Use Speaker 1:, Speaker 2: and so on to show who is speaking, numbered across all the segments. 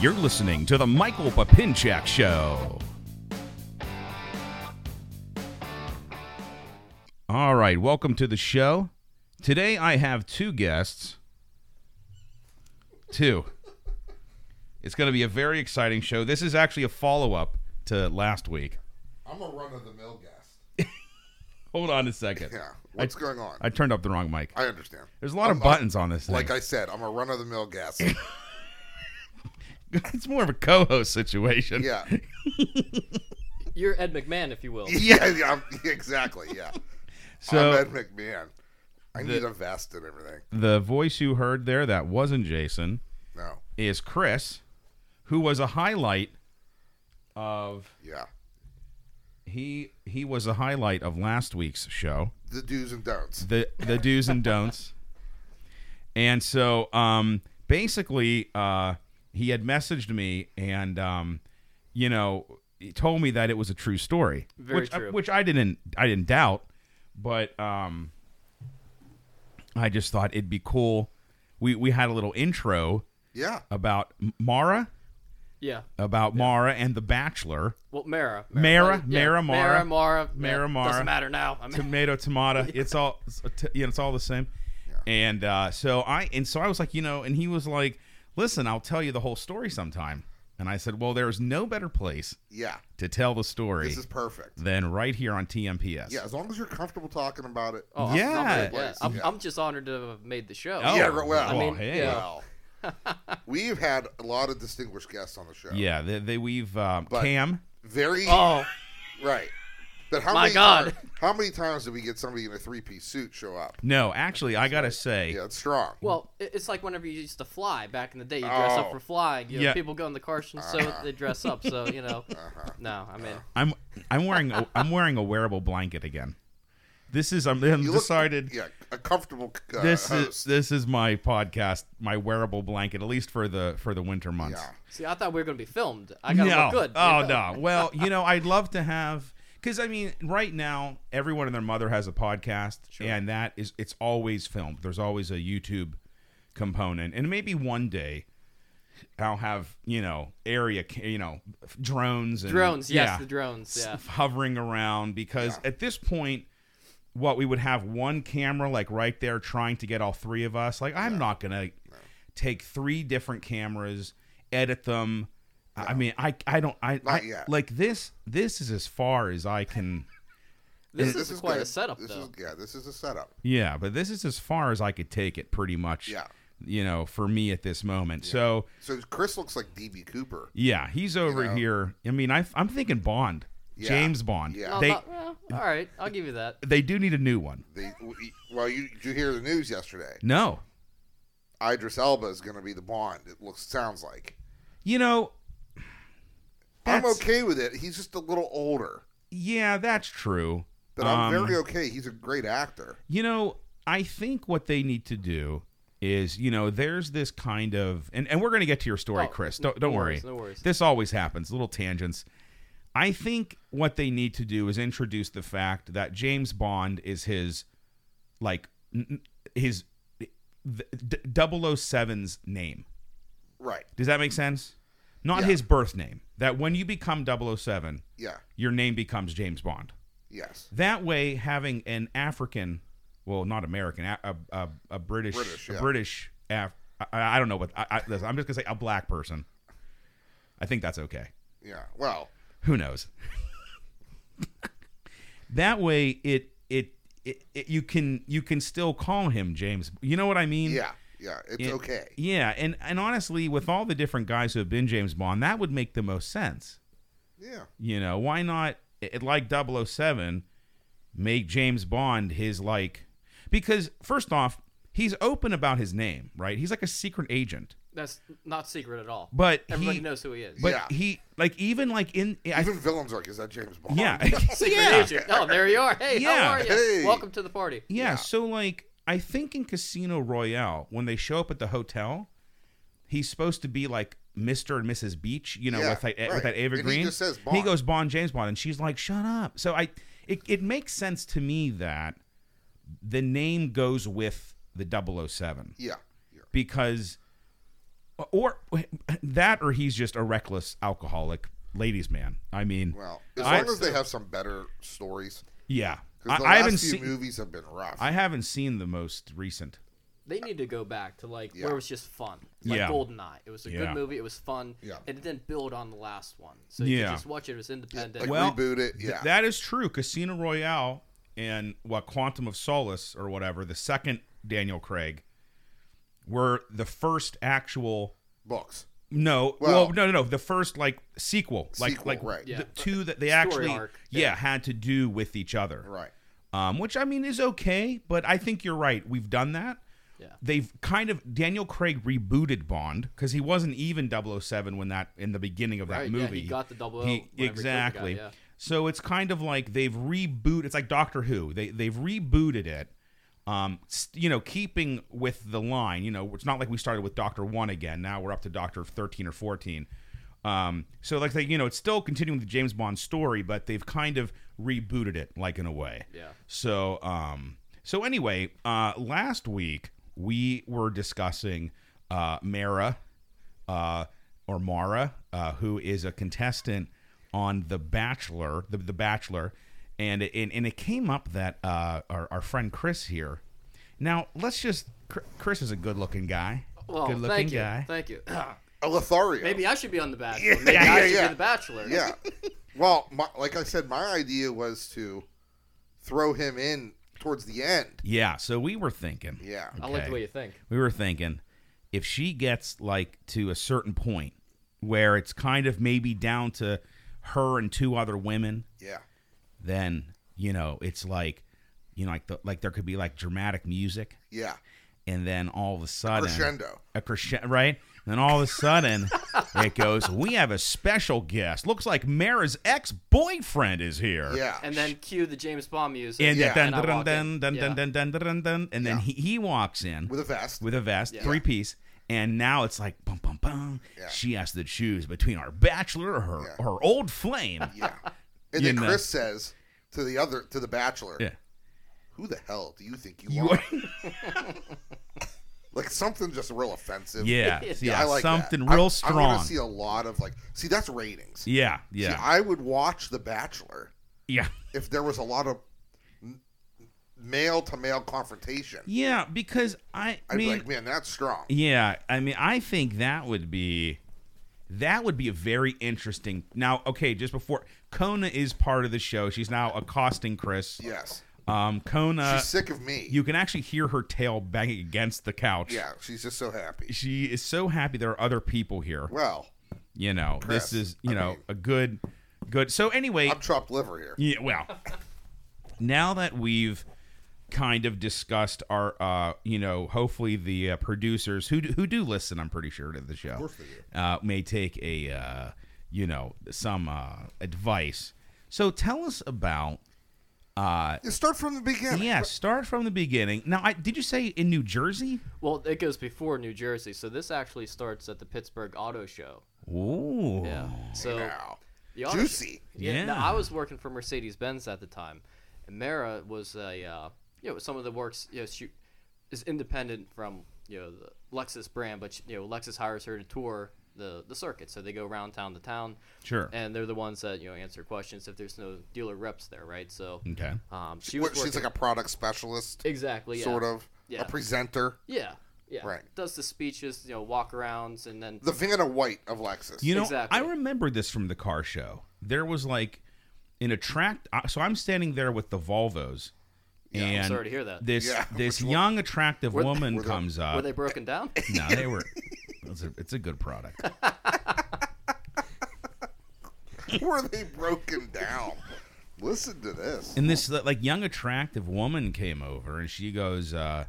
Speaker 1: You're listening to The Michael Papinchak Show. All right, welcome to the show. Today I have two guests. Two. It's going to be a very exciting show. This is actually a follow up to last week.
Speaker 2: I'm a run of the mill guest.
Speaker 1: Hold on a second.
Speaker 2: Yeah. What's going on?
Speaker 1: I turned up the wrong mic.
Speaker 2: I understand.
Speaker 1: There's a lot of
Speaker 2: I'm-
Speaker 1: buttons on this thing.
Speaker 2: Like I said, I'm a run of the mill guest.
Speaker 1: it's more of a co host situation.
Speaker 2: Yeah.
Speaker 3: You're Ed McMahon, if you will.
Speaker 2: Yeah. yeah I'm- exactly. Yeah.
Speaker 1: So
Speaker 2: I'm Ed McMahon. I need a vest and everything.
Speaker 1: the voice you heard there that wasn't Jason
Speaker 2: No.
Speaker 1: is Chris, who was a highlight of
Speaker 2: Yeah.
Speaker 1: he he was a highlight of last week's show.
Speaker 2: The do's and don'ts.
Speaker 1: the the do's and don'ts. And so um basically uh he had messaged me and um you know he told me that it was a true story.
Speaker 3: Very
Speaker 1: which uh,
Speaker 3: true.
Speaker 1: which I didn't I didn't doubt, but um I just thought it'd be cool. We we had a little intro
Speaker 2: Yeah.
Speaker 1: about M- Mara
Speaker 3: Yeah.
Speaker 1: about Mara and the Bachelor.
Speaker 3: Well, Mara.
Speaker 1: Mara, Mara, Mara.
Speaker 3: Mara, Mara, Mara.
Speaker 1: Mara,
Speaker 3: yeah,
Speaker 1: Mara.
Speaker 3: Doesn't matter now. I mean,
Speaker 1: tomato tomato it's all it's, uh, t- you know, it's all the same and uh, so i and so i was like you know and he was like listen i'll tell you the whole story sometime and i said well there's no better place
Speaker 2: Yeah.
Speaker 1: to tell the story
Speaker 2: This is perfect.
Speaker 1: than right here on tmps
Speaker 2: Yeah. As long as you're comfortable talking about it.
Speaker 3: oh, I'm
Speaker 1: Yeah.
Speaker 3: honored.
Speaker 2: Yeah.
Speaker 3: I'm, I'm just honored to have made the show.
Speaker 1: Oh,
Speaker 2: Yeah, well,
Speaker 1: well,
Speaker 2: I
Speaker 3: mean,
Speaker 1: hey.
Speaker 3: yeah.
Speaker 2: Well, we've had a lot of distinguished guests on the show.
Speaker 1: Yeah, they, they we've um,
Speaker 2: But-
Speaker 1: cam
Speaker 2: Very
Speaker 3: Oh,
Speaker 2: right. But how
Speaker 3: My
Speaker 2: many
Speaker 3: God.
Speaker 2: how many times did we get somebody in a three piece suit show up?
Speaker 1: no actually i gotta say
Speaker 2: Yeah, it's strong.
Speaker 3: well, it- it's like whenever you used to fly back in the day. You dress
Speaker 2: Oh.
Speaker 3: up for flying. You know,
Speaker 1: Yeah.
Speaker 3: People go in the car and so they dress up. So, you know.
Speaker 2: Uh-huh.
Speaker 3: No, I mean,
Speaker 1: i'm i'm wearing a, i'm wearing a wearable blanket again this is i'm, I'm
Speaker 2: You look-
Speaker 1: decided
Speaker 2: yeah, a comfortable uh,
Speaker 1: this is
Speaker 2: host.
Speaker 1: this is my podcast my wearable blanket at least for the for the winter months
Speaker 2: yeah.
Speaker 3: see, I thought we were going to be filmed. I got to
Speaker 1: no.
Speaker 3: look good.
Speaker 1: Oh
Speaker 3: you know?
Speaker 1: no. Well, you know, I'd love to have because I mean, right now, everyone and their mother has a podcast, and that is it's always filmed. There's always a YouTube component, and maybe one day. I'll have you know area ca- you know f- drones and
Speaker 3: Drones. Yes,
Speaker 1: yeah,
Speaker 3: the drones. Yeah.
Speaker 1: s- hovering around because at this point what we would have one camera like right there trying to get all three of us like i'm not gonna take three different cameras edit them I- i mean i i don't i,
Speaker 2: Not
Speaker 1: I-
Speaker 2: yet.
Speaker 1: like this this is as far as i can
Speaker 3: This, is, quite
Speaker 2: good.
Speaker 3: a setup,
Speaker 2: This
Speaker 3: though.
Speaker 2: is- yeah, this is a setup.
Speaker 1: yeah but this is as far as i could take it pretty much
Speaker 2: Yeah.
Speaker 1: you know for me at this moment so
Speaker 2: So Chris looks like DB Cooper.
Speaker 1: yeah he's over
Speaker 2: know.
Speaker 1: here i mean I, i'm thinking bond
Speaker 2: Yeah.
Speaker 1: james bond
Speaker 2: Yeah.
Speaker 3: No,
Speaker 1: they
Speaker 3: not- well, all right, I'll give you that.
Speaker 1: they do need a new one
Speaker 2: They, well, you did you hear the news yesterday?
Speaker 1: no
Speaker 2: Idris Elba is going to be the Bond. It looks sounds like.
Speaker 1: you know
Speaker 2: I'm
Speaker 1: that's-
Speaker 2: okay with it. He's just a little older,
Speaker 1: Yeah, that's true.
Speaker 2: but I'm
Speaker 1: Um,
Speaker 2: very okay. He's a great actor.
Speaker 1: You know, I think what they need to do is, you know, there's this kind of, and, and we're going to get to your story,
Speaker 3: Oh,
Speaker 1: Chris. Don't,
Speaker 3: no
Speaker 1: don't worry.
Speaker 3: worries, no worries.
Speaker 1: This always happens, little tangents. I think what they need to do is introduce the fact that James Bond is his, like, n- n- his the, d- 007's name.
Speaker 2: Right?
Speaker 1: Does that make sense? Not
Speaker 2: Yeah.
Speaker 1: his birth name. That when you become 007,
Speaker 2: Yeah.
Speaker 1: your name becomes James Bond.
Speaker 2: Yes.
Speaker 1: That way, having an African, well, not American, a, a, a, a British,
Speaker 2: British,
Speaker 1: a
Speaker 2: yeah.
Speaker 1: British, Af- I, I don't know what, I, I, listen, I'm just going to say a black person. I think that's okay.
Speaker 2: Yeah. Well,
Speaker 1: Who knows? that way, it, it, it, it, you can you can still call him James. You know what I mean?
Speaker 2: yeah. Yeah. It's
Speaker 1: It-
Speaker 2: okay.
Speaker 1: Yeah, and and honestly, with all the different guys who have been James Bond, that would make the most sense.
Speaker 2: Yeah.
Speaker 1: You know, why not it, like 007 make James Bond his like because first off, he's open about his name, right? He's like a secret agent.
Speaker 3: That's not secret at all.
Speaker 1: But
Speaker 3: everybody
Speaker 1: he-
Speaker 3: knows who he is.
Speaker 1: But
Speaker 2: Yeah.
Speaker 1: he like even like in I,
Speaker 2: Even villains are like, is that James Bond?
Speaker 1: yeah.
Speaker 3: Secret
Speaker 1: yeah.
Speaker 3: agent. Oh, there you are. Hey,
Speaker 1: Yeah.
Speaker 3: how are you?
Speaker 2: Hey.
Speaker 3: Welcome to the party.
Speaker 1: Yeah,
Speaker 2: Yeah.
Speaker 1: so like I think in Casino Royale when they show up at the hotel, he's supposed to be like Mr. and Mrs. Beach, you know,
Speaker 2: Yeah,
Speaker 1: with that with
Speaker 2: right.
Speaker 1: that Ava
Speaker 2: And he
Speaker 1: Green.
Speaker 2: just says
Speaker 1: he
Speaker 2: Bond.
Speaker 1: goes Bond James Bond and she's like, "Shut up." So I it it makes sense to me that the oh name goes with the 007
Speaker 2: Yeah. Yeah.
Speaker 1: because or that, or he's just a reckless alcoholic ladies' man. I mean,
Speaker 2: Well, as
Speaker 1: I-
Speaker 2: long as they have some better stories,
Speaker 1: yeah,
Speaker 2: because the
Speaker 1: I, I
Speaker 2: last
Speaker 1: haven't
Speaker 2: few
Speaker 1: seen.
Speaker 2: movies have been rough.
Speaker 1: I haven't seen the most recent.
Speaker 3: They need to go back to like
Speaker 2: Yeah.
Speaker 3: where it was just fun. It's like
Speaker 1: Yeah.
Speaker 3: Goldeneye. It was a
Speaker 1: Yeah.
Speaker 3: good movie. It was fun.
Speaker 2: Yeah.
Speaker 3: And it didn't build on the last one. So you could
Speaker 1: Yeah.
Speaker 3: just watch it. It was independent.
Speaker 2: like
Speaker 1: Well,
Speaker 2: reboot it.
Speaker 1: Th-
Speaker 2: Yeah,
Speaker 1: that is true. Casino Royale and what Quantum of Solace or whatever, the second Daniel Craig, were the first actual
Speaker 2: books.
Speaker 1: no, well,
Speaker 2: Well-
Speaker 1: no, no, no, the first like sequel, like
Speaker 2: Sequel,
Speaker 1: like
Speaker 2: right.
Speaker 1: the
Speaker 3: Yeah.
Speaker 1: two that they
Speaker 3: Story
Speaker 1: actually
Speaker 3: arc,
Speaker 1: yeah.
Speaker 3: yeah.
Speaker 1: had to do with each other,
Speaker 2: Right.
Speaker 1: Um, which I mean is okay, but I think you're right. We've done that.
Speaker 3: Yeah.
Speaker 1: They've kind of Daniel Craig rebooted Bond because he wasn't even 007 when that in the beginning of that
Speaker 3: Right, yeah, he
Speaker 1: movie.
Speaker 3: got the 00
Speaker 1: He-
Speaker 3: whenever he killed the guy,
Speaker 1: exactly.
Speaker 3: yeah.
Speaker 1: So it's kind of like they've rebooted. It's like Doctor Who. They they've rebooted it. Um, s- you know, keeping with the line. You know, it's not like we started with Doctor One again. Now we're up to Doctor Thirteen or Fourteen. Um, so like they, you know, it's still continuing the James Bond story, but they've kind of rebooted it, like in a way.
Speaker 3: Yeah.
Speaker 1: So um, so anyway, uh, last week we were discussing uh, Mara uh, or Mara, uh, who is a contestant on The Bachelor, The, the Bachelor, and, and and it came up that uh, our, our friend Chris here. Now let's just Chr- Chris is a good-looking guy,
Speaker 3: Well,
Speaker 1: good-looking
Speaker 3: thank you.
Speaker 1: guy.
Speaker 3: Thank you.
Speaker 2: A Lothario.
Speaker 3: Maybe I should be on The Bachelor. Maybe
Speaker 2: yeah,
Speaker 3: I should
Speaker 2: yeah.
Speaker 3: be The Bachelor.
Speaker 2: Yeah. well, my, like I said, my idea was to throw him in towards the end.
Speaker 1: yeah, so we were thinking.
Speaker 2: Yeah.
Speaker 3: I like
Speaker 1: Okay.
Speaker 3: the way you think.
Speaker 1: we were thinking if she gets like to a certain point where it's kind of maybe down to her and two other women
Speaker 2: Yeah.
Speaker 1: then you know it's like you know like the, like there could be like dramatic music
Speaker 2: Yeah.
Speaker 1: and then all of a sudden
Speaker 2: Crescendo.
Speaker 1: a crescendo right and then all of a sudden it goes we have a special guest looks like Mara's ex-boyfriend is here
Speaker 2: Yeah.
Speaker 3: And then cue the James Bond music.
Speaker 1: and
Speaker 2: Yeah.
Speaker 1: then
Speaker 3: And I
Speaker 1: dun,
Speaker 3: walk
Speaker 1: dun,
Speaker 3: in.
Speaker 1: dun,
Speaker 3: Yeah.
Speaker 1: dun, dun, dun, dun, dun, and then
Speaker 2: Yeah.
Speaker 1: he, he walks in
Speaker 2: with a vest.
Speaker 1: with a vest,
Speaker 3: Yeah.
Speaker 1: three piece, and now it's like bum bum bum.
Speaker 2: Yeah.
Speaker 1: She has to choose between our bachelor or her,
Speaker 2: Yeah.
Speaker 1: her old flame.
Speaker 2: yeah.
Speaker 1: You
Speaker 2: And then
Speaker 1: know.
Speaker 2: Chris says to the other to the bachelor,
Speaker 1: Yeah.
Speaker 2: "Who the hell do you think you,
Speaker 1: You
Speaker 2: are?" like something just real offensive.
Speaker 1: yeah, yeah,
Speaker 2: I like that.
Speaker 1: something
Speaker 2: I-
Speaker 1: real
Speaker 2: I
Speaker 1: strong.
Speaker 2: want to see a lot of like. See, that's ratings.
Speaker 1: yeah, yeah,
Speaker 2: See, I would watch The Bachelor
Speaker 1: yeah,
Speaker 2: if there was a lot of male to male confrontation.
Speaker 1: yeah. Because I
Speaker 2: I'd
Speaker 1: mean,
Speaker 2: be like, man, that's strong.
Speaker 1: yeah, I mean, I think that would be that would be a very interesting. Now, okay, just before Kona is part of the show, she's now accosting Chris.
Speaker 2: Yes,
Speaker 1: Um, Kona,
Speaker 2: she's sick of me.
Speaker 1: you can actually hear her tail banging against the couch.
Speaker 2: yeah, she's just so happy.
Speaker 1: She is so happy there are other people here.
Speaker 2: Well,
Speaker 1: you know
Speaker 2: Chris,
Speaker 1: this is you
Speaker 2: I
Speaker 1: know
Speaker 2: mean-
Speaker 1: a good good so anyway
Speaker 2: I'm chopped liver here.
Speaker 1: yeah well now that we've kind of discussed our uh you know hopefully the uh, producers who do, who do listen i'm pretty sure to the show
Speaker 2: they do.
Speaker 1: uh may take a uh you know some uh advice so tell us about uh
Speaker 2: You start from the beginning.
Speaker 1: yeah start from the beginning now i did you say in new jersey
Speaker 3: Well, it goes before New Jersey, so this actually starts at the Pittsburgh Auto Show.
Speaker 1: Ooh.
Speaker 3: Yeah. So
Speaker 2: Now,
Speaker 3: the auto
Speaker 2: juicy.
Speaker 3: Yeah. no,
Speaker 1: Yeah.
Speaker 3: I was working for Mercedes Benz at the time. And Mara was a, uh, you know, someone that works, you know, she is independent from, you know, the Lexus brand, but, she, you know, Lexus hires her to tour the, the circuit. So they go around town to town.
Speaker 1: Sure.
Speaker 3: And they're the ones that, you know, answer questions if there's no dealer reps there, right? So
Speaker 1: okay
Speaker 3: um, she was
Speaker 2: What, she's like a product specialist,
Speaker 3: Exactly. Yeah.
Speaker 2: sort of
Speaker 3: Yeah.
Speaker 2: a presenter,
Speaker 3: Yeah. Yeah.
Speaker 2: Right.
Speaker 3: Does the speeches, you know, walk arounds, and then
Speaker 2: the Vanna White of Lexus.
Speaker 1: You know,
Speaker 3: Exactly.
Speaker 1: I remember this from the car show. There was like an attract. uh, So I'm standing there with the Volvos, and
Speaker 3: I'm sorry to hear that.
Speaker 1: this
Speaker 2: Yeah,
Speaker 1: this young attractive
Speaker 3: they-
Speaker 1: woman
Speaker 2: were they-
Speaker 1: comes
Speaker 3: were
Speaker 1: up.
Speaker 3: they broken down?
Speaker 1: no, they were. It's a, it's a good product.
Speaker 2: Were they broken down? Listen to this.
Speaker 1: And this like young attractive woman came over, and she goes, uh,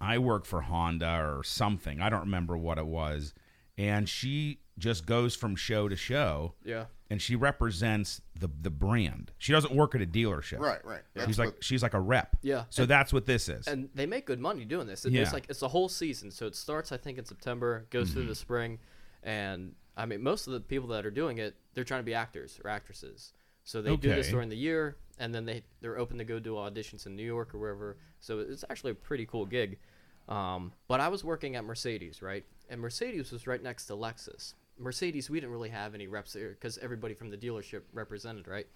Speaker 1: "I work for Honda or something. I don't remember what it was." And she just goes from show to show,
Speaker 3: yeah.
Speaker 1: and she represents the the brand. She doesn't work at a dealership.
Speaker 2: Right, right.
Speaker 1: She's
Speaker 2: That's
Speaker 1: like
Speaker 2: what-
Speaker 1: she's like a rep.
Speaker 3: Yeah.
Speaker 1: So that's what this is.
Speaker 3: and they make good money doing this. It-
Speaker 1: Yeah. Mm-hmm.
Speaker 3: It's like it's a whole season, so it starts I think in September, goes through the spring, and I mean most of the people that are doing it, they're trying to be actors or actresses. So they do this
Speaker 1: Okay.
Speaker 3: during the year, and then they they're open to go do auditions in New York or wherever. So it's actually a pretty cool gig. Um, but I was working at Mercedes, right? And Mercedes was right next to Lexus. Mercedes, we didn't really have any reps there because everybody from the dealership represented, right?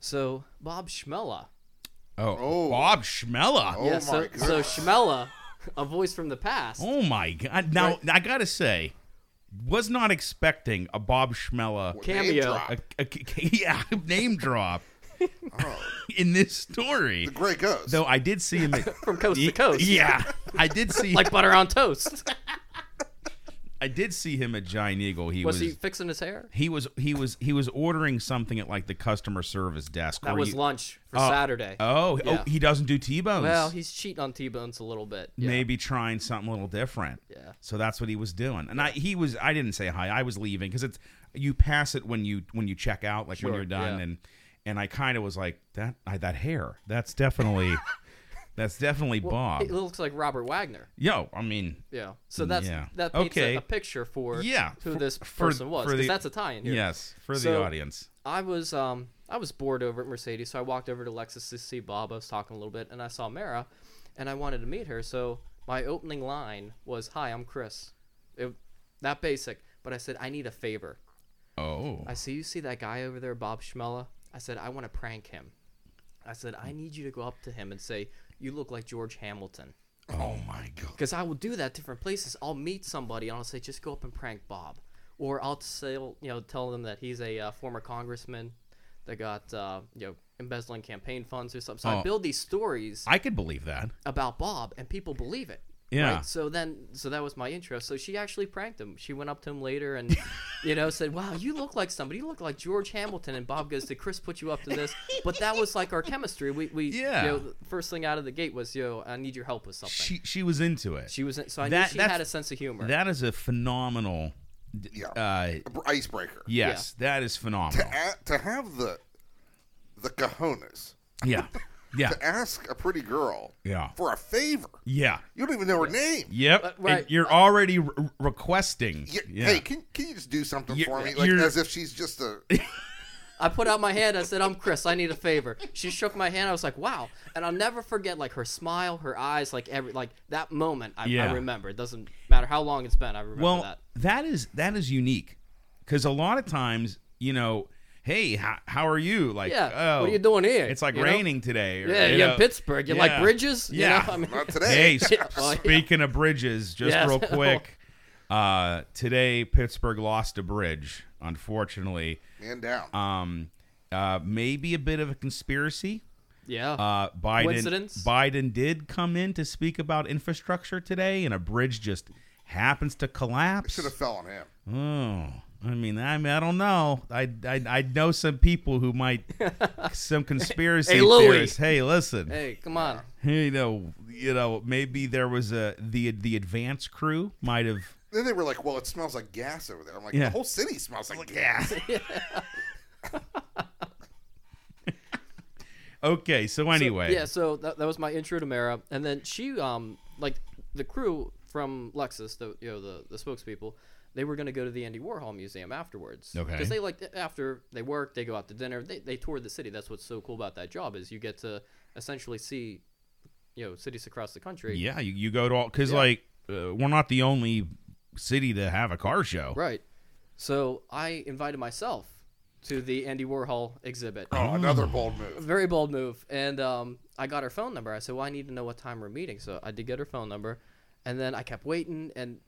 Speaker 3: So Bob Schmella.
Speaker 1: Oh,
Speaker 2: Oh.
Speaker 1: Bob Schmella.
Speaker 2: Oh
Speaker 1: Oh. Oh.
Speaker 3: yeah, so,
Speaker 2: my
Speaker 3: so
Speaker 2: God.
Speaker 3: Schmella, a voice from the past.
Speaker 1: my God! Now I gotta say, was not expecting a Bob Schmella.
Speaker 3: Cameo.
Speaker 1: A, a- yeah, name drop
Speaker 2: Oh,
Speaker 1: in this story.
Speaker 2: the Grey Ghost.
Speaker 1: Though I did see him at,
Speaker 3: From coast to coast.
Speaker 1: Yeah, I did see.
Speaker 3: Like butter on toast.
Speaker 1: I did see him at Giant Eagle. He was,
Speaker 3: Was he fixing his hair?
Speaker 1: he was he was he was ordering something at like the customer service desk.
Speaker 3: That
Speaker 1: where
Speaker 3: was
Speaker 1: you-
Speaker 3: lunch for
Speaker 1: Oh,
Speaker 3: Saturday.
Speaker 1: Oh,
Speaker 3: Yeah.
Speaker 1: oh, he doesn't do T-bones.
Speaker 3: well, he's cheating on T-Bones a little bit. Yeah.
Speaker 1: maybe trying something a little different.
Speaker 3: Yeah.
Speaker 1: So that's what he was doing, and I he was I didn't say hi. I was leaving because it's you pass it when you when you check out, like when
Speaker 3: Sure,
Speaker 1: you're done,
Speaker 3: yeah.
Speaker 1: and and I kind of was like that I, that hair. That's definitely that's definitely Bob.
Speaker 3: It looks like Robert Wagner.
Speaker 1: Yo, I mean,
Speaker 3: Yeah. So that's
Speaker 1: Yeah.
Speaker 3: that paints a-
Speaker 1: Okay.
Speaker 3: a, picture for
Speaker 1: Yeah,
Speaker 3: who
Speaker 1: for-
Speaker 3: this
Speaker 1: for-
Speaker 3: person was
Speaker 1: for
Speaker 3: because
Speaker 1: the-
Speaker 3: that's Italian. Here.
Speaker 1: yes, for the
Speaker 3: So-
Speaker 1: audience.
Speaker 3: I was um I was bored over at Mercedes, so I walked over to Lexus to see Bob. I was talking a little bit, and I saw Mara, and I wanted to meet her. So my opening line was, "Hi, I'm Chris." It, not basic, but I said I need a favor.
Speaker 1: Oh,
Speaker 3: I said, you see that guy over there, Bob Schmella? I said, I want to prank him. I said, I need you to go up to him and say, you look like George Hamilton.
Speaker 1: oh my god.
Speaker 3: Because I will do that different places. I'll meet somebody and I'll say, just go up and prank Bob. Or I'll say, you know, tell them that he's a uh, former congressman that got, uh, you know, embezzling campaign funds or something. So I
Speaker 1: Oh.
Speaker 3: build these stories
Speaker 1: I could believe that.
Speaker 3: about Bob and people believe it.
Speaker 1: Yeah.
Speaker 3: So then, so that was my intro. So she actually pranked him. She went up to him later and, you know, said, "Wow, you look like somebody. You look like George Hamilton." And Bob goes, "Did Chris put you up to this?" But that was like our chemistry. We, we,
Speaker 1: Yeah.
Speaker 3: You know, the first thing out of the gate was, "Yo, I need your help with something." She,
Speaker 1: She she was into it.
Speaker 3: was in, so I
Speaker 1: That-
Speaker 3: knew she
Speaker 1: that's-
Speaker 3: had a sense of humor.
Speaker 1: that is a phenomenal. d-
Speaker 2: Yeah.
Speaker 1: Uh,
Speaker 2: A br- icebreaker.
Speaker 1: yes, that is phenomenal.
Speaker 2: A- to have the the cojones
Speaker 1: yeah. Yeah.
Speaker 2: to ask a pretty girl
Speaker 1: Yeah.
Speaker 2: for a favor.
Speaker 1: Yeah.
Speaker 2: You don't even know her name.
Speaker 1: Yep.
Speaker 3: Uh,
Speaker 1: and
Speaker 3: right.
Speaker 1: you're already re- requesting.
Speaker 2: Y-
Speaker 1: yeah.
Speaker 2: Hey, can, can you just do something
Speaker 1: You-
Speaker 2: for me? Like
Speaker 1: you're-
Speaker 2: as if she's just a
Speaker 3: I put out my hand. I said, "I'm Chris. I need a favor." She shook my hand. I was like, "Wow!" And I'll never forget like her smile, her eyes, like every like that moment. I,
Speaker 1: Yeah.
Speaker 3: I remember. It doesn't matter how long it's been. I remember
Speaker 1: well,
Speaker 3: that.
Speaker 1: that is that is unique, because a lot of times, you know, hey, how, how are you? Like,
Speaker 3: Yeah,
Speaker 1: oh,
Speaker 3: what are you doing here?
Speaker 1: It's like
Speaker 3: You know?
Speaker 1: raining today. or,
Speaker 3: Yeah,
Speaker 1: you
Speaker 3: you
Speaker 1: know,
Speaker 3: in Pittsburgh. You
Speaker 1: yeah.
Speaker 3: like bridges? You
Speaker 1: Yeah.
Speaker 3: know, I mean,
Speaker 2: not
Speaker 1: Hey,
Speaker 2: today.
Speaker 1: s-
Speaker 3: Yeah, well, yeah.
Speaker 1: speaking of bridges, just
Speaker 3: Yes.
Speaker 1: real quick. Uh, today, Pittsburgh lost a bridge, unfortunately.
Speaker 2: Man down.
Speaker 1: Um, uh, maybe a bit of a conspiracy.
Speaker 3: yeah.
Speaker 1: Uh, Biden
Speaker 3: Coincidence?
Speaker 1: Biden did come in to speak about infrastructure today, and a bridge just happens to collapse.
Speaker 2: Should have fell on him.
Speaker 1: Oh, I mean, I mean, I don't know. I, I, I know some people who might some conspiracy
Speaker 3: Hey, Louis.
Speaker 1: theorists. Hey, listen,
Speaker 3: hey, come on.
Speaker 1: you know, you know, maybe there was a the the advance crew might have.
Speaker 2: Then they were like, "Well, it smells like gas over there." I'm like,
Speaker 1: Yeah.
Speaker 2: "The whole city smells like gas."
Speaker 1: Okay, so anyway,
Speaker 3: Yeah, so that, that was my intro to Mara, and then she, um, like the crew from Lexus, the you know the the spokespeople, they were gonna go to the Andy Warhol Museum afterwards.
Speaker 1: Okay.
Speaker 3: Because they like after they work, they go out to dinner, they they tour the city. That's what's so cool about that job is you get to essentially see, you know, cities across the country.
Speaker 1: yeah, you, you go to all because like uh, we're not the only city to have a car show.
Speaker 3: Right. So I invited myself to the Andy Warhol exhibit.
Speaker 2: Oh, another bold move.
Speaker 3: Very bold move. And um, I got her phone number. I said, "Well, I need to know what time we're meeting." So I did get her phone number, and then I kept waiting and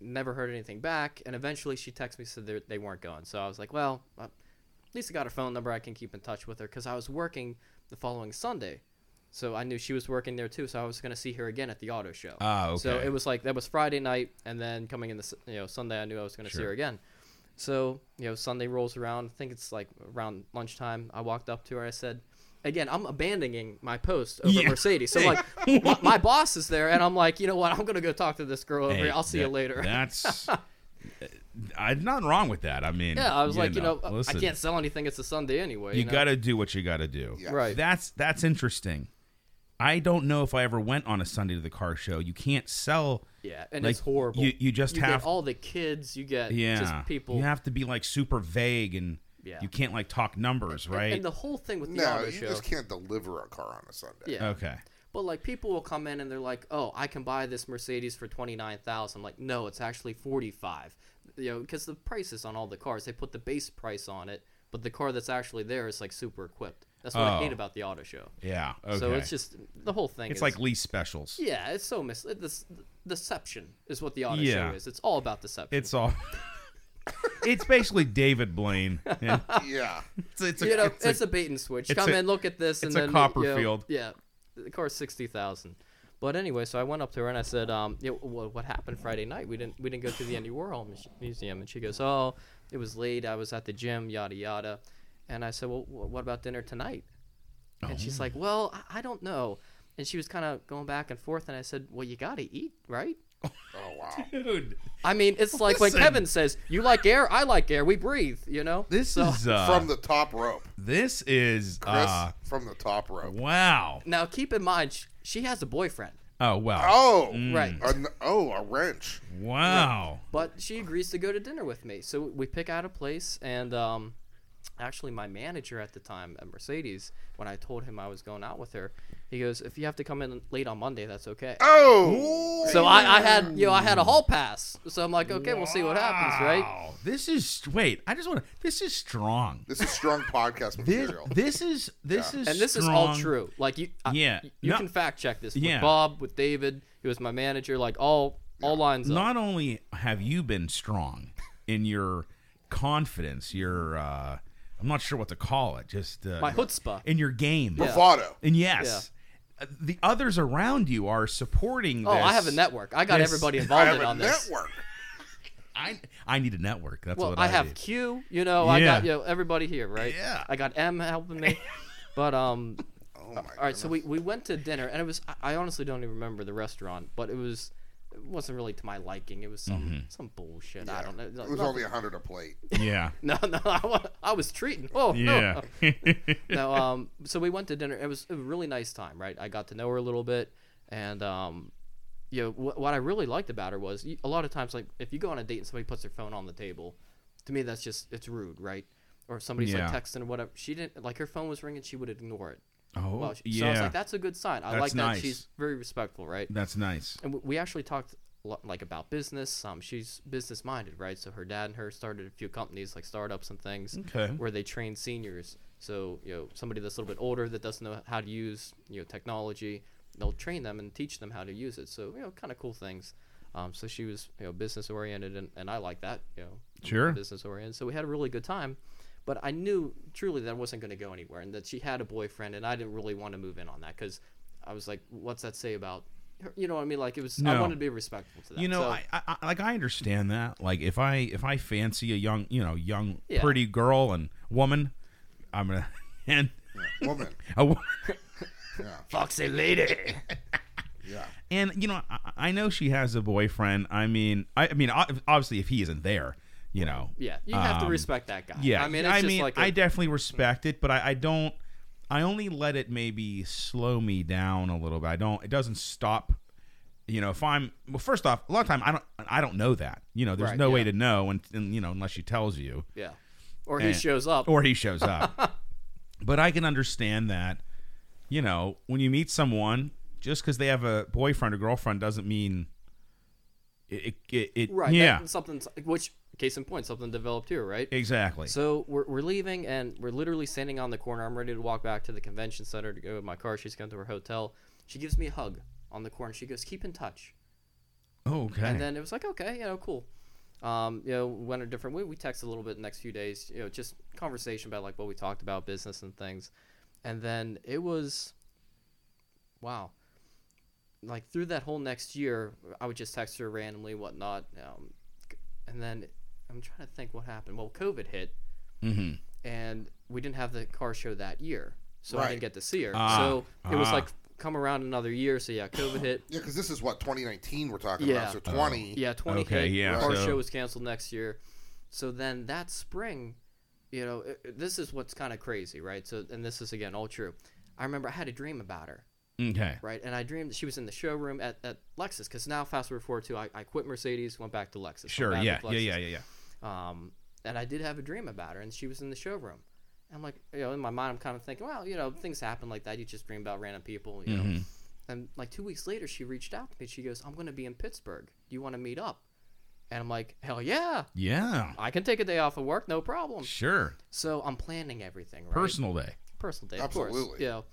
Speaker 3: never heard anything back. And eventually, she texted me said they- they weren't going. So I was like, "Well, uh, at least I got her phone number. I can keep in touch with her because I was working the following Sunday." So I knew she was working there too, so I was gonna see her again at the auto show.
Speaker 1: Ah,
Speaker 3: So
Speaker 1: okay.
Speaker 3: it was like that was Friday night, and then coming in the s- you know Sunday, I knew I was gonna see
Speaker 1: Sure.
Speaker 3: her again. So, you know, Sunday rolls around. I think it's like around lunchtime. I walked up to her. I said, again, I'm abandoning my post over
Speaker 1: Yeah.
Speaker 3: Mercedes. So,
Speaker 1: Hey.
Speaker 3: like, my, my boss is there, and I'm like, you know what? I'm going to go talk to this girl over
Speaker 1: Hey,
Speaker 3: here. I'll see you
Speaker 1: that-
Speaker 3: later.
Speaker 1: That's I, nothing wrong with that. I mean,
Speaker 3: yeah, I was like, you know, I-
Speaker 1: listen,
Speaker 3: I can't sell anything. It's a Sunday anyway.
Speaker 1: You
Speaker 3: know?
Speaker 1: got to do what you got to do.
Speaker 2: Yeah.
Speaker 3: Right.
Speaker 1: That's that's interesting. I don't know if I ever went on a Sunday to the car show. You can't sell.
Speaker 3: Yeah, and
Speaker 1: like,
Speaker 3: it's horrible.
Speaker 1: You you just
Speaker 3: get
Speaker 1: have
Speaker 3: all the kids. You get
Speaker 1: yeah.
Speaker 3: just people.
Speaker 1: You have to be like super vague and
Speaker 3: Yeah.
Speaker 1: you can't like talk numbers, right?
Speaker 3: And the whole thing with the
Speaker 2: No,
Speaker 3: auto
Speaker 2: you
Speaker 3: show.
Speaker 1: Oh,
Speaker 2: just can't deliver a car on a Sunday.
Speaker 3: yeah.
Speaker 1: okay.
Speaker 3: But like people will come in and they're like, "Oh, I can buy this Mercedes for twenty nine thousand. Like, no, it's actually forty five. You know, because the prices on all the cars, they put the base price on it, but the car that's actually there is like super equipped. That's what I
Speaker 1: Oh.
Speaker 3: hate about the auto show.
Speaker 1: Yeah. Okay.
Speaker 3: So it's just the whole thing.
Speaker 1: It's
Speaker 3: is,
Speaker 1: like lease specials.
Speaker 3: yeah, it's so mis. This deception is what the auto
Speaker 1: Yeah.
Speaker 3: show is. It's all about deception.
Speaker 1: It's all. it's basically David Blaine. Yeah.
Speaker 2: yeah.
Speaker 1: It's, it's a,
Speaker 3: you know,
Speaker 1: it's
Speaker 3: it's,
Speaker 1: a-
Speaker 3: a, bait and switch.
Speaker 1: it's
Speaker 3: Come
Speaker 1: a-
Speaker 3: in, look at this, and
Speaker 1: it's a
Speaker 3: then you know,
Speaker 1: Copperfield.
Speaker 3: yeah, the car's sixty thousand. But anyway, so I went up to her and I said, um, you know, what, what happened Friday night? We didn't we didn't go to the Andy Warhol Mus- Museum, and she goes, oh, it was late. I was at the gym, yada yada. And I said, well, wh- what about dinner tonight? And she's
Speaker 1: Oh.
Speaker 3: like, well, I- I don't know. And she was kind of going back and forth, and I said, well, you gotta eat, right?
Speaker 2: Oh wow.
Speaker 1: dude.
Speaker 3: I mean, it's like when
Speaker 1: Listen.
Speaker 3: Kevin says, "You like air, I like air. We breathe," you know.
Speaker 1: This
Speaker 3: So-
Speaker 1: is uh,
Speaker 2: from the top rope,
Speaker 1: this is
Speaker 2: Chris.
Speaker 1: uh,
Speaker 2: from the top rope.
Speaker 1: wow.
Speaker 3: now. Keep in mind, sh- she has a boyfriend,
Speaker 1: Oh wow.
Speaker 2: Oh,
Speaker 3: right?
Speaker 2: An- oh, a wrench.
Speaker 1: Wow.
Speaker 3: But she agrees to go to dinner with me, so we pick out a place, and um, actually, my manager at the time at Mercedes, when I told him I was going out with her, he goes, "If you have to come in late on Monday, that's okay."
Speaker 2: Oh,
Speaker 3: So I, I had, you know, I had a hall pass, so I'm like, okay, we'll see what happens, right?
Speaker 1: Wow. This is wait. I just want to. This is strong.
Speaker 2: this is strong podcast
Speaker 1: This,
Speaker 2: material.
Speaker 1: this is this is
Speaker 3: And this is all
Speaker 1: strong.
Speaker 3: true. Like you, I-
Speaker 1: Yeah.
Speaker 3: you
Speaker 1: No-
Speaker 3: can fact check this with
Speaker 1: Yeah.
Speaker 3: Bob, with David, who was my manager. Like all, all lines up.
Speaker 1: Not only have you been strong in your confidence, your uh, I'm not sure what to call it, just uh,
Speaker 3: My chutzpah.
Speaker 1: in your game,
Speaker 2: Bravado.
Speaker 1: and yes, uh, the others around you are supporting.
Speaker 3: Oh, I have a
Speaker 1: this.
Speaker 3: network. I got
Speaker 1: this-
Speaker 3: everybody
Speaker 2: I
Speaker 3: involved
Speaker 2: have
Speaker 3: in
Speaker 2: a
Speaker 3: on this.
Speaker 2: network.
Speaker 1: I I need a network. That's
Speaker 3: Well,
Speaker 1: what I,
Speaker 3: I have
Speaker 1: need.
Speaker 3: Q. You know, I got you
Speaker 1: Yeah.
Speaker 3: know, everybody here, right?
Speaker 1: Yeah.
Speaker 3: I got M helping me, but um,
Speaker 2: Oh my.
Speaker 3: all right. So we, we went to dinner, and it was I- I honestly don't even remember the restaurant, but it was it wasn't really to my liking. It was some
Speaker 1: Mm-hmm.
Speaker 3: some bullshit. I don't know.
Speaker 2: It was only a hundred a plate.
Speaker 1: Yeah,
Speaker 3: no, no. I, wa- I was treating. Oh
Speaker 1: yeah.
Speaker 3: no. no, um, so we went to dinner. It was a really nice time, right? I got to know her a little bit, and um, you know wh- what I really liked about her was y- a lot of times, like if you go on a date and somebody puts their phone on the table, to me that's just it's rude, right? Or if somebody's
Speaker 1: Yeah.
Speaker 3: like texting or whatever. She didn't like her phone was ringing. She would ignore it.
Speaker 1: oh,
Speaker 3: Well, she,
Speaker 1: yeah.
Speaker 3: So I was like, that's a good sign. I
Speaker 1: That's
Speaker 3: like that
Speaker 1: nice.
Speaker 3: she's very respectful, right?
Speaker 1: That's nice.
Speaker 3: and we- we actually talked a lot, like about business. Um, she's business minded, right? So her dad and her started a few companies, like startups and things,
Speaker 1: Okay.
Speaker 3: where they train seniors. So you know, somebody that's a little bit older that doesn't know how to use you know technology, they'll train them and teach them how to use it. So you know, kind of cool things. Um, so she was you know business oriented, and, and I like that. You know,
Speaker 1: Sure.
Speaker 3: business oriented. So we had a really good time, but I knew truly that I wasn't going to go anywhere, and that she had a boyfriend, and I didn't really want to move in on that because I was like, what's that say about? Her? You know what I mean? Like it was. I
Speaker 1: No.
Speaker 3: wanted to be respectful to that.
Speaker 1: You know,
Speaker 3: so,
Speaker 1: I, I I- like I understand that. Like if I if I fancy a young you know young
Speaker 3: Yeah.
Speaker 1: pretty girl and woman, I'm gonna and
Speaker 2: Woman.
Speaker 1: a, wo-
Speaker 3: foxy lady.
Speaker 2: Yeah.
Speaker 1: and you know I, I know she has a boyfriend. I mean I, I mean ob- obviously if he isn't there, you know
Speaker 3: Yeah, you have to
Speaker 1: um,
Speaker 3: respect that guy.
Speaker 1: Yeah,
Speaker 3: I mean, it's just like a,
Speaker 1: I definitely respect it, but I, I don't. I only let it maybe slow me down a little bit. I don't. It doesn't stop. You know, if I'm well, first off, a lot of time I don't. I don't know that. You know, there's
Speaker 3: Right,
Speaker 1: no way
Speaker 3: yeah.
Speaker 1: to know, and, and you know, unless she tells you
Speaker 3: yeah. Or he
Speaker 1: Eh.
Speaker 3: shows up.
Speaker 1: or he shows up. but I can understand that. You know, when you meet someone, just because they have a boyfriend or girlfriend doesn't mean it. it, it, it
Speaker 3: right.
Speaker 1: Yeah.
Speaker 3: That, something. Which case in point, something developed here, right?
Speaker 1: exactly.
Speaker 3: So we're, we're leaving and we're literally standing on the corner. I'm ready to walk back to the convention center to go in my car. She's going to her hotel. She gives me a hug on the corner. She goes, "Keep in touch."
Speaker 1: oh, okay.
Speaker 3: And then it was like, okay, you know, cool. Um, you know, went a different way. We texted a little bit the next few days. You know, just conversation about like what we talked about, business and things. And then it was, wow. Like through that whole next year, I would just text her randomly, whatnot. Um, c- and then I'm trying to think what happened. Well, COVID hit,
Speaker 1: Mm-hmm.
Speaker 3: and we didn't have the car show that year, so I
Speaker 2: Right.
Speaker 3: didn't get to see her.
Speaker 1: Ah,
Speaker 3: so it was
Speaker 1: ah.
Speaker 3: like come around another year. So yeah, COVID hit.
Speaker 2: Yeah, because this is what 2019 we're talking
Speaker 3: Yeah. Oh,
Speaker 2: about. So 20.
Speaker 3: Yeah, 20
Speaker 1: Okay,
Speaker 3: hit.
Speaker 1: yeah,
Speaker 3: Our
Speaker 1: so-
Speaker 3: show was canceled next year. So then that spring, you know, i- i- this is what's kind of crazy, right? So and this is again all true. I remember I had a dream about her,
Speaker 1: okay.
Speaker 3: right? And I dreamed that she was in the showroom at, at Lexus because now fast forward to I, I quit Mercedes, went back to Lexus. went
Speaker 1: Sure.
Speaker 3: back
Speaker 1: Yeah.
Speaker 3: with
Speaker 1: Yeah.
Speaker 3: Lexus.
Speaker 1: Yeah. Yeah. Yeah.
Speaker 3: Um, and I did have a dream about her, and she was in the showroom. I'm like, you know, in my mind, I'm kind of thinking, well, you know, things happen like that. You just dream about random people, you know. And like two weeks later, she reached out to me. She goes, "I'm going to be in Pittsburgh. Do you want to meet up?" And I'm like, "Hell yeah!
Speaker 1: Yeah.
Speaker 3: I can take a day off of work, no problem."
Speaker 1: Sure.
Speaker 3: So I'm planning everything. Right?
Speaker 1: Personal day.
Speaker 3: personal day, of course.
Speaker 2: Absolutely.
Speaker 3: You know,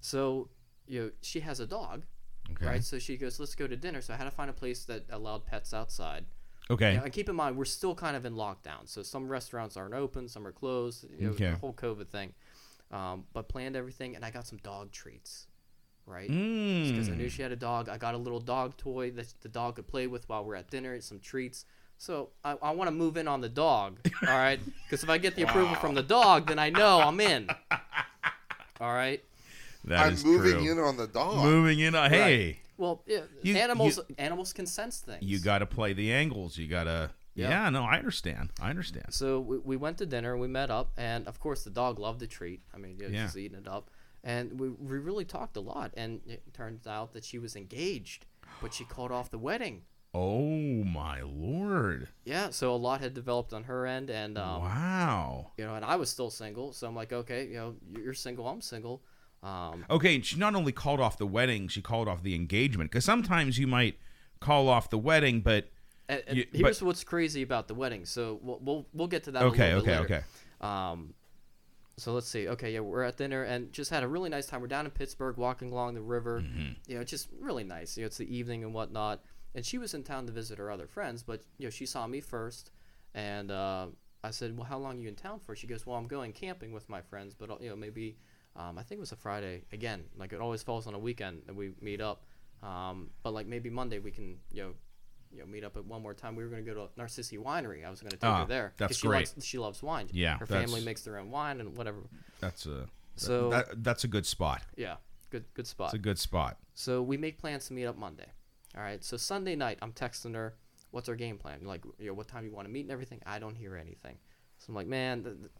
Speaker 3: so you know, she has a dog,
Speaker 1: Okay.
Speaker 3: right? So she goes, "Let's go to dinner." So I had to find a place that allowed pets outside.
Speaker 1: Okay.
Speaker 3: You know, and keep in mind, we're still kind of in lockdown, so some restaurants aren't open, some are closed. You know,
Speaker 1: Okay.
Speaker 3: The whole COVID thing, um, but planned everything, and I got some dog treats, right? Because I
Speaker 1: Mm.
Speaker 3: knew she had a dog. I got a little dog toy that the dog could play with while we're at dinner, some treats. So I, I want to move in on the dog, all right? Because if I get the approval from the dog, then I know I'm in. All right.
Speaker 1: That
Speaker 2: I'm
Speaker 1: is
Speaker 2: moving
Speaker 1: true.
Speaker 2: in on the dog.
Speaker 1: Moving in. on- Hey,
Speaker 3: Well, yeah,
Speaker 1: You-
Speaker 3: animals
Speaker 1: you-
Speaker 3: animals can sense things.
Speaker 1: you got to play the angles. You got to.
Speaker 3: Yeah.
Speaker 1: Yeah. No, I understand. I understand.
Speaker 3: So we, we went to dinner, we met up, and of course the dog loved the treat. I mean, you know,
Speaker 1: Yeah.
Speaker 3: she's eating it up, and we we really talked a lot. And it turns out that she was engaged, but she called off the wedding.
Speaker 1: Oh my lord!
Speaker 3: Yeah, so a lot had developed on her end, and um,
Speaker 1: wow.
Speaker 3: you know, and I was still single, so I'm like, okay, you know, you're single, I'm single. Um,
Speaker 1: Okay, and she not only called off the wedding, she called off the engagement. Because sometimes you might call off the wedding, but
Speaker 3: and, and
Speaker 1: You- but-
Speaker 3: here's what's crazy about the wedding. So we'll we'll, we'll get to that.
Speaker 1: okay,
Speaker 3: a little bit
Speaker 1: okay,
Speaker 3: later.
Speaker 1: okay.
Speaker 3: Um, so let's see. Okay, yeah, we're at dinner and just had a really nice time. We're down in Pittsburgh, walking along the river.
Speaker 1: Mm-hmm.
Speaker 3: You know, it's just really nice. You know, it's the evening and whatnot. And she was in town to visit her other friends, but you know, she saw me first, and uh, I said, "Well, how long are you in town for?" She goes, "Well, I'm going camping with my friends, but uh, you know, maybe um, I think it was a Friday again. Like it always falls on a weekend that we meet up. Um, but like maybe Monday we can you know, you know, meet up at one more time. We were going to go to Narcissi Winery. I was going to take
Speaker 1: Ah,
Speaker 3: her there. 'cause
Speaker 1: that's
Speaker 3: she
Speaker 1: great.
Speaker 3: likes- she loves wine.
Speaker 1: Yeah,
Speaker 3: her
Speaker 1: that's-
Speaker 3: family makes their own wine and whatever.
Speaker 1: That's a
Speaker 3: So-
Speaker 1: that, that's a good spot.
Speaker 3: Yeah, good good spot.
Speaker 1: It's a good spot.
Speaker 3: so we make plans to meet up Monday. All right. So Sunday night, I'm texting her, "What's our game plan? Like, you know, what time you want to meet and everything?" I don't hear anything. So I'm like, man, th- th-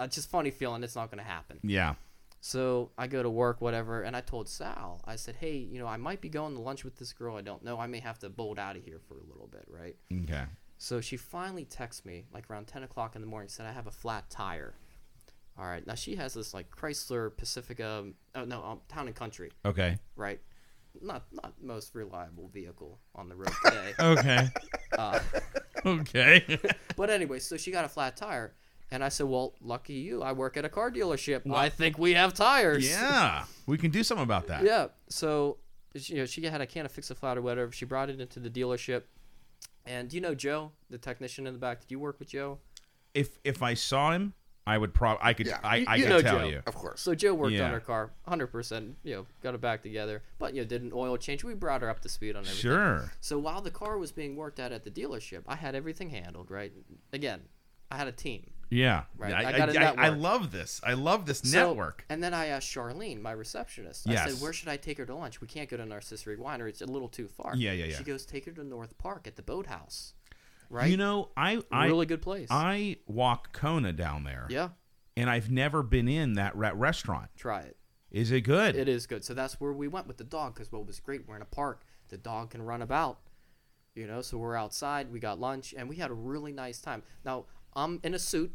Speaker 3: it's just funny feeling it's not going to happen.
Speaker 1: Yeah.
Speaker 3: So I go to work, whatever, and I told Sal, I said, hey, you know, I might be going to lunch with this girl. I don't know. I may have to bolt out of here for a little bit, right?
Speaker 1: Okay.
Speaker 3: So she finally texts me like around 10 o'clock in the morning, said, I have a flat tire. All right. Now she has this like Chrysler Pacifica, oh, no, um, town and country,
Speaker 1: Okay.
Speaker 3: right? Not not most reliable vehicle on the road today.
Speaker 1: Okay.
Speaker 3: uh,
Speaker 1: okay.
Speaker 3: but anyway, so she got a flat tire. And I said, well, lucky you. I work at a car dealership. I think we have tires.
Speaker 1: yeah. We can do something about that.
Speaker 3: Yeah. So, she, you know, she had a can of fix a flat or whatever. She brought it into the dealership. And do you know Joe, the technician in the back? Did you work with Joe?
Speaker 1: If if I saw him, I would probably I could
Speaker 2: Yeah.
Speaker 1: I, I
Speaker 3: You
Speaker 1: could
Speaker 3: know
Speaker 1: tell
Speaker 3: Joe.
Speaker 1: you.
Speaker 2: Of course.
Speaker 3: So Joe worked
Speaker 1: Yeah.
Speaker 3: on her car, hundred percent. You know, got her back together, but you know, did an oil change. We brought her up to speed on everything.
Speaker 1: Sure.
Speaker 3: So while the car was being worked out at the dealership, I had everything handled. Right. Again, I had a team.
Speaker 1: Yeah.
Speaker 3: Right.
Speaker 1: I,
Speaker 3: I got a
Speaker 1: I, I, I
Speaker 3: network.
Speaker 1: love this. I love this
Speaker 3: So-
Speaker 1: network.
Speaker 3: And then I asked Charlene, my receptionist. I
Speaker 1: Yes.
Speaker 3: said, "Where should I take her to lunch? We can't go to Narcissery Winery. It's a little too far."
Speaker 1: Yeah, yeah, yeah.
Speaker 3: She goes, "Take her to North Park at the boathouse." Right.
Speaker 1: You know, I I
Speaker 3: really good place.
Speaker 1: I walk Kona down there.
Speaker 3: yeah.
Speaker 1: and I've never been in that re- restaurant.
Speaker 3: Try it.
Speaker 1: Is it good?
Speaker 3: It is good. So that's where we went with the dog because what was great, we're in a park. The dog can run about, you know. So we're outside. We got lunch and we had a really nice time. Now I'm in a suit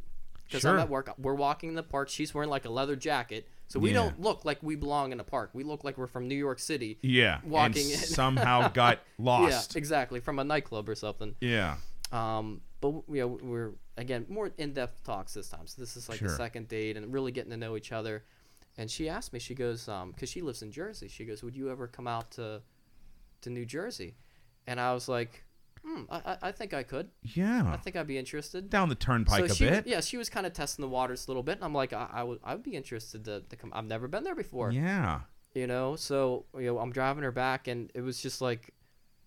Speaker 3: because
Speaker 1: Sure.
Speaker 3: I'm at work. We're walking in the park. She's wearing like a leather jacket, so we
Speaker 1: Yeah.
Speaker 3: don't look like we belong in a park. We look like we're from New York City.
Speaker 1: yeah. and
Speaker 3: walking in.
Speaker 1: somehow got
Speaker 3: Yeah,
Speaker 1: lost.
Speaker 3: exactly. From a nightclub or something.
Speaker 1: Yeah.
Speaker 3: Um, but you know, we're again more in-depth talks this time. So this is like
Speaker 1: Sure.
Speaker 3: the second date and really getting to know each other. And she asked me, she goes, um, because she lives in Jersey. She goes, would you ever come out to, to New Jersey? And I was like, hmm, I, I, I think I could.
Speaker 1: Yeah.
Speaker 3: I think I'd be interested.
Speaker 1: Down the turnpike
Speaker 3: so
Speaker 1: a
Speaker 3: she,
Speaker 1: bit.
Speaker 3: yeah, she was kind of testing the waters a little bit, and I'm like, I, I would, I would be interested to, to come. I've never been there before
Speaker 1: Yeah.
Speaker 3: you know so you know i'm driving her back and it was just like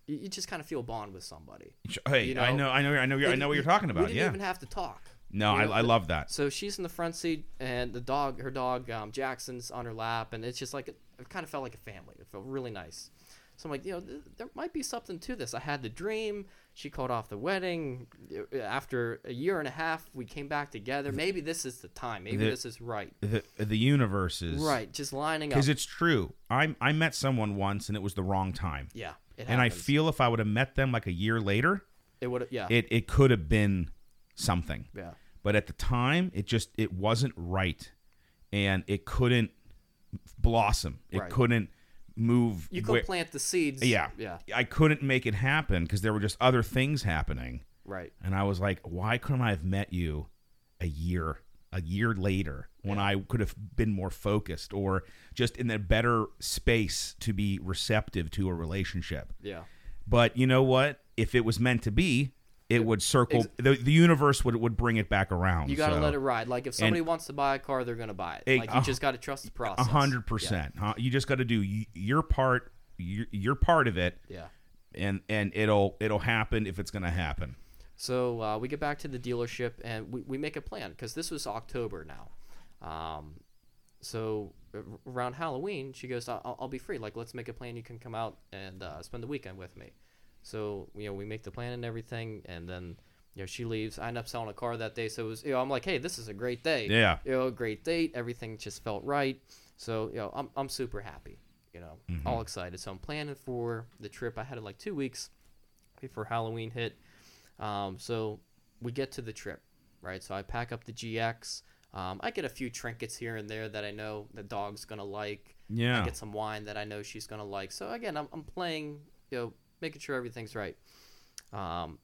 Speaker 3: you, you just kind of feel a bond with somebody
Speaker 1: Sh- Hey,
Speaker 3: You
Speaker 1: I
Speaker 3: know,
Speaker 1: know, I know, I know, I know
Speaker 3: They
Speaker 1: what
Speaker 3: didn't-
Speaker 1: you're talking
Speaker 3: we
Speaker 1: about.
Speaker 3: didn't
Speaker 1: Yeah.
Speaker 3: even have to talk
Speaker 1: no,
Speaker 3: you
Speaker 1: I,
Speaker 3: know,
Speaker 1: I
Speaker 3: the-
Speaker 1: love that.
Speaker 3: so she's in the front seat and the dog her dog um, jackson's on her lap and it's just like it, kind of felt like a family it felt really nice so i'm like you know th- there might be something to this i had the dream she called off the wedding Uh, after a year and a half we came back together maybe this is the time maybe
Speaker 1: The-
Speaker 3: this is right
Speaker 1: The, the universe is
Speaker 3: right just lining up
Speaker 1: because it's true. I I met someone once and it was the wrong time,
Speaker 3: yeah it
Speaker 1: and I
Speaker 3: happens.
Speaker 1: feel if I would have met them like a year later,
Speaker 3: it would yeah
Speaker 1: it it could have been something.
Speaker 3: yeah
Speaker 1: but at the time it just it wasn't right and it couldn't blossom it
Speaker 3: Right.
Speaker 1: couldn't move.
Speaker 3: You could
Speaker 1: where-
Speaker 3: plant the seeds.
Speaker 1: yeah,
Speaker 3: Yeah.
Speaker 1: I couldn't make it happen because there were just other things happening,
Speaker 3: Right.
Speaker 1: and I was like, why couldn't I have met you a year, a year later when I could have been more focused or just in a better space to be receptive to a relationship?
Speaker 3: Yeah.
Speaker 1: But you know what? If it was meant to be, it would circle.
Speaker 3: Ex-
Speaker 1: the, the universe would would bring it back around.
Speaker 3: You gotta
Speaker 1: so.
Speaker 3: let it ride. Like if somebody wants to buy a car, they're gonna buy
Speaker 1: Eh,
Speaker 3: it. Like you
Speaker 1: uh,
Speaker 3: just gotta trust the
Speaker 1: A
Speaker 3: process.
Speaker 1: hundred percent. Huh? You just got to do y- your part. Your, your part of it,
Speaker 3: Yeah.
Speaker 1: and and it'll it'll happen if it's gonna happen.
Speaker 3: So uh, we get back to the dealership and we, we make a plan because this was October now. Um, so a- around Halloween, she goes, I'll, I'll be free. Like, let's make a plan. You can come out and uh, spend the weekend with me. So, you know, we make the plan and everything. And then, you know, she leaves. I end up selling a car that day. So it was, you know, I'm like, hey, this is a great day.
Speaker 1: Yeah.
Speaker 3: You know, great date. Everything just felt right. So, you know, I'm, I'm super happy, you know, all excited. So I'm planning for the trip. I had like two weeks before Halloween hit. Um, so we get to the trip, right? So I pack up the GX. Um, I get a few trinkets here and there that I know the dog's gonna like.
Speaker 1: Yeah.
Speaker 3: I get some wine that I know she's gonna like. So again, I'm, I'm playing, you know, making sure everything's right. Um,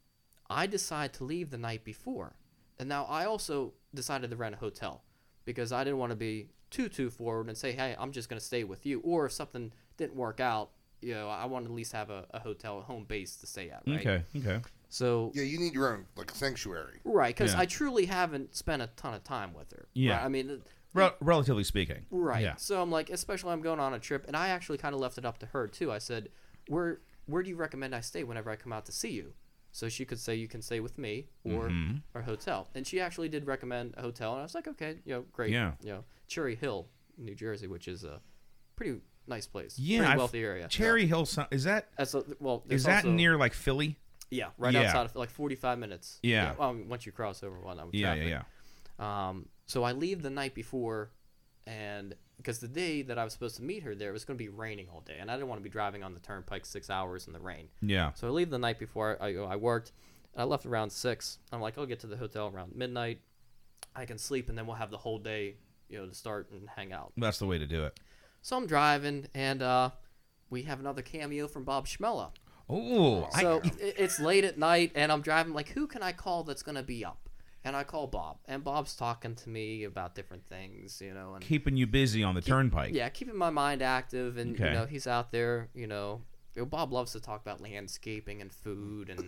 Speaker 3: I decide to leave the night before, and now I also decided to rent a hotel because I didn't want to be too too forward and say, hey, I'm just gonna stay with you. Or if something didn't work out, you know, I want to at least have a, a hotel, a home base to stay at. Right?
Speaker 1: Okay. Okay.
Speaker 3: So
Speaker 2: Yeah, you need your own like sanctuary.
Speaker 3: Right, because
Speaker 1: Yeah.
Speaker 3: I truly haven't spent a ton of time with her.
Speaker 1: Yeah.
Speaker 3: Right, I mean,
Speaker 1: Rel- relatively speaking.
Speaker 3: right.
Speaker 1: Yeah.
Speaker 3: So I'm like, especially I'm going on a trip, and I actually kind of left it up to her too. I said, "Where where do you recommend I stay whenever I come out to see you?" So she could say, "You can stay with me or
Speaker 1: Mm-hmm.
Speaker 3: or hotel," and she actually did recommend a hotel, and I was like, "Okay, you know, great."
Speaker 1: Yeah.
Speaker 3: You know, Cherry Hill, New Jersey, which is a pretty nice place.
Speaker 1: Yeah.
Speaker 3: Pretty
Speaker 1: I've-
Speaker 3: wealthy area.
Speaker 1: Cherry Hill. so- Is that
Speaker 3: That's a, well.
Speaker 1: is
Speaker 3: there's
Speaker 1: that
Speaker 3: also-
Speaker 1: near like Philly?
Speaker 3: Yeah, right
Speaker 1: Yeah.
Speaker 3: outside of like 45 minutes.
Speaker 1: Yeah.
Speaker 3: well, I mean, once you cross over one, I'm
Speaker 1: Yeah. Yeah. Yeah.
Speaker 3: Um, so I leave the night before, and because the day that I was supposed to meet her there, it was going to be raining all day, and I didn't want to be driving on the turnpike six hours in the rain.
Speaker 1: Yeah.
Speaker 3: So I leave the night before. I I worked. I left around six. I'm like, I'll get to the hotel around midnight. I can sleep, and then we'll have the whole day, you know, to start and hang out.
Speaker 1: That's the way to do it.
Speaker 3: So I'm driving, and uh, we have another cameo from Bob Schmella.
Speaker 1: Oh,
Speaker 3: So i- it's late at night, and I'm driving. Like, who can I call that's gonna be up? And I call Bob, and Bob's talking to me about different things, you know. And
Speaker 1: keeping you busy on the turnpike.
Speaker 3: yeah, keeping my mind active, and
Speaker 1: Okay.
Speaker 3: you know, he's out there. You know, You know, Bob loves to talk about landscaping and food, and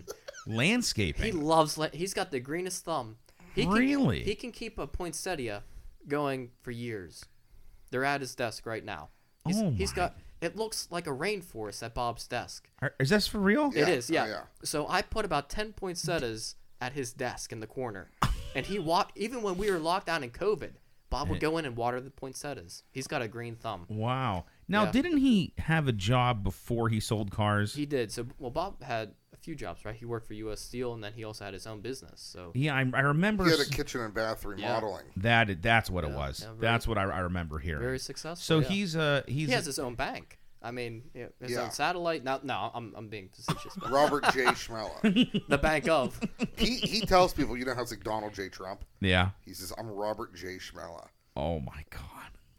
Speaker 3: he
Speaker 1: Landscaping.
Speaker 3: loves. La- he's got the greenest thumb. He can,
Speaker 1: Really?
Speaker 3: He can keep a poinsettia going for years. They're at his desk right now. He's,
Speaker 1: Oh
Speaker 3: he's
Speaker 1: my.
Speaker 3: got. It looks like a rainforest at Bob's desk.
Speaker 1: Are- is this for real?
Speaker 2: Yeah.
Speaker 3: It is,
Speaker 2: Oh,
Speaker 3: yeah.
Speaker 2: yeah.
Speaker 3: So I put about ten poinsettias at his desk in the corner, and he walked. Even when we were locked down in COVID, Bob would go in and water the poinsettias. He's got a green thumb.
Speaker 1: Wow. Now,
Speaker 3: Yeah.
Speaker 1: didn't he have a job before he sold cars?
Speaker 3: He did. So well, Bob had a few jobs, right? He worked for U.S. Steel, and then he also had his own business. So
Speaker 1: yeah, I, I remember
Speaker 2: He had a
Speaker 1: s-
Speaker 2: kitchen and bath remodeling.
Speaker 1: that. That's what it
Speaker 3: Yeah,
Speaker 1: was.
Speaker 3: yeah, very-
Speaker 1: that's what I, I remember hearing.
Speaker 3: very successful.
Speaker 1: so
Speaker 3: yeah.
Speaker 1: he's a he's
Speaker 3: he
Speaker 1: a-
Speaker 3: has his own bank. I mean, yeah, his
Speaker 2: Yeah.
Speaker 3: own satellite. Now, no, I'm I'm being facetious. But
Speaker 2: Robert J. Schmella.
Speaker 3: the bank of
Speaker 2: He he tells people, you know how it's like Donald J. Trump.
Speaker 1: yeah.
Speaker 2: He says, "I'm Robert J. Schmella."
Speaker 1: Oh my god.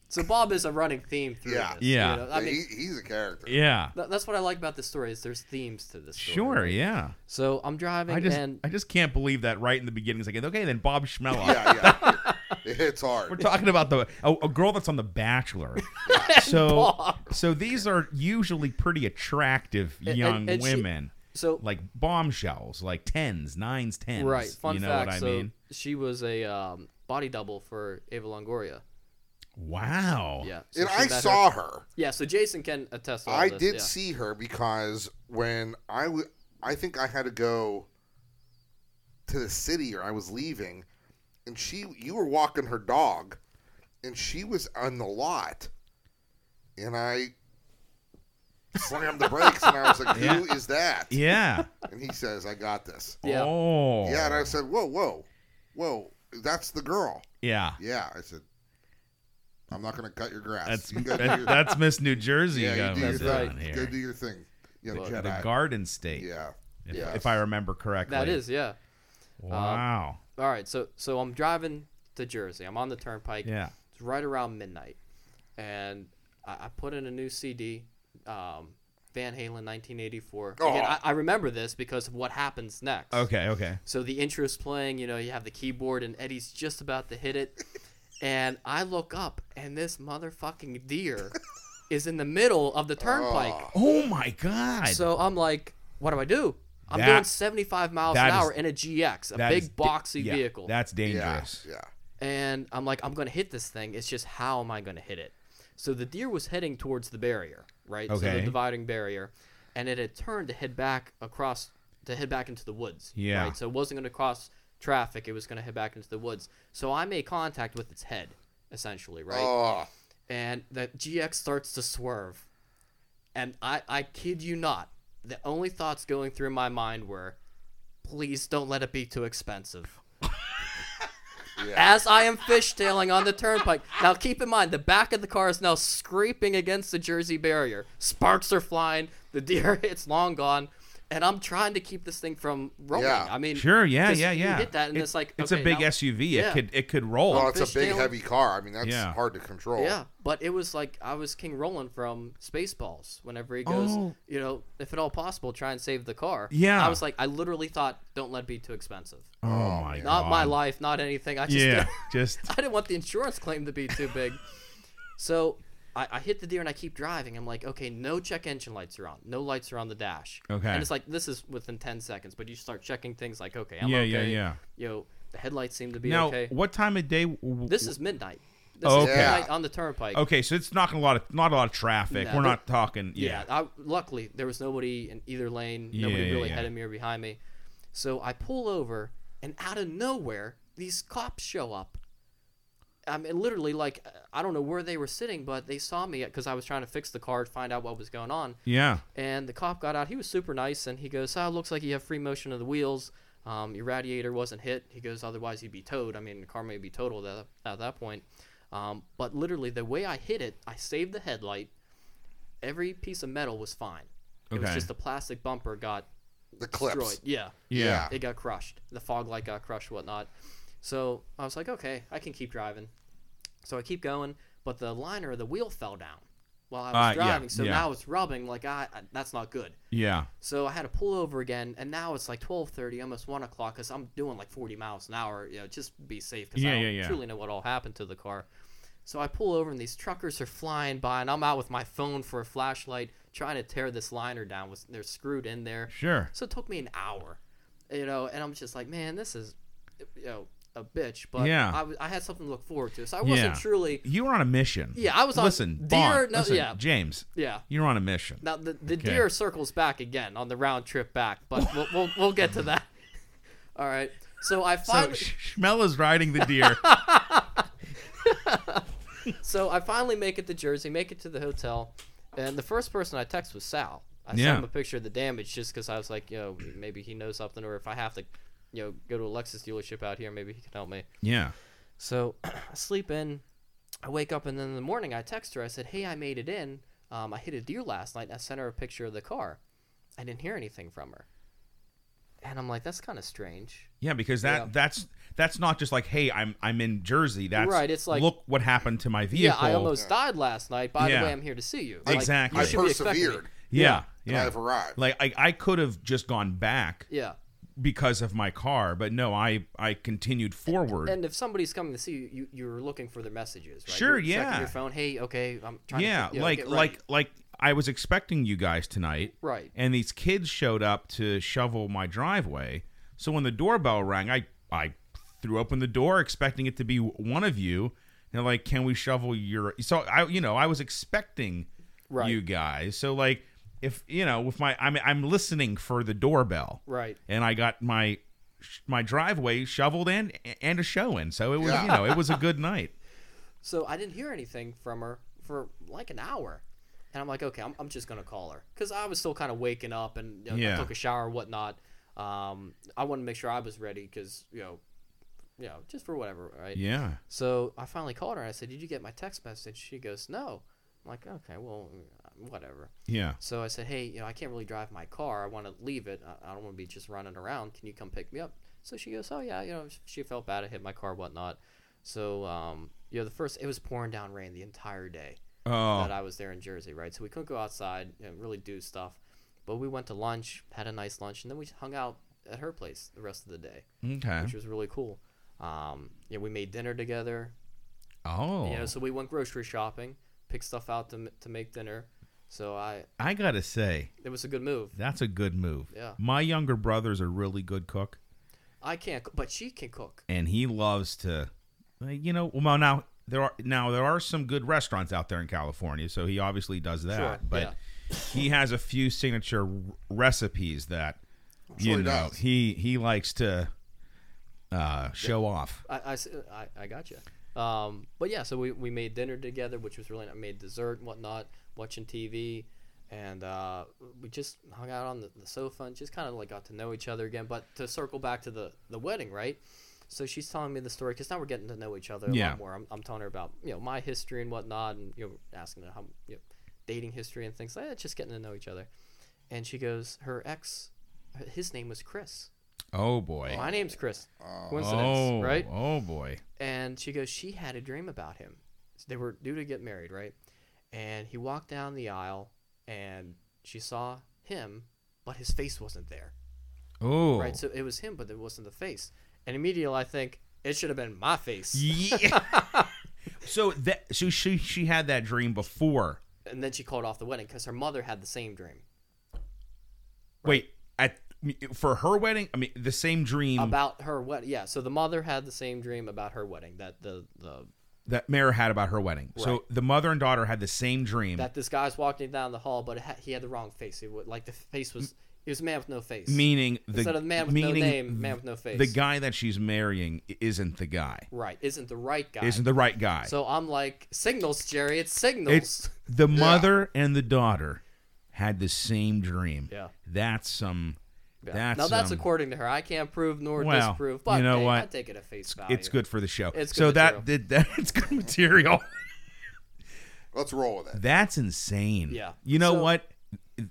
Speaker 3: so Bob is a running theme through
Speaker 2: Yeah.
Speaker 3: this.
Speaker 1: Yeah.
Speaker 3: you know? I
Speaker 2: Yeah,
Speaker 3: mean,
Speaker 2: he, he's a character.
Speaker 1: Yeah.
Speaker 3: th- that's what I like about this story is there's themes to this. Story.
Speaker 1: Sure. Yeah.
Speaker 3: So I'm driving
Speaker 1: I just
Speaker 3: and
Speaker 1: I just can't believe that right in the beginning. It's like okay, then Bob Schmella.
Speaker 2: Yeah, yeah. It- it's
Speaker 1: We're
Speaker 2: hard.
Speaker 1: talking about the a, a girl that's on The Bachelor. so
Speaker 3: Bob.
Speaker 1: so these are usually pretty attractive
Speaker 3: and-
Speaker 1: young
Speaker 3: and she-
Speaker 1: women.
Speaker 3: so
Speaker 1: like bombshells, like tens, nines, tens.
Speaker 3: Right. Fun
Speaker 1: you know
Speaker 3: fact.
Speaker 1: what I
Speaker 3: so
Speaker 1: mean?
Speaker 3: she was a um, body double for Ava Longoria.
Speaker 1: Wow.
Speaker 3: Yeah. so
Speaker 2: And
Speaker 3: she
Speaker 2: I
Speaker 3: met her-
Speaker 2: saw her.
Speaker 3: Yeah. So Jason can attest. To all
Speaker 2: I
Speaker 3: this,
Speaker 2: did
Speaker 3: yeah.
Speaker 2: see her because when I w- I think I had to go to the city or I was leaving, and she you were walking her dog, and she was on the lot, and I slammed the brakes and I was like, "Who is
Speaker 1: Yeah.
Speaker 2: that?"
Speaker 1: Yeah.
Speaker 2: And he says, "I got this."
Speaker 3: Yeah.
Speaker 1: Oh.
Speaker 2: Yeah, and I said, "Whoa, whoa, whoa, that's the girl."
Speaker 1: Yeah.
Speaker 2: Yeah, I said, "I'm not going to cut your grass.
Speaker 1: That's
Speaker 2: you go do
Speaker 1: that,
Speaker 2: your-
Speaker 1: that's Miss New Jersey
Speaker 2: yeah, you do your
Speaker 1: going
Speaker 3: that's
Speaker 2: thing.
Speaker 1: on
Speaker 3: right.
Speaker 1: here.
Speaker 2: Go do your thing." Yeah,
Speaker 3: Well,
Speaker 1: the
Speaker 2: Jedi.
Speaker 1: Garden State.
Speaker 2: Yeah.
Speaker 1: If,
Speaker 2: Yeah.
Speaker 1: if I remember correctly.
Speaker 3: That is. um, Yeah.
Speaker 1: Wow.
Speaker 3: All right. So so I'm driving to Jersey. I'm on the turnpike.
Speaker 1: yeah.
Speaker 3: It's right around midnight, and I, I put in a new CD um, Van Halen 1984.
Speaker 2: Oh.
Speaker 3: Again, I, I remember this because of what happens next.
Speaker 1: Okay, okay.
Speaker 3: So the intro's playing, you know, you have the keyboard and Eddie's just about to hit it. And I look up and this motherfucking deer is in the middle of the turnpike.
Speaker 1: Oh my god.
Speaker 3: So I'm like, what do I do? I'm
Speaker 1: That-
Speaker 3: doing 75 miles an
Speaker 1: that is-
Speaker 3: hour in a GX, a
Speaker 1: That
Speaker 3: big
Speaker 1: is da-
Speaker 3: boxy
Speaker 1: yeah,
Speaker 3: vehicle.
Speaker 1: That's
Speaker 2: Yeah,
Speaker 1: dangerous.
Speaker 2: yeah.
Speaker 3: and I'm like, I'm going to hit this thing. It's just how am I going to hit it? So the deer was heading towards the barrier, right? So the
Speaker 1: Okay.
Speaker 3: dividing barrier, and it had turned to head back across to head back into the woods.
Speaker 1: Yeah.
Speaker 3: Right. So it wasn't going to cross traffic. It was going to head back into the woods. So I made contact with its head, essentially, right?
Speaker 2: Oh,
Speaker 3: and the GX starts to swerve. And I, I kid you not, the only thoughts going through my mind were, please don't let it be too expensive. As I am fishtailing on the turnpike. Now keep in mind, the back of the car is now scraping against the Jersey barrier. Sparks are flying. The deer, it's long gone. And I'm trying to keep this thing from rolling.
Speaker 2: Yeah.
Speaker 3: I mean,
Speaker 1: Sure, yeah,
Speaker 3: 'cause
Speaker 1: yeah,
Speaker 3: you
Speaker 1: yeah.
Speaker 3: hit that, and
Speaker 1: It-
Speaker 3: it's like
Speaker 1: it's
Speaker 3: okay,
Speaker 1: a big
Speaker 3: now-
Speaker 1: SUV. It
Speaker 3: Yeah.
Speaker 1: could it could roll.
Speaker 2: well, it's a big,
Speaker 3: Fishdale-
Speaker 2: heavy car. I mean, that's
Speaker 1: Yeah.
Speaker 2: hard to control.
Speaker 3: Yeah, but it was like I was King Roland from Spaceballs. Whenever he goes,
Speaker 1: Oh.
Speaker 3: you know, if at all possible, try and save the car.
Speaker 1: Yeah.
Speaker 3: I was like, I literally thought, don't let it be too expensive.
Speaker 1: oh my god.
Speaker 3: Not my life, not anything. I just,
Speaker 1: Yeah, just
Speaker 3: I didn't want the insurance claim to be too big. so I, I hit the deer and I keep driving. I'm like, okay, no check engine lights are on. No lights are on the dash.
Speaker 1: Okay.
Speaker 3: And it's like this is within ten seconds, but you start checking things like, okay, I'm
Speaker 1: Yeah,
Speaker 3: okay.
Speaker 1: yeah, yeah.
Speaker 3: You know, the headlights seem to be
Speaker 1: now.
Speaker 3: okay.
Speaker 1: What time of day? w- w-
Speaker 3: This is midnight. This
Speaker 1: Oh,
Speaker 3: is
Speaker 1: okay.
Speaker 3: midnight on the turnpike.
Speaker 1: okay, so it's not a lot of not a lot of traffic.
Speaker 3: No.
Speaker 1: We're not talking. Yeah.
Speaker 3: yeah. I, luckily, there was nobody in either lane.
Speaker 1: Yeah,
Speaker 3: Nobody
Speaker 1: yeah,
Speaker 3: really
Speaker 1: yeah.
Speaker 3: ahead of me or behind me. So I pull over, and out of nowhere, these cops show up. I mean, literally, like I don't know where they were sitting, but they saw me because I was trying to fix the car, find out what was going on.
Speaker 1: yeah.
Speaker 3: And the cop got out. He was super nice, and he goes, "Oh, looks like you have free motion of the wheels. Um, your radiator wasn't hit." He goes, "Otherwise, you'd be towed. I mean, the car may be totaled at, at that point." Um, but literally, the way I hit it, I saved the headlight. Every piece of metal was fine. It was
Speaker 1: Okay.
Speaker 3: just the plastic bumper got
Speaker 2: The clips.
Speaker 3: destroyed. Yeah.
Speaker 1: Yeah.
Speaker 3: It got crushed. The fog light got crushed, whatnot. So I was like, okay, I can keep driving. So I keep going, but the liner of the wheel fell down while I was
Speaker 1: Ah, yeah,
Speaker 3: driving. so
Speaker 1: yeah.
Speaker 3: now it's rubbing. Like, I, I- that's not good.
Speaker 1: Yeah.
Speaker 3: So I had to pull over again, and now it's like twelve thirty, almost one o'clock, because I'm doing like forty miles an hour. You know, just be safe, because
Speaker 1: Yeah,
Speaker 3: I don't
Speaker 1: yeah, yeah.
Speaker 3: truly know what all happened to the car. So I pull over, and these truckers are flying by, and I'm out with my phone for a flashlight, trying to tear this liner down. Was they're screwed in there?
Speaker 1: Sure.
Speaker 3: So it took me an hour, you know, and I'm just like, man, this is, you know, a bitch. But
Speaker 1: Yeah.
Speaker 3: I, w- I had something to look forward to, so I wasn't
Speaker 1: Yeah.
Speaker 3: truly,
Speaker 1: You were on a mission.
Speaker 3: Yeah, I was on-
Speaker 1: Listen,
Speaker 3: Dear
Speaker 1: Bond,
Speaker 3: no-
Speaker 1: listen,
Speaker 3: yeah.
Speaker 1: James,
Speaker 3: yeah.
Speaker 1: you're on a mission.
Speaker 3: Now the, the deer circles back again on the round trip back, but we'll we'll, we'll get to that. All right. So I
Speaker 1: So
Speaker 3: finally
Speaker 1: Sh- Schmella's riding the deer.
Speaker 3: so, I finally make it to Jersey, make it to the hotel, and the first person I text was Sal. I
Speaker 1: Yeah.
Speaker 3: sent him a picture of the damage just because I was like, you know, maybe he knows something, or if I have to, you know, go to a Lexus dealership out here, maybe he can help me.
Speaker 1: yeah.
Speaker 3: So I sleep in. I wake up and then in the morning I text her. I said, "Hey, I made it in. Um, I hit a deer last night." And I sent her a picture of the car. I didn't hear anything from her. And I'm like, "That's kind of strange."
Speaker 1: Yeah, because that
Speaker 3: Yeah.
Speaker 1: that's that's not just like, hey, I'm I'm in Jersey. That's
Speaker 3: Right, it's like-
Speaker 1: look what happened to my
Speaker 3: Yeah,
Speaker 1: vehicle.
Speaker 3: I almost died last night. By
Speaker 1: Yeah.
Speaker 3: the way, I'm here to see you. Like,
Speaker 1: Exactly.
Speaker 3: You
Speaker 2: I
Speaker 1: should
Speaker 3: be expecting me.
Speaker 2: persevered.
Speaker 1: yeah, yeah.
Speaker 2: I've arrived.
Speaker 1: Like I, I could have just gone back
Speaker 3: Yeah.
Speaker 1: because of my car, but no, I I continued forward.
Speaker 3: And if somebody's coming to see you, you you're looking for their messages, right?
Speaker 1: Sure,
Speaker 3: You're checking
Speaker 1: yeah.
Speaker 3: Your phone. Hey, okay, I'm trying.
Speaker 1: yeah,
Speaker 3: to, you know,
Speaker 1: like
Speaker 3: get ready."
Speaker 1: like like I was expecting you guys tonight.
Speaker 3: Right.
Speaker 1: And these kids showed up to shovel my driveway. So when the doorbell rang, I I threw open the door expecting it to be one of you. And they're like, "Can we shovel your?" So I, you know, I was expecting
Speaker 3: Right.
Speaker 1: you guys. So like, if you know, with my, I'm I'm listening for the doorbell.
Speaker 3: Right.
Speaker 1: And I got my my driveway shoveled and and a show in. So it was,
Speaker 2: Yeah.
Speaker 1: you know, it was a good night.
Speaker 3: So I didn't hear anything from her for like an hour. And I'm like, okay, I'm, I'm just going to call her. Because I was still kind of waking up and you know, I
Speaker 1: Yeah.
Speaker 3: took a shower and whatnot. Um, I wanted to make sure I was ready because, you know, you know, just for whatever, right?
Speaker 1: Yeah.
Speaker 3: So I finally called her and I said, did you get my text message? She goes, no. I'm like, okay, well, whatever.
Speaker 1: Yeah.
Speaker 3: So I said, hey, you know, I can't really drive my car. I want to leave it. I, I don't want to be just running around. Can you come pick me up? So she goes, oh yeah, you know, she felt bad. I hit my car, whatnot. So um, you know, the first it was pouring down rain the entire day.
Speaker 1: Oh.
Speaker 3: that I was there in Jersey, right? So we couldn't go outside and really do stuff, but we went to lunch, had a nice lunch, and then we just hung out at her place the rest of the day,
Speaker 1: Okay.
Speaker 3: which was really cool. Um, yeah, we made dinner together.
Speaker 1: Oh.
Speaker 3: You know, so we went grocery shopping, picked stuff out to m- to make dinner. So I,
Speaker 1: I gotta say,
Speaker 3: it was a good move.
Speaker 1: that's a good move.
Speaker 3: Yeah.
Speaker 1: My younger brother's a really good cook,
Speaker 3: I can't, cook, but she can cook.
Speaker 1: and he loves to, like, you know. Well, now there are now there are some good restaurants out there in California, so he obviously does that.
Speaker 3: Sure,
Speaker 1: but he has a few signature r- recipes that
Speaker 2: sure
Speaker 1: you
Speaker 2: he
Speaker 1: know
Speaker 2: does.
Speaker 1: he he likes to uh, show off.
Speaker 3: I, I s- I- I gotcha. Um, but yeah, so we, we made dinner together, which was really nice. I made dessert and whatnot, watching TV, and uh, we just hung out on the, the sofa and just kind of like got to know each other again. But to circle back to the, the wedding, right? So she's telling me the story because now we're getting to know each other a
Speaker 1: Yeah.
Speaker 3: lot more. I'm, I'm telling her about you know my history and whatnot, and you know asking her how you know, dating history and things like that, just getting to know each other. And she goes, her ex, his name was Chris.
Speaker 1: Oh boy.
Speaker 3: My name's Chris. Coincidence,
Speaker 1: Oh,
Speaker 3: right?
Speaker 1: Oh boy.
Speaker 3: And she goes, she had a dream about him. So they were due to get married, right? And he walked down the aisle and she saw him, but his face wasn't there.
Speaker 1: Oh.
Speaker 3: Right? So it was him, but it wasn't the face. And immediately I think, it should have been my face.
Speaker 1: Yeah. so that so she she had that dream before.
Speaker 3: And then she called off the wedding because her mother had the same dream.
Speaker 1: Wait, at for her wedding, I mean the same dream
Speaker 3: About her wedding. Yeah, so the mother had the same dream about her wedding that the, the
Speaker 1: that Mara had about her wedding. So the mother and daughter had the same dream.
Speaker 3: that this guy's walking down the hall, but it ha- he had the wrong face. It wa- like the face was, he was a man with no face.
Speaker 1: meaning the
Speaker 3: Instead of the man with no
Speaker 1: meaning
Speaker 3: name, man with no face.
Speaker 1: The guy that she's marrying i- isn't the guy.
Speaker 3: Right, isn't the right guy.
Speaker 1: Isn't the right guy.
Speaker 3: So I'm like, signals, Jerry. It's signals.
Speaker 1: it's the mother and the daughter had the same dream.
Speaker 3: Yeah.
Speaker 1: That's some
Speaker 3: Yeah.
Speaker 1: that's
Speaker 3: now that's
Speaker 1: some-
Speaker 3: according to her. I can't prove nor
Speaker 1: Well,
Speaker 3: disprove, but
Speaker 1: you know
Speaker 3: hey, I
Speaker 1: what?
Speaker 3: take it at face value.
Speaker 1: it's good for the show.
Speaker 3: It's good
Speaker 1: so
Speaker 3: material.
Speaker 1: that did that it's good material.
Speaker 2: Let's roll with it.
Speaker 1: That's insane.
Speaker 3: Yeah.
Speaker 1: You know
Speaker 3: So-
Speaker 1: what?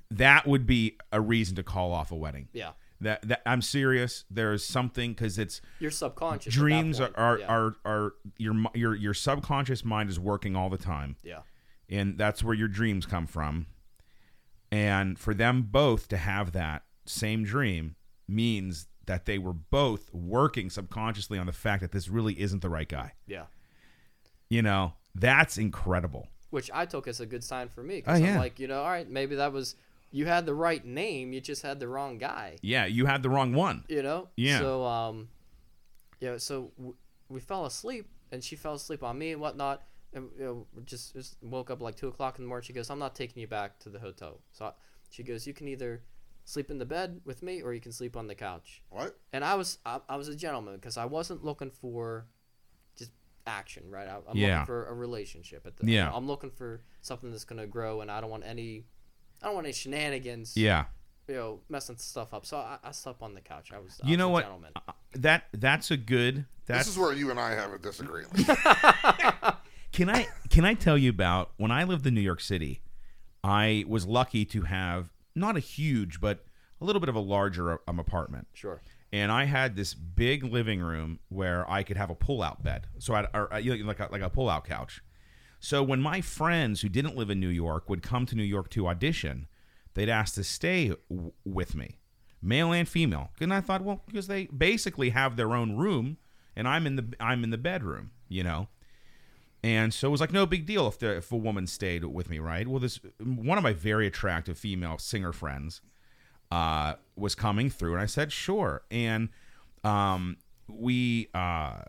Speaker 1: That would be a reason to call off a wedding.
Speaker 3: Yeah,
Speaker 1: That, that I'm serious. There is something because it's
Speaker 3: your subconscious. at that
Speaker 1: dreams are
Speaker 3: point.
Speaker 1: are,
Speaker 3: yeah.
Speaker 1: are are your mi- your your subconscious mind is working all the time,
Speaker 3: Yeah,
Speaker 1: and that's where your dreams come from. And for them both to have that same dream means that they were both working subconsciously on the fact that this really isn't the right guy.
Speaker 3: yeah.
Speaker 1: You know, that's incredible.
Speaker 3: Which I took as a good sign for me. 'cause
Speaker 1: Oh,
Speaker 3: I'm
Speaker 1: yeah.
Speaker 3: like you know, all right, maybe that was you had the right name, you just had the wrong guy.
Speaker 1: Yeah, you had the wrong one.
Speaker 3: You know.
Speaker 1: Yeah.
Speaker 3: So um, yeah. So w- we fell asleep, and she fell asleep on me and whatnot, and you know, we just, just woke up like two o'clock in the morning. She goes, "I'm not taking you back to the hotel." So I, she goes, "You can either sleep in the bed with me, or you can sleep on the couch."
Speaker 2: What?
Speaker 3: And I was I, I was a gentleman because I wasn't looking for just action, right? I, I'm
Speaker 1: Yeah.
Speaker 3: looking for a relationship at the
Speaker 1: Yeah.
Speaker 3: I'm looking for something that's gonna grow, and I don't want any. I don't want any shenanigans.
Speaker 1: Yeah.
Speaker 3: You know, messing stuff up. So I, I slept on the couch. I was. I
Speaker 1: You
Speaker 3: was
Speaker 1: know
Speaker 3: a
Speaker 1: what?
Speaker 3: Gentleman.
Speaker 1: Uh, That that's a good. That's
Speaker 2: This is where you and I have a disagreement.
Speaker 1: can I can I tell you about when I lived in New York City? I was lucky to have not a huge, but a little bit of a larger um, apartment,
Speaker 3: Sure.
Speaker 1: and I had this big living room where I could have a pull-out bed, so I or uh, you know, like a, like a pull-out couch. So when my friends who didn't live in New York would come to New York to audition, they'd ask to stay w- with me, male and female. And I thought, well, because they basically have their own room, and I'm in the I'm in the bedroom, you know. And so it was like no big deal if the if a woman stayed with me, right? Well, this one of my very attractive female singer friends uh, was coming through, and I said sure. And um, we, uh,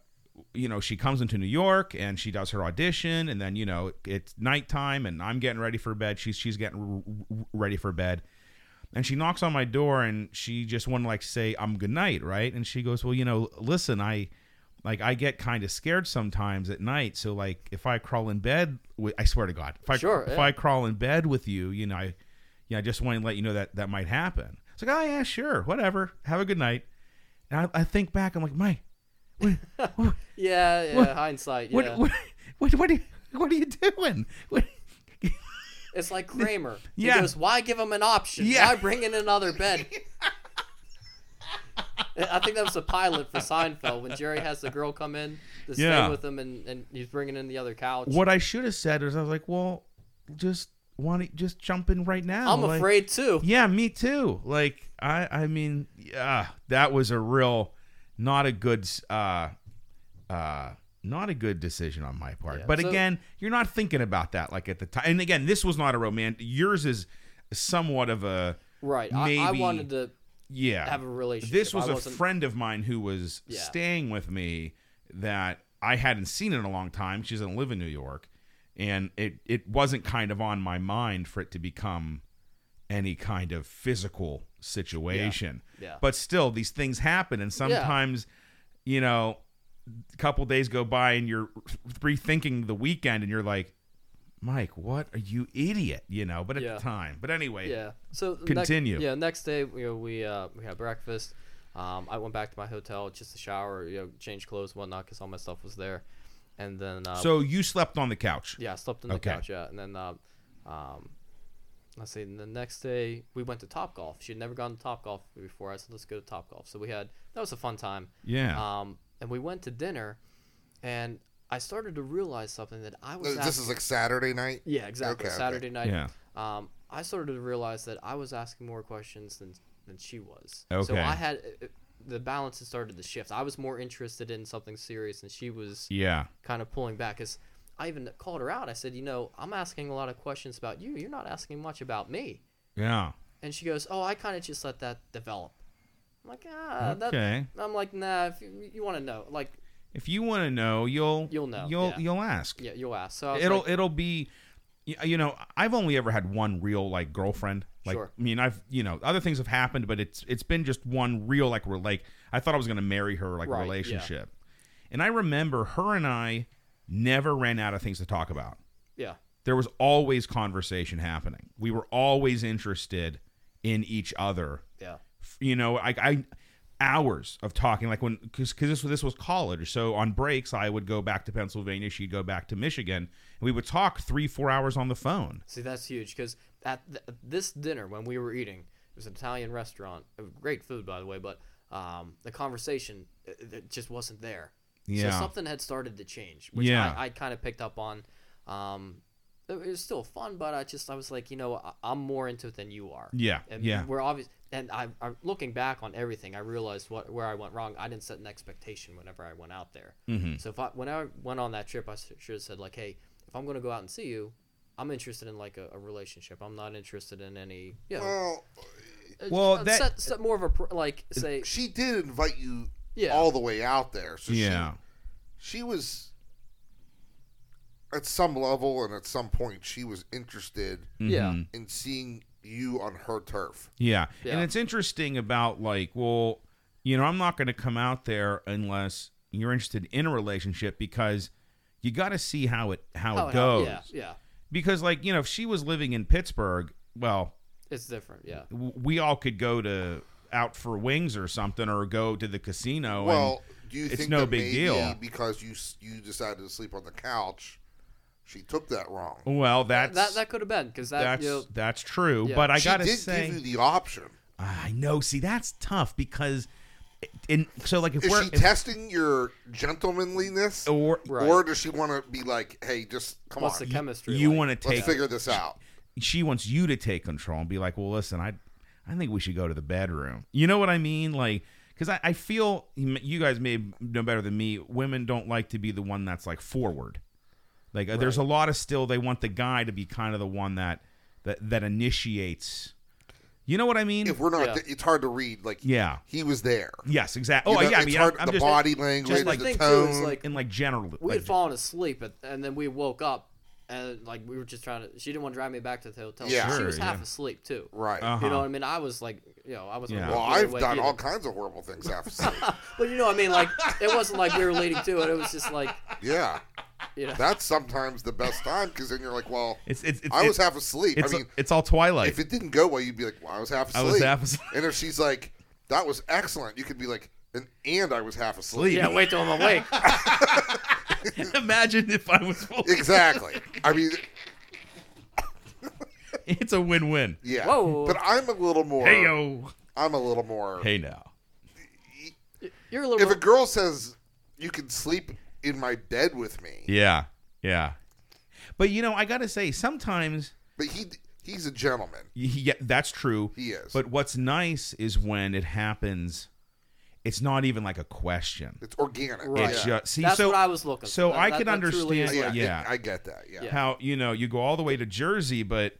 Speaker 1: you know, she comes into New York and she does her audition, and then you know it's nighttime, and I'm getting ready for bed. She's she's getting r- r- ready for bed, and she knocks on my door, and she just wanted to like say I'm good night, right? And she goes, well, you know, listen, I. Like I get kind of scared sometimes at night, so like if I crawl in bed, with, I swear to God, if I
Speaker 3: Sure,
Speaker 1: if
Speaker 3: yeah.
Speaker 1: I crawl in bed with you, you know, I, you know, I just want to let you know that that might happen. It's like, oh yeah, sure, whatever. Have a good night. And I, I think back, I'm like, Mike, what, what,
Speaker 3: Yeah, yeah.
Speaker 1: What-
Speaker 3: hindsight. Yeah,
Speaker 1: what, what, what, what, are, you, what are you doing? What,
Speaker 3: it's like Kramer.
Speaker 1: Yeah.
Speaker 3: He goes, "Why give him an option?
Speaker 1: Yeah.
Speaker 3: Why bring in another bed?" I think that was the pilot for Seinfeld when Jerry has the girl come in to
Speaker 1: Yeah.
Speaker 3: stay with him, and, and he's bringing in the other couch.
Speaker 1: what I should have said is, I was like, well, just want to just jump in right now.
Speaker 3: I'm
Speaker 1: like-
Speaker 3: afraid too.
Speaker 1: Yeah, me too. Like I, I mean, yeah, that was a real, not a good, uh, uh, not a good decision on my part.
Speaker 3: Yeah.
Speaker 1: But
Speaker 3: So-
Speaker 1: again, you're not thinking about that like at the time. And again, this was not a romantic. Yours is somewhat of a
Speaker 3: Right. I, I
Speaker 1: Maybe-
Speaker 3: wanted to
Speaker 1: yeah.
Speaker 3: have a relationship.
Speaker 1: this was
Speaker 3: I
Speaker 1: a
Speaker 3: wasn't-
Speaker 1: friend of mine who was
Speaker 3: Yeah.
Speaker 1: staying with me that I hadn't seen in a long time. She doesn't live in New York, and it it wasn't kind of on my mind for it to become any kind of physical situation.
Speaker 3: Yeah.
Speaker 1: But still, these things happen, and sometimes, you know, a couple days go by, and you're rethinking the weekend, and you're like. Mike, what are you idiot? You know, but at
Speaker 3: Yeah.
Speaker 1: the time. But anyway,
Speaker 3: Yeah. So the
Speaker 1: Continue.
Speaker 3: Next, yeah. Next day, you know, we uh, we had breakfast. Um, I went back to my hotel just to shower, you know, change clothes, and whatnot, because all my stuff was there. And then uh,
Speaker 1: so you slept on the couch.
Speaker 3: yeah, I slept on the
Speaker 1: Okay.
Speaker 3: couch. Yeah, and then uh, um, let's see. and The next day we went to Top Golf. She had never gone to Top Golf before. I said, let's go to Top Golf. So we had that was a fun time.
Speaker 1: Yeah.
Speaker 3: Um, and we went to dinner, and I started to realize something that I was.
Speaker 2: This
Speaker 3: asking-
Speaker 2: is like Saturday night.
Speaker 3: yeah, exactly.
Speaker 2: Okay, okay.
Speaker 3: Saturday night.
Speaker 1: Yeah.
Speaker 3: Um, I started to realize that I was asking more questions than than she was. So
Speaker 1: Okay.
Speaker 3: I had uh, uh, the balance had started to shift. I was more interested in something serious, and she was
Speaker 1: yeah.
Speaker 3: kind of pulling back. Cause I even called her out. I said, you know, I'm asking a lot of questions about you. You're not asking much about me.
Speaker 1: Yeah.
Speaker 3: And she goes, oh, I kind of just let that develop. I'm like, ah,
Speaker 1: Okay.
Speaker 3: that. I'm like, nah. If you, you want to know, like,
Speaker 1: If you want to know, you'll
Speaker 3: You'll know,
Speaker 1: You'll
Speaker 3: yeah.
Speaker 1: you'll ask.
Speaker 3: yeah, you'll ask. So I was
Speaker 1: It'll
Speaker 3: like,
Speaker 1: it'll be y- you know, I've only ever had one real like girlfriend. Like
Speaker 3: Sure.
Speaker 1: I mean, I've you know, other things have happened, but it's it's been just one real like we're like I thought I was going to marry her like
Speaker 3: Right, yeah.
Speaker 1: relationship. And I remember her and I never ran out of things to talk about.
Speaker 3: yeah,
Speaker 1: There was always conversation happening. We were always interested in each other
Speaker 3: yeah,
Speaker 1: you know, I, I hours of talking like when because this, this was college so on breaks i would go back to pennsylvania she'd go back to michigan and we would talk three four hours on the phone
Speaker 3: See, that's huge because at th- this dinner when we were eating, it was an Italian restaurant. uh, Great food, by the way, but um, the conversation it, it just wasn't there.
Speaker 1: Yeah.
Speaker 3: So something had started to change, which
Speaker 1: Yeah.
Speaker 3: I, I kind of picked up on. Um, it it was still fun, but I just I was like, you know, I, I'm more into it than you are.
Speaker 1: Yeah,
Speaker 3: And
Speaker 1: yeah.
Speaker 3: We're obvious, and I, I looking back on everything, I realized what where I went wrong. I didn't set an expectation whenever I went out there. Mm-hmm. So if I when I went on that trip, I should have said like, hey, if I'm going to go out and see you, I'm interested in like a, a relationship. I'm not interested in any, you know,
Speaker 2: Well,
Speaker 3: uh,
Speaker 1: Well,
Speaker 3: uh,
Speaker 1: that-
Speaker 3: set, set more of a pr- like say,
Speaker 2: she did invite you
Speaker 3: Yeah.
Speaker 2: all the way out there. So
Speaker 1: yeah
Speaker 2: she, she was at some level and at some point she was interested
Speaker 1: Hmm.
Speaker 3: yeah,
Speaker 1: Mm-hmm.
Speaker 2: in seeing you on her turf.
Speaker 1: yeah
Speaker 3: Yeah.
Speaker 1: and it's interesting about like well you know i'm not going to come out there unless you're interested in a relationship because you got to see how it how,
Speaker 3: Oh,
Speaker 1: it
Speaker 3: hell,
Speaker 1: goes
Speaker 3: yeah, yeah,
Speaker 1: because like you know if she was living in pittsburgh well
Speaker 3: it's different, yeah,
Speaker 1: w- we all could go to out for wings or something or go to the casino Oh, and,
Speaker 2: Well, do you
Speaker 1: it's
Speaker 2: think
Speaker 1: no
Speaker 2: that
Speaker 1: big
Speaker 2: maybe
Speaker 1: deal.
Speaker 2: because you s- you decided to sleep on the couch, she took that wrong.
Speaker 1: Well, that's
Speaker 3: that that could have been because that
Speaker 1: that's
Speaker 3: you know,
Speaker 1: that's true.
Speaker 3: Yeah.
Speaker 1: But I
Speaker 2: she
Speaker 1: gotta
Speaker 2: did
Speaker 1: say,
Speaker 2: give you the option.
Speaker 1: I know. See, that's tough because, in so like if
Speaker 2: Is
Speaker 1: we're
Speaker 2: she
Speaker 1: if- Oh,
Speaker 2: testing your gentlemanliness, or,
Speaker 1: or
Speaker 3: Right.
Speaker 2: does she want to be like, "Hey, just come
Speaker 3: what's
Speaker 2: on,
Speaker 3: the chemistry?
Speaker 1: you
Speaker 3: like?
Speaker 1: want to
Speaker 2: let's
Speaker 1: take,
Speaker 2: figure this out."
Speaker 1: she wants you to take control and be like, well, listen, I, I think we should go to the bedroom. You know what I mean? Like, because I, I feel you guys may know better than me. Women don't like to be the one that's like forward. Like, uh, there's a lot of still they want the guy to be kind of the one that that that initiates. You know what I mean?
Speaker 2: If we're not,
Speaker 3: Yeah.
Speaker 2: th- it's hard to read. Like,
Speaker 1: Yeah.
Speaker 2: he was there.
Speaker 1: Yes, exactly.
Speaker 2: You
Speaker 1: Oh,
Speaker 2: know,
Speaker 1: yeah. I
Speaker 2: it's
Speaker 1: mean,
Speaker 2: hard,
Speaker 1: I'm, I'm
Speaker 2: the
Speaker 1: just,
Speaker 2: body language,
Speaker 3: like-
Speaker 2: the
Speaker 3: thing, too,
Speaker 2: tone.
Speaker 3: is like-
Speaker 1: in like general.
Speaker 3: we had
Speaker 1: like-
Speaker 3: fallen asleep and, and then we woke up and like we were just trying to she didn't want to drive me back to the hotel
Speaker 2: Yeah.
Speaker 3: she
Speaker 1: Sure,
Speaker 3: was half
Speaker 1: yeah.
Speaker 3: asleep too
Speaker 2: right.
Speaker 1: Uh-huh.
Speaker 3: you know what i mean i was like you know i wasn't
Speaker 1: Yeah.
Speaker 2: well,
Speaker 3: really
Speaker 2: I've
Speaker 3: awake
Speaker 2: done all
Speaker 3: either.
Speaker 2: kinds of horrible things half asleep.
Speaker 3: but you know what i mean like it wasn't like we were leading to it it was just like
Speaker 2: yeah,
Speaker 3: you know
Speaker 2: that's sometimes the best time because then you're like, "Well,
Speaker 1: It's it's, it's
Speaker 2: I was
Speaker 1: it's,
Speaker 2: half asleep." I
Speaker 1: it's,
Speaker 2: mean,
Speaker 1: it's all Twilight.
Speaker 2: if it didn't go well, you'd be like, "Well, I was half
Speaker 1: I
Speaker 2: asleep."
Speaker 1: was half asleep.
Speaker 2: And if she's like, "That was excellent," you could be like, "And, and I was half asleep."
Speaker 3: yeah wait till i'm awake
Speaker 1: Imagine if I was. full-
Speaker 2: Exactly. I mean,
Speaker 1: It's a win-win.
Speaker 2: yeah.
Speaker 3: Whoa.
Speaker 2: But I'm a little more.
Speaker 1: Hey yo.
Speaker 2: I'm a little more.
Speaker 1: Hey now.
Speaker 3: you're a little
Speaker 2: If a girl says you can sleep in my bed with me,
Speaker 1: Yeah. Yeah. But you know, I gotta say, sometimes
Speaker 2: But he he's a gentleman.
Speaker 1: y- yeah, that's true.
Speaker 2: He is.
Speaker 1: But what's nice is when it happens, it's not even like a question.
Speaker 2: It's organic.
Speaker 3: Right.
Speaker 1: It's
Speaker 2: Yeah.
Speaker 1: just see.
Speaker 3: That's
Speaker 1: so
Speaker 3: what I was looking
Speaker 1: so
Speaker 3: for. That-
Speaker 1: I
Speaker 3: that-
Speaker 1: could
Speaker 3: that truly
Speaker 1: understand.
Speaker 3: is
Speaker 2: yeah,
Speaker 1: Yeah,
Speaker 3: like-
Speaker 2: yeah. I get that. Yeah.
Speaker 3: Yeah.
Speaker 1: how you know you go all the way to Jersey, but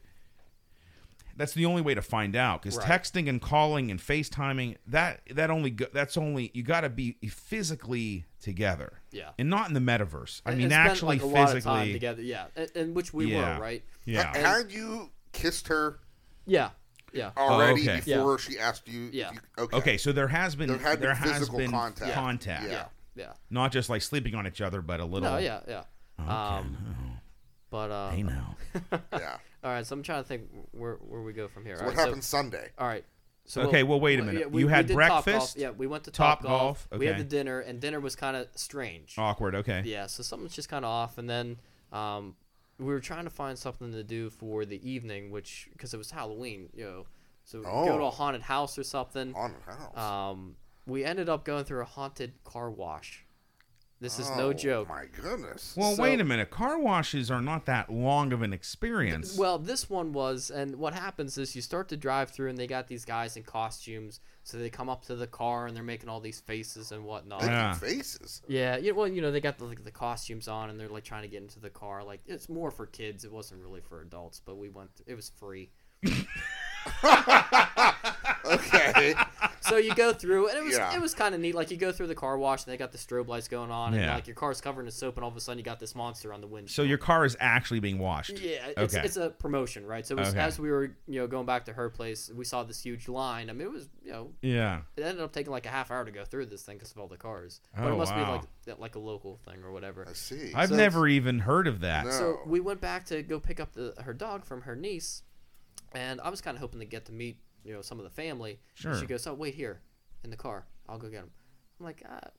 Speaker 1: that's the only way to find out because
Speaker 3: Right.
Speaker 1: texting and calling and FaceTiming that that only go, that's only you got to be physically together.
Speaker 3: Yeah.
Speaker 1: and not in the metaverse. I
Speaker 3: and
Speaker 1: mean,
Speaker 3: spent,
Speaker 1: actually,
Speaker 3: like, a lot of time
Speaker 1: physically.
Speaker 3: together. Yeah, and, and which we
Speaker 1: yeah,
Speaker 3: were, right?
Speaker 1: Yeah,
Speaker 2: Had you kissed her
Speaker 3: Yeah, yeah.
Speaker 2: already
Speaker 1: okay.
Speaker 2: before she asked you? if
Speaker 3: Yeah.
Speaker 2: you- okay.
Speaker 1: Okay, so there has been
Speaker 2: There
Speaker 1: there,
Speaker 2: had been
Speaker 1: has
Speaker 2: physical
Speaker 1: been
Speaker 2: contact.
Speaker 1: contact,
Speaker 2: Yeah. Yeah.
Speaker 3: yeah, yeah.
Speaker 1: not just like sleeping on each other, but a little. oh,
Speaker 3: No, yeah, yeah. Um, but uh,
Speaker 1: Hey now,
Speaker 2: Yeah.
Speaker 3: all right. So I'm trying to think where where we go from here.
Speaker 2: So
Speaker 3: all
Speaker 2: what
Speaker 3: right,
Speaker 2: happened Sunday?
Speaker 3: all right. So
Speaker 1: Okay, well, wait a minute. You had
Speaker 3: did Topgolf.
Speaker 1: breakfast,
Speaker 3: Yeah, we went to Top
Speaker 1: Topgolf,
Speaker 3: Golf. We had
Speaker 1: okay.
Speaker 3: the dinner, and dinner was kind of strange.
Speaker 1: awkward. Okay,
Speaker 3: Yeah, so something's just kind of off. And then um, we were trying to find something to do for the evening, which because it was Halloween, you know, so go to
Speaker 2: Oh.
Speaker 3: a haunted house or something.
Speaker 2: On and house.
Speaker 3: Um, we ended up going through a haunted car wash. This is no
Speaker 2: Oh,
Speaker 3: joke.
Speaker 2: My goodness.
Speaker 1: Well,
Speaker 3: So-
Speaker 1: wait a minute. Car washes are not that long of an experience.
Speaker 3: Well, this one was, and what happens is you start to drive through, and they got these guys in costumes, so they come up to the car and they're making all these faces and whatnot.
Speaker 2: They
Speaker 1: Yeah.
Speaker 2: did faces.
Speaker 3: Yeah, you well, you know, they got the, like, the costumes on and they're like trying to get into the car. Like it's more for kids. It wasn't really for adults, but we went. It was free,
Speaker 2: Okay.
Speaker 3: so you go through, and it was
Speaker 2: Yeah.
Speaker 3: it was kind of neat. Like you go through the car wash, and they got the strobe lights going on, and
Speaker 1: Yeah.
Speaker 3: like your car's covered in soap, and all of a sudden you got this monster on the windshield.
Speaker 1: so your car is actually being washed.
Speaker 3: Yeah, it's,
Speaker 1: Okay.
Speaker 3: it's a promotion, right? So it was,
Speaker 1: Okay.
Speaker 3: as we were, you know, going back to her place, we saw this huge line. I mean, it was, you know,
Speaker 1: Yeah.
Speaker 3: it ended up taking like a half hour to go through this thing because of all the cars. But
Speaker 1: Oh,
Speaker 3: it must
Speaker 1: wow.
Speaker 3: be like like a local thing or whatever.
Speaker 2: I see.
Speaker 1: I've
Speaker 3: So-
Speaker 1: never even heard of that.
Speaker 2: No.
Speaker 3: So we went back to go pick up the, her dog from her niece, and I was kind of hoping to get to meet you know some of the family.
Speaker 1: Sure.
Speaker 3: She goes, "Oh, wait here, in the car. I'll go get them." I'm like, uh,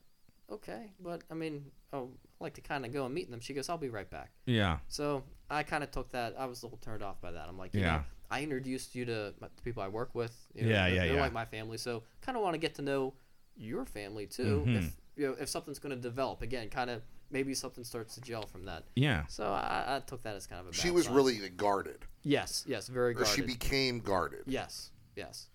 Speaker 3: "Okay, but I mean, oh, I like to kind of go and meet them." She goes, "I'll be right back."
Speaker 1: Yeah.
Speaker 3: So I kind of took that. I was a little turned off by that. I'm like, you
Speaker 1: Yeah.
Speaker 3: know, I introduced you to my- the people I work with. You know,
Speaker 1: Yeah,
Speaker 3: they're,
Speaker 1: yeah,
Speaker 3: they're
Speaker 1: yeah.
Speaker 3: like my family, so kind of want to get to know your family too.
Speaker 1: Mm-hmm.
Speaker 3: If you know, if something's going to develop again, kind of maybe something starts to gel from that.
Speaker 1: Yeah.
Speaker 3: So I, I took that as kind of a.
Speaker 2: she
Speaker 3: bad
Speaker 2: was
Speaker 3: sign.
Speaker 2: really guarded,
Speaker 3: Yes, yes, very
Speaker 2: or
Speaker 3: guarded.
Speaker 2: she became guarded.
Speaker 3: Yes, yes.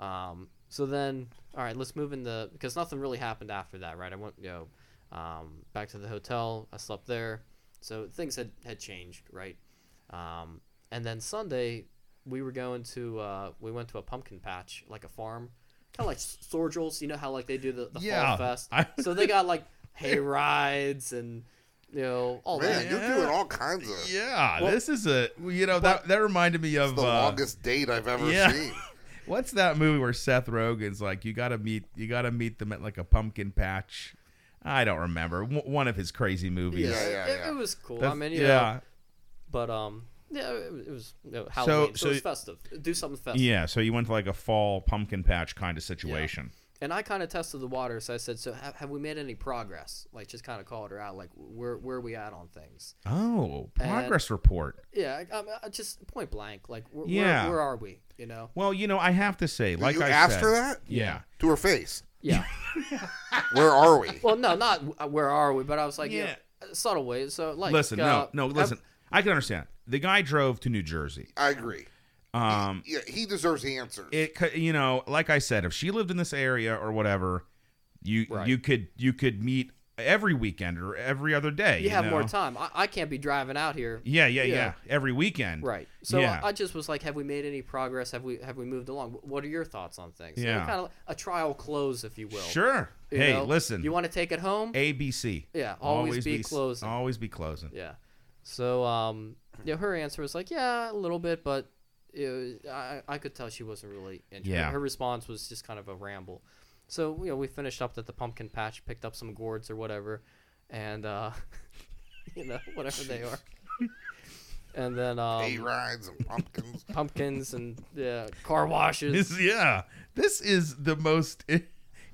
Speaker 3: Um, so then, all right, let's move into because nothing really happened after that, right? I went, you know, um, back to the hotel. I slept there, so things had had changed, right? Um, and then Sunday, we were going to uh, we went to a pumpkin patch, like a farm, kind of like sorgels. You know how like they do the, the
Speaker 1: Yeah,
Speaker 3: fall fest.
Speaker 1: I-
Speaker 3: so they got like hay rides and you know all
Speaker 2: Man,
Speaker 3: that.
Speaker 2: you're
Speaker 1: Yeah.
Speaker 2: doing all kinds of.
Speaker 1: Yeah. this is a you know that that reminded me of
Speaker 2: The
Speaker 1: uh,
Speaker 2: longest date I've ever
Speaker 1: yeah.
Speaker 2: seen.
Speaker 1: what's that movie where Seth Rogen's like you got to meet you got to meet them at like a pumpkin patch. I don't remember W- one of his crazy movies.
Speaker 2: Yeah, yeah,
Speaker 3: it,
Speaker 2: yeah.
Speaker 3: it was cool. I
Speaker 1: That's-
Speaker 3: mean, you know,
Speaker 1: yeah.
Speaker 3: But um, yeah, it was, it was you know, Halloween,
Speaker 1: so-
Speaker 3: so, it was festive. Do something festive.
Speaker 1: Yeah, so you went to like a fall pumpkin patch kind of situation.
Speaker 3: And I kind of tested the water, so I said, "So have, have we made any progress?" Like just kind of called her out, like where where are we at on things?
Speaker 1: Oh, progress report.
Speaker 3: Yeah, I, I- I just point blank, like where,
Speaker 1: Yeah.
Speaker 3: where, where are we? You know?
Speaker 1: Well, you know, I have to say, like
Speaker 2: you
Speaker 1: I
Speaker 2: asked
Speaker 1: said-
Speaker 2: her that
Speaker 1: Yeah.
Speaker 2: to her face.
Speaker 3: Yeah.
Speaker 2: Where are we?
Speaker 3: well, no, not w- uh, where are we, but I was like, yeah,
Speaker 1: Yeah.
Speaker 3: subtle ways. So like,
Speaker 1: Listen,
Speaker 3: uh,
Speaker 1: no, no,
Speaker 3: I've-
Speaker 1: listen. I can understand. The guy drove to New Jersey.
Speaker 2: I agree.
Speaker 1: Um,
Speaker 2: Yeah, he deserves the answers.
Speaker 1: it cou- you know, like I said, if she lived in this area or whatever, you
Speaker 3: Right.
Speaker 1: you could you could meet every weekend or every other day.
Speaker 3: you have
Speaker 1: know?
Speaker 3: more time. I, I can't be driving out here.
Speaker 1: Yeah, yeah, yeah,
Speaker 3: Yeah.
Speaker 1: Every weekend.
Speaker 3: Right. So uh,
Speaker 1: Yeah.
Speaker 3: I, I just was like, have we made any progress? Have we have we moved along? Wh- What are your thoughts on things?
Speaker 1: Yeah.
Speaker 3: Kind of a trial close, if you will.
Speaker 1: Sure.
Speaker 3: You
Speaker 1: hey,
Speaker 3: know?
Speaker 1: listen.
Speaker 3: You want to take it home?
Speaker 1: ABC.
Speaker 3: Yeah, always be
Speaker 1: s-
Speaker 3: closing.
Speaker 1: Always be closing.
Speaker 3: Yeah. So, um, you know, her answer was like, yeah, a little bit, but you know, I, I could tell she wasn't really into it.
Speaker 1: Yeah.
Speaker 3: Her response was just kind of a ramble. So, you know, we finished up at the pumpkin patch, picked up some gourds or whatever, and, uh, you know, whatever they are. And then
Speaker 2: hay
Speaker 3: um,
Speaker 2: rides and pumpkins.
Speaker 3: pumpkins and yeah, car washes.
Speaker 1: This, yeah. This is the most i-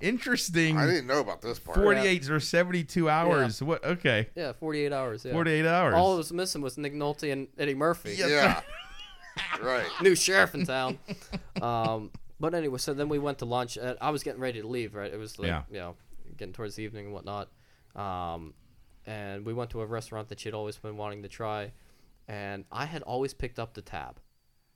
Speaker 1: interesting
Speaker 2: I didn't know about this part.
Speaker 1: 48 or 72 hours. What? Okay.
Speaker 3: Yeah, 48 hours. Yeah.
Speaker 1: 48 hours.
Speaker 3: All that was missing was Nick Nolte and Eddie Murphy.
Speaker 2: Yeah. right.
Speaker 3: new sheriff in town. um, but anyway, so then we went to lunch. And I was getting ready to leave, right? It was like,
Speaker 1: Yeah.
Speaker 3: you know, getting towards the evening and whatnot. Um, and we went to a restaurant that she'd always been wanting to try. and I had always picked up the tab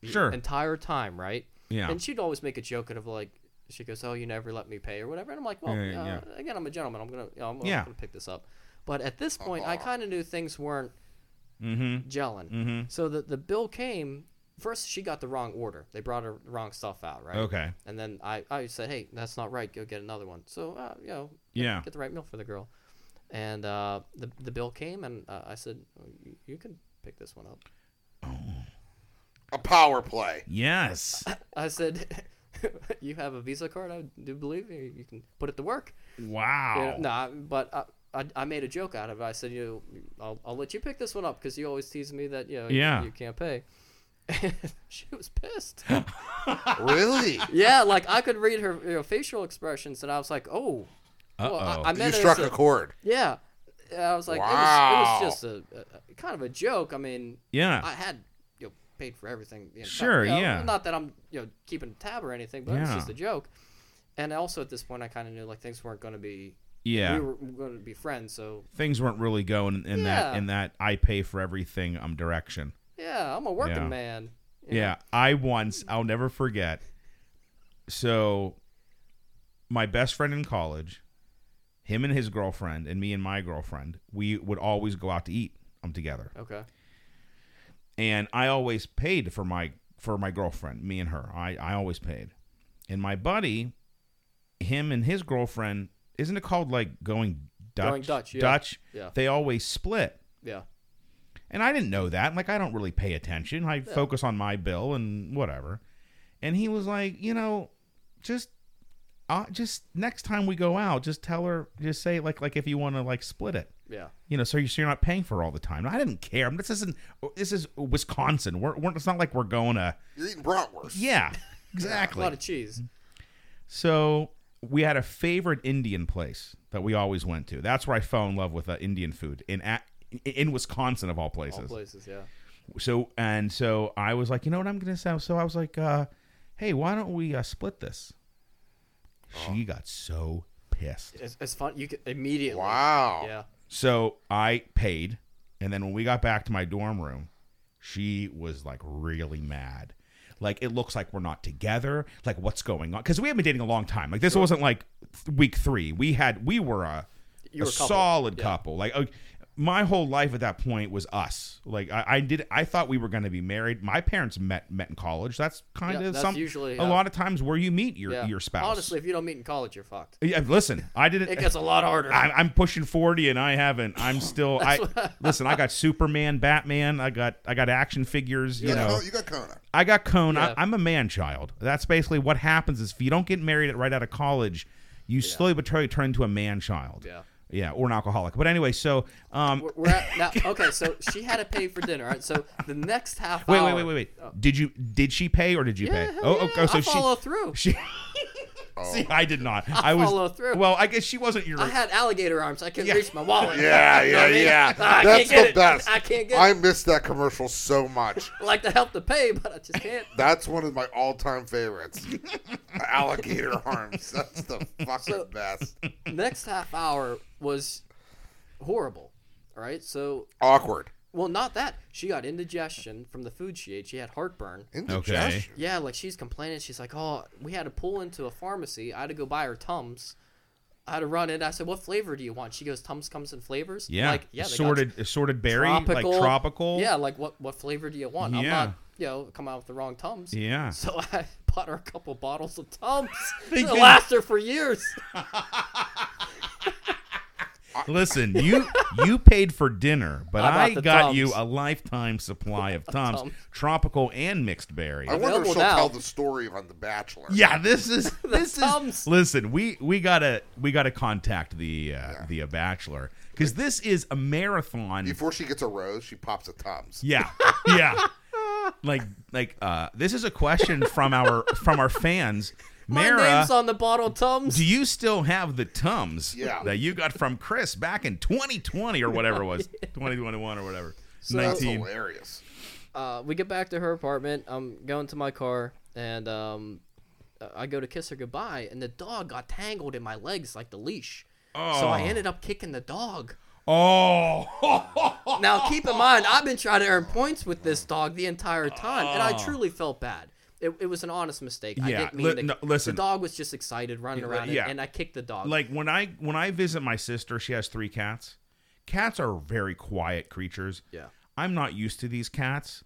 Speaker 1: Sure.
Speaker 3: entire time, right?
Speaker 1: Yeah.
Speaker 3: And she'd always make a joke out of like, she goes, "Oh, you never let me pay" or whatever, and I'm like, "Well,
Speaker 1: Yeah, yeah,
Speaker 3: uh, again, I'm a gentleman. I'm gonna, you know, I'm, I'm
Speaker 1: Yeah.
Speaker 3: gonna pick this up." But at this point, I
Speaker 2: Aw.
Speaker 3: kind of knew things weren't
Speaker 1: mm-hmm.
Speaker 3: gelling.
Speaker 1: Mhm.
Speaker 3: So the the bill came. First, she got the wrong order. They brought her the wrong stuff out, right?
Speaker 1: Okay.
Speaker 3: And then I, I said, hey, that's not right. Go get another one. So, uh, you know, get-
Speaker 1: Yeah.
Speaker 3: get the right meal for the girl. And uh, the, the bill came, and uh, I said, "Oh, you, you can pick this one up.
Speaker 2: A power play.
Speaker 1: Yes.
Speaker 3: I said, you have a Visa card? I do believe you, you can put it to work.
Speaker 1: Wow.
Speaker 3: You know, nah, but I, I, I made a joke out of it. I said, you know, I'll, I'll let you pick this one up because you always tease me that, you know, you-
Speaker 1: Yeah.
Speaker 3: you, can't pay. she was pissed.
Speaker 2: really?
Speaker 3: yeah, like I could read her you know, facial expressions, and I was like, oh. Well,
Speaker 1: Uh-oh.
Speaker 3: I, I meant
Speaker 2: you
Speaker 3: it as
Speaker 2: struck
Speaker 3: a-
Speaker 2: a chord.
Speaker 3: Yeah. I was like,
Speaker 2: Wow.
Speaker 3: it, was, it was just a, a kind of a joke. I mean,
Speaker 1: Yeah.
Speaker 3: I had you know, paid for everything. the entire-
Speaker 1: Sure,
Speaker 3: you know,
Speaker 1: yeah.
Speaker 3: Not that I'm you know keeping a tab or anything, but it was
Speaker 1: Yeah.
Speaker 3: just a joke. And also at this point, I kind of knew like things weren't going to be.
Speaker 1: yeah.
Speaker 3: We were going to be friends, so
Speaker 1: Things weren't really going in that
Speaker 3: Yeah.
Speaker 1: in that I pay for everything um direction.
Speaker 3: yeah, I'm a working
Speaker 1: Yeah.
Speaker 3: man. you know.
Speaker 1: Yeah, I once I'll never forget. So, my best friend in college, him and his girlfriend, and me and my girlfriend, we would always go out to eat um together,
Speaker 3: Okay.
Speaker 1: and I always paid for my for my girlfriend, me and her. I I always paid, and my buddy, him and his girlfriend, isn't it called like going Dutch?
Speaker 3: Going Dutch, yeah.
Speaker 1: Dutch.
Speaker 3: Yeah.
Speaker 1: They always split.
Speaker 3: Yeah.
Speaker 1: And I didn't know that. Like, I don't really pay attention. I focus on my bill and whatever. And he was like, you know, just, uh, just next time we go out, just tell her, just say like, like if you want to like split it,
Speaker 3: Yeah.
Speaker 1: you know, so you're, so you're not paying for it all the time. I didn't care. This isn't. oh, This is Wisconsin. We're, we're it's not like we're going to.
Speaker 2: You're eating bratwurst.
Speaker 1: Yeah,
Speaker 3: A
Speaker 1: exactly.
Speaker 3: lot of cheese.
Speaker 1: So we had a favorite Indian place that we always went to. That's where I fell in love with uh, Indian food in a- in Wisconsin of all places.
Speaker 3: All places. Yeah.
Speaker 1: so and so I was like, you know what I'm gonna say? So I was like, uh, hey, why don't we uh, split this? She got so pissed.
Speaker 3: It's, it's fun. You could immediately.
Speaker 2: Wow.
Speaker 3: Yeah.
Speaker 1: So I paid, and then when we got back to my dorm room, she was like really mad. Like it looks like we're not together. Like what's going on? Because we had been dating a long time. Like this wasn't like th- week three. We had we were a,
Speaker 3: You
Speaker 1: a
Speaker 3: were a couple.
Speaker 1: solid
Speaker 3: Yeah.
Speaker 1: couple. Like uh, my whole life at that point was us. Like I, I did. I thought we were going to be married. My parents met met in college. That's kind
Speaker 3: Yeah,
Speaker 1: of
Speaker 3: that's
Speaker 1: some.
Speaker 3: usually
Speaker 1: a
Speaker 3: how-
Speaker 1: lot of times where you meet your
Speaker 3: Yeah.
Speaker 1: your spouse.
Speaker 3: Honestly, if you don't meet in college, you're fucked.
Speaker 1: yeah, listen, I didn't.
Speaker 3: It gets a lot harder.
Speaker 1: I'm, I'm pushing 40 and I haven't. I'm still. I listen. I got Superman, Batman. I got I got action figures. You
Speaker 2: You, got
Speaker 1: know,
Speaker 2: Kona- you got Kona.
Speaker 1: I got cone.
Speaker 3: Yeah.
Speaker 1: I, I'm a man child. That's basically what happens is if you don't get married right out of college, you slowly but surely turn into a man child.
Speaker 3: Yeah.
Speaker 1: Yeah, or an alcoholic. But anyway, so um,
Speaker 3: We're, we're at now. Okay, so she had to pay for dinner. Right. So the next half
Speaker 1: wait,
Speaker 3: hour.
Speaker 1: wait, wait, wait, wait. Did you did she pay or did you pay?
Speaker 3: Oh. Yeah,
Speaker 1: Oh,
Speaker 3: yeah,
Speaker 1: okay. so
Speaker 3: I
Speaker 1: she
Speaker 3: follow through.
Speaker 1: she. See, I did not. I, was
Speaker 3: follow through.
Speaker 1: Well, I guess she wasn't your.
Speaker 3: I had alligator arms. I couldn't reach my wallet.
Speaker 2: Yeah, yeah,
Speaker 3: mean,
Speaker 2: yeah.
Speaker 3: I
Speaker 2: That's
Speaker 3: can't get
Speaker 2: the
Speaker 3: it.
Speaker 2: best.
Speaker 3: I can't get
Speaker 2: I miss that commercial so much.
Speaker 3: I'd like to help to pay, but I just can't.
Speaker 2: That's one of my all-time favorites. Alligator arms. That's the fucking
Speaker 3: So-
Speaker 2: best.
Speaker 3: Next half hour was horrible. All right. So,
Speaker 2: Awkward.
Speaker 3: well, not that. She got indigestion from the food she ate. She had heartburn.
Speaker 2: Indigestion.
Speaker 3: Yeah, like she's complaining. She's like, "Oh, we had to pull into a pharmacy. I had to go buy her Tums. I had to run in." I said, "What flavor do you want?" She goes, "Tums comes in flavors." I'm
Speaker 1: yeah,
Speaker 3: like yeah, they got
Speaker 1: assorted assorted berry, like tropical.
Speaker 3: Yeah, like what what flavor do you want? I'm
Speaker 1: Yeah.
Speaker 3: not, you know, come out with the wrong tums.
Speaker 1: Yeah.
Speaker 3: So I bought her a couple bottles of tums.
Speaker 1: They
Speaker 3: It'll
Speaker 1: did-
Speaker 3: last her for years.
Speaker 1: Listen, you you paid for dinner, but
Speaker 3: I
Speaker 1: I
Speaker 3: bought the
Speaker 1: got
Speaker 3: Tums.
Speaker 1: you a lifetime supply of Tums,
Speaker 3: Tums.
Speaker 1: tropical and mixed berry.
Speaker 2: I wonder if
Speaker 3: Available
Speaker 2: she'll
Speaker 3: now.
Speaker 2: tell the story on The Bachelor.
Speaker 1: yeah, this is this is.
Speaker 3: Tums.
Speaker 1: Listen, we we gotta we gotta contact the uh, the uh, Bachelor because this is a marathon.
Speaker 2: Before she gets a rose, she pops a Tums.
Speaker 1: yeah, yeah. like like uh, this is a question from our from our fans.
Speaker 3: My
Speaker 1: Mara,
Speaker 3: name's on the bottle of tums.
Speaker 1: Do you still have the Tums
Speaker 2: Yeah.
Speaker 1: that you got from Chris back in 2020 or whatever it was? 2021 or whatever.
Speaker 2: That's
Speaker 1: 19.
Speaker 2: hilarious.
Speaker 3: uh, we get back to her apartment. I'm going to my car, and um, I go to kiss her goodbye, and the dog got tangled in my legs like the leash. So I
Speaker 1: Oh.
Speaker 3: ended up kicking the dog.
Speaker 1: Oh,
Speaker 3: Now keep in mind, I've been trying to earn points with this dog the entire time, and I truly felt bad. It, it was an honest mistake. I
Speaker 1: Oh. Yeah,
Speaker 3: didn't mean
Speaker 1: li-
Speaker 3: to-
Speaker 1: no, listen.
Speaker 3: The dog was just excited running around, and-
Speaker 1: yeah.
Speaker 3: and, I kicked the dog.
Speaker 1: like when I when I visit my sister, she has three cats. Cats are very quiet creatures.
Speaker 3: Yeah.
Speaker 1: I'm not used to these cats.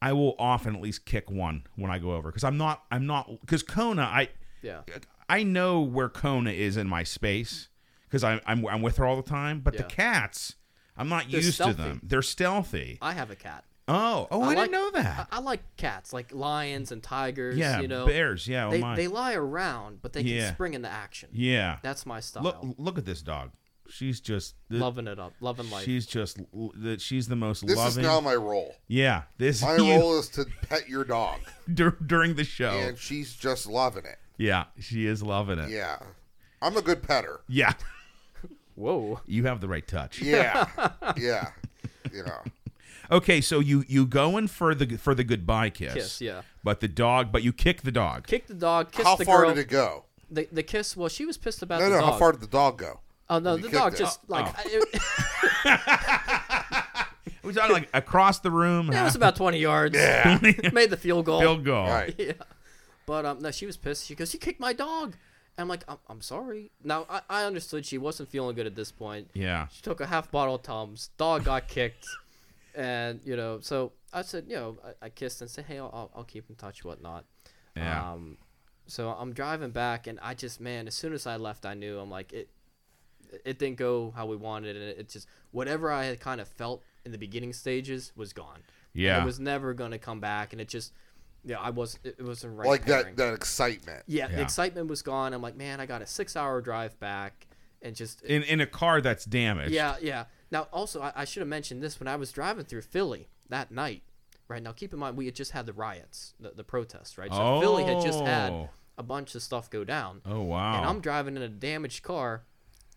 Speaker 1: I will often at least kick one when I go over because I'm not I'm not because Kona I
Speaker 3: yeah,
Speaker 1: I know where Kona is in my space because I'm, I'm I'm with her all the time. But the
Speaker 3: Yeah.
Speaker 1: cats, I'm not
Speaker 3: They're
Speaker 1: used
Speaker 3: stealthy.
Speaker 1: to them. They're stealthy.
Speaker 3: I have a cat.
Speaker 1: Oh, oh, I,
Speaker 3: like-
Speaker 1: didn't know that.
Speaker 3: I, I like cats, like lions and tigers.
Speaker 1: yeah,
Speaker 3: you know,
Speaker 1: bears. Yeah, oh
Speaker 3: They,
Speaker 1: my.
Speaker 3: they lie around, but they
Speaker 1: Yeah.
Speaker 3: can spring into action.
Speaker 1: yeah.
Speaker 3: That's my style.
Speaker 1: Look, look at this dog. She's just the,
Speaker 3: loving it up, loving life.
Speaker 1: She's just l- the, she's the most
Speaker 2: This is
Speaker 1: loving.
Speaker 2: now my role.
Speaker 1: yeah, this
Speaker 2: My
Speaker 1: you-
Speaker 2: role is to pet your dog,
Speaker 1: dur- during the show.
Speaker 3: Oh.
Speaker 2: and she's just loving it.
Speaker 1: yeah, she is loving it. Yeah.
Speaker 2: Yeah, I'm a good petter.
Speaker 3: Whoa.
Speaker 1: you have the right touch.
Speaker 2: Yeah, yeah, you know.
Speaker 1: Okay, so you you go in for the for the goodbye kiss.
Speaker 3: Kiss, yeah.
Speaker 1: But the dog, but you kick the dog.
Speaker 3: Kicked the dog, kissed
Speaker 2: How
Speaker 3: the
Speaker 2: far
Speaker 3: girl.
Speaker 2: did it go?
Speaker 3: The, the kiss. Well, she was pissed about
Speaker 2: No,
Speaker 3: the
Speaker 2: no.
Speaker 3: dog.
Speaker 2: How far did the dog go?
Speaker 3: oh no,
Speaker 2: you
Speaker 3: the
Speaker 2: kicked
Speaker 3: dog
Speaker 2: it?
Speaker 3: just like I- it,
Speaker 1: We're talking like across the room.
Speaker 3: it was about twenty yards. Made the field goal.
Speaker 1: field goal.
Speaker 2: All right.
Speaker 3: Yeah. But um, no, she was pissed. She goes, "You kicked my dog." And I'm like, "I'm, I'm sorry." Now I, I understood she wasn't feeling good at this point.
Speaker 1: Yeah.
Speaker 3: She took a half bottle of Tums. Dog got kicked, and you know. So I said, you know, I, I kissed and said, "Hey, I'll- I'll, I'll keep in touch, whatnot."
Speaker 1: Yeah.
Speaker 3: Um, so I'm driving back, and I just, man, as soon as I left, I knew I'm like it. It didn't go how we wanted, and it, it just whatever I had kind of felt in the beginning stages was gone. And
Speaker 1: Yeah.
Speaker 3: it was never gonna come back, and it just, yeah, I was, it, it wasn't right.
Speaker 2: Like
Speaker 3: pairing.
Speaker 2: that? That excitement.
Speaker 3: Yeah,
Speaker 1: Yeah.
Speaker 3: the excitement was gone. I'm like, man, I got a six-hour drive back, and just
Speaker 1: in in a car that's damaged.
Speaker 3: yeah, yeah. Now, also, I, I should have mentioned this when I was driving through Philly that night. Right now, keep in mind we had just had the riots, the, the protests, right? So Philly had just had
Speaker 1: Oh.
Speaker 3: a bunch of stuff go down.
Speaker 1: Oh wow.
Speaker 3: And I'm driving in a damaged car,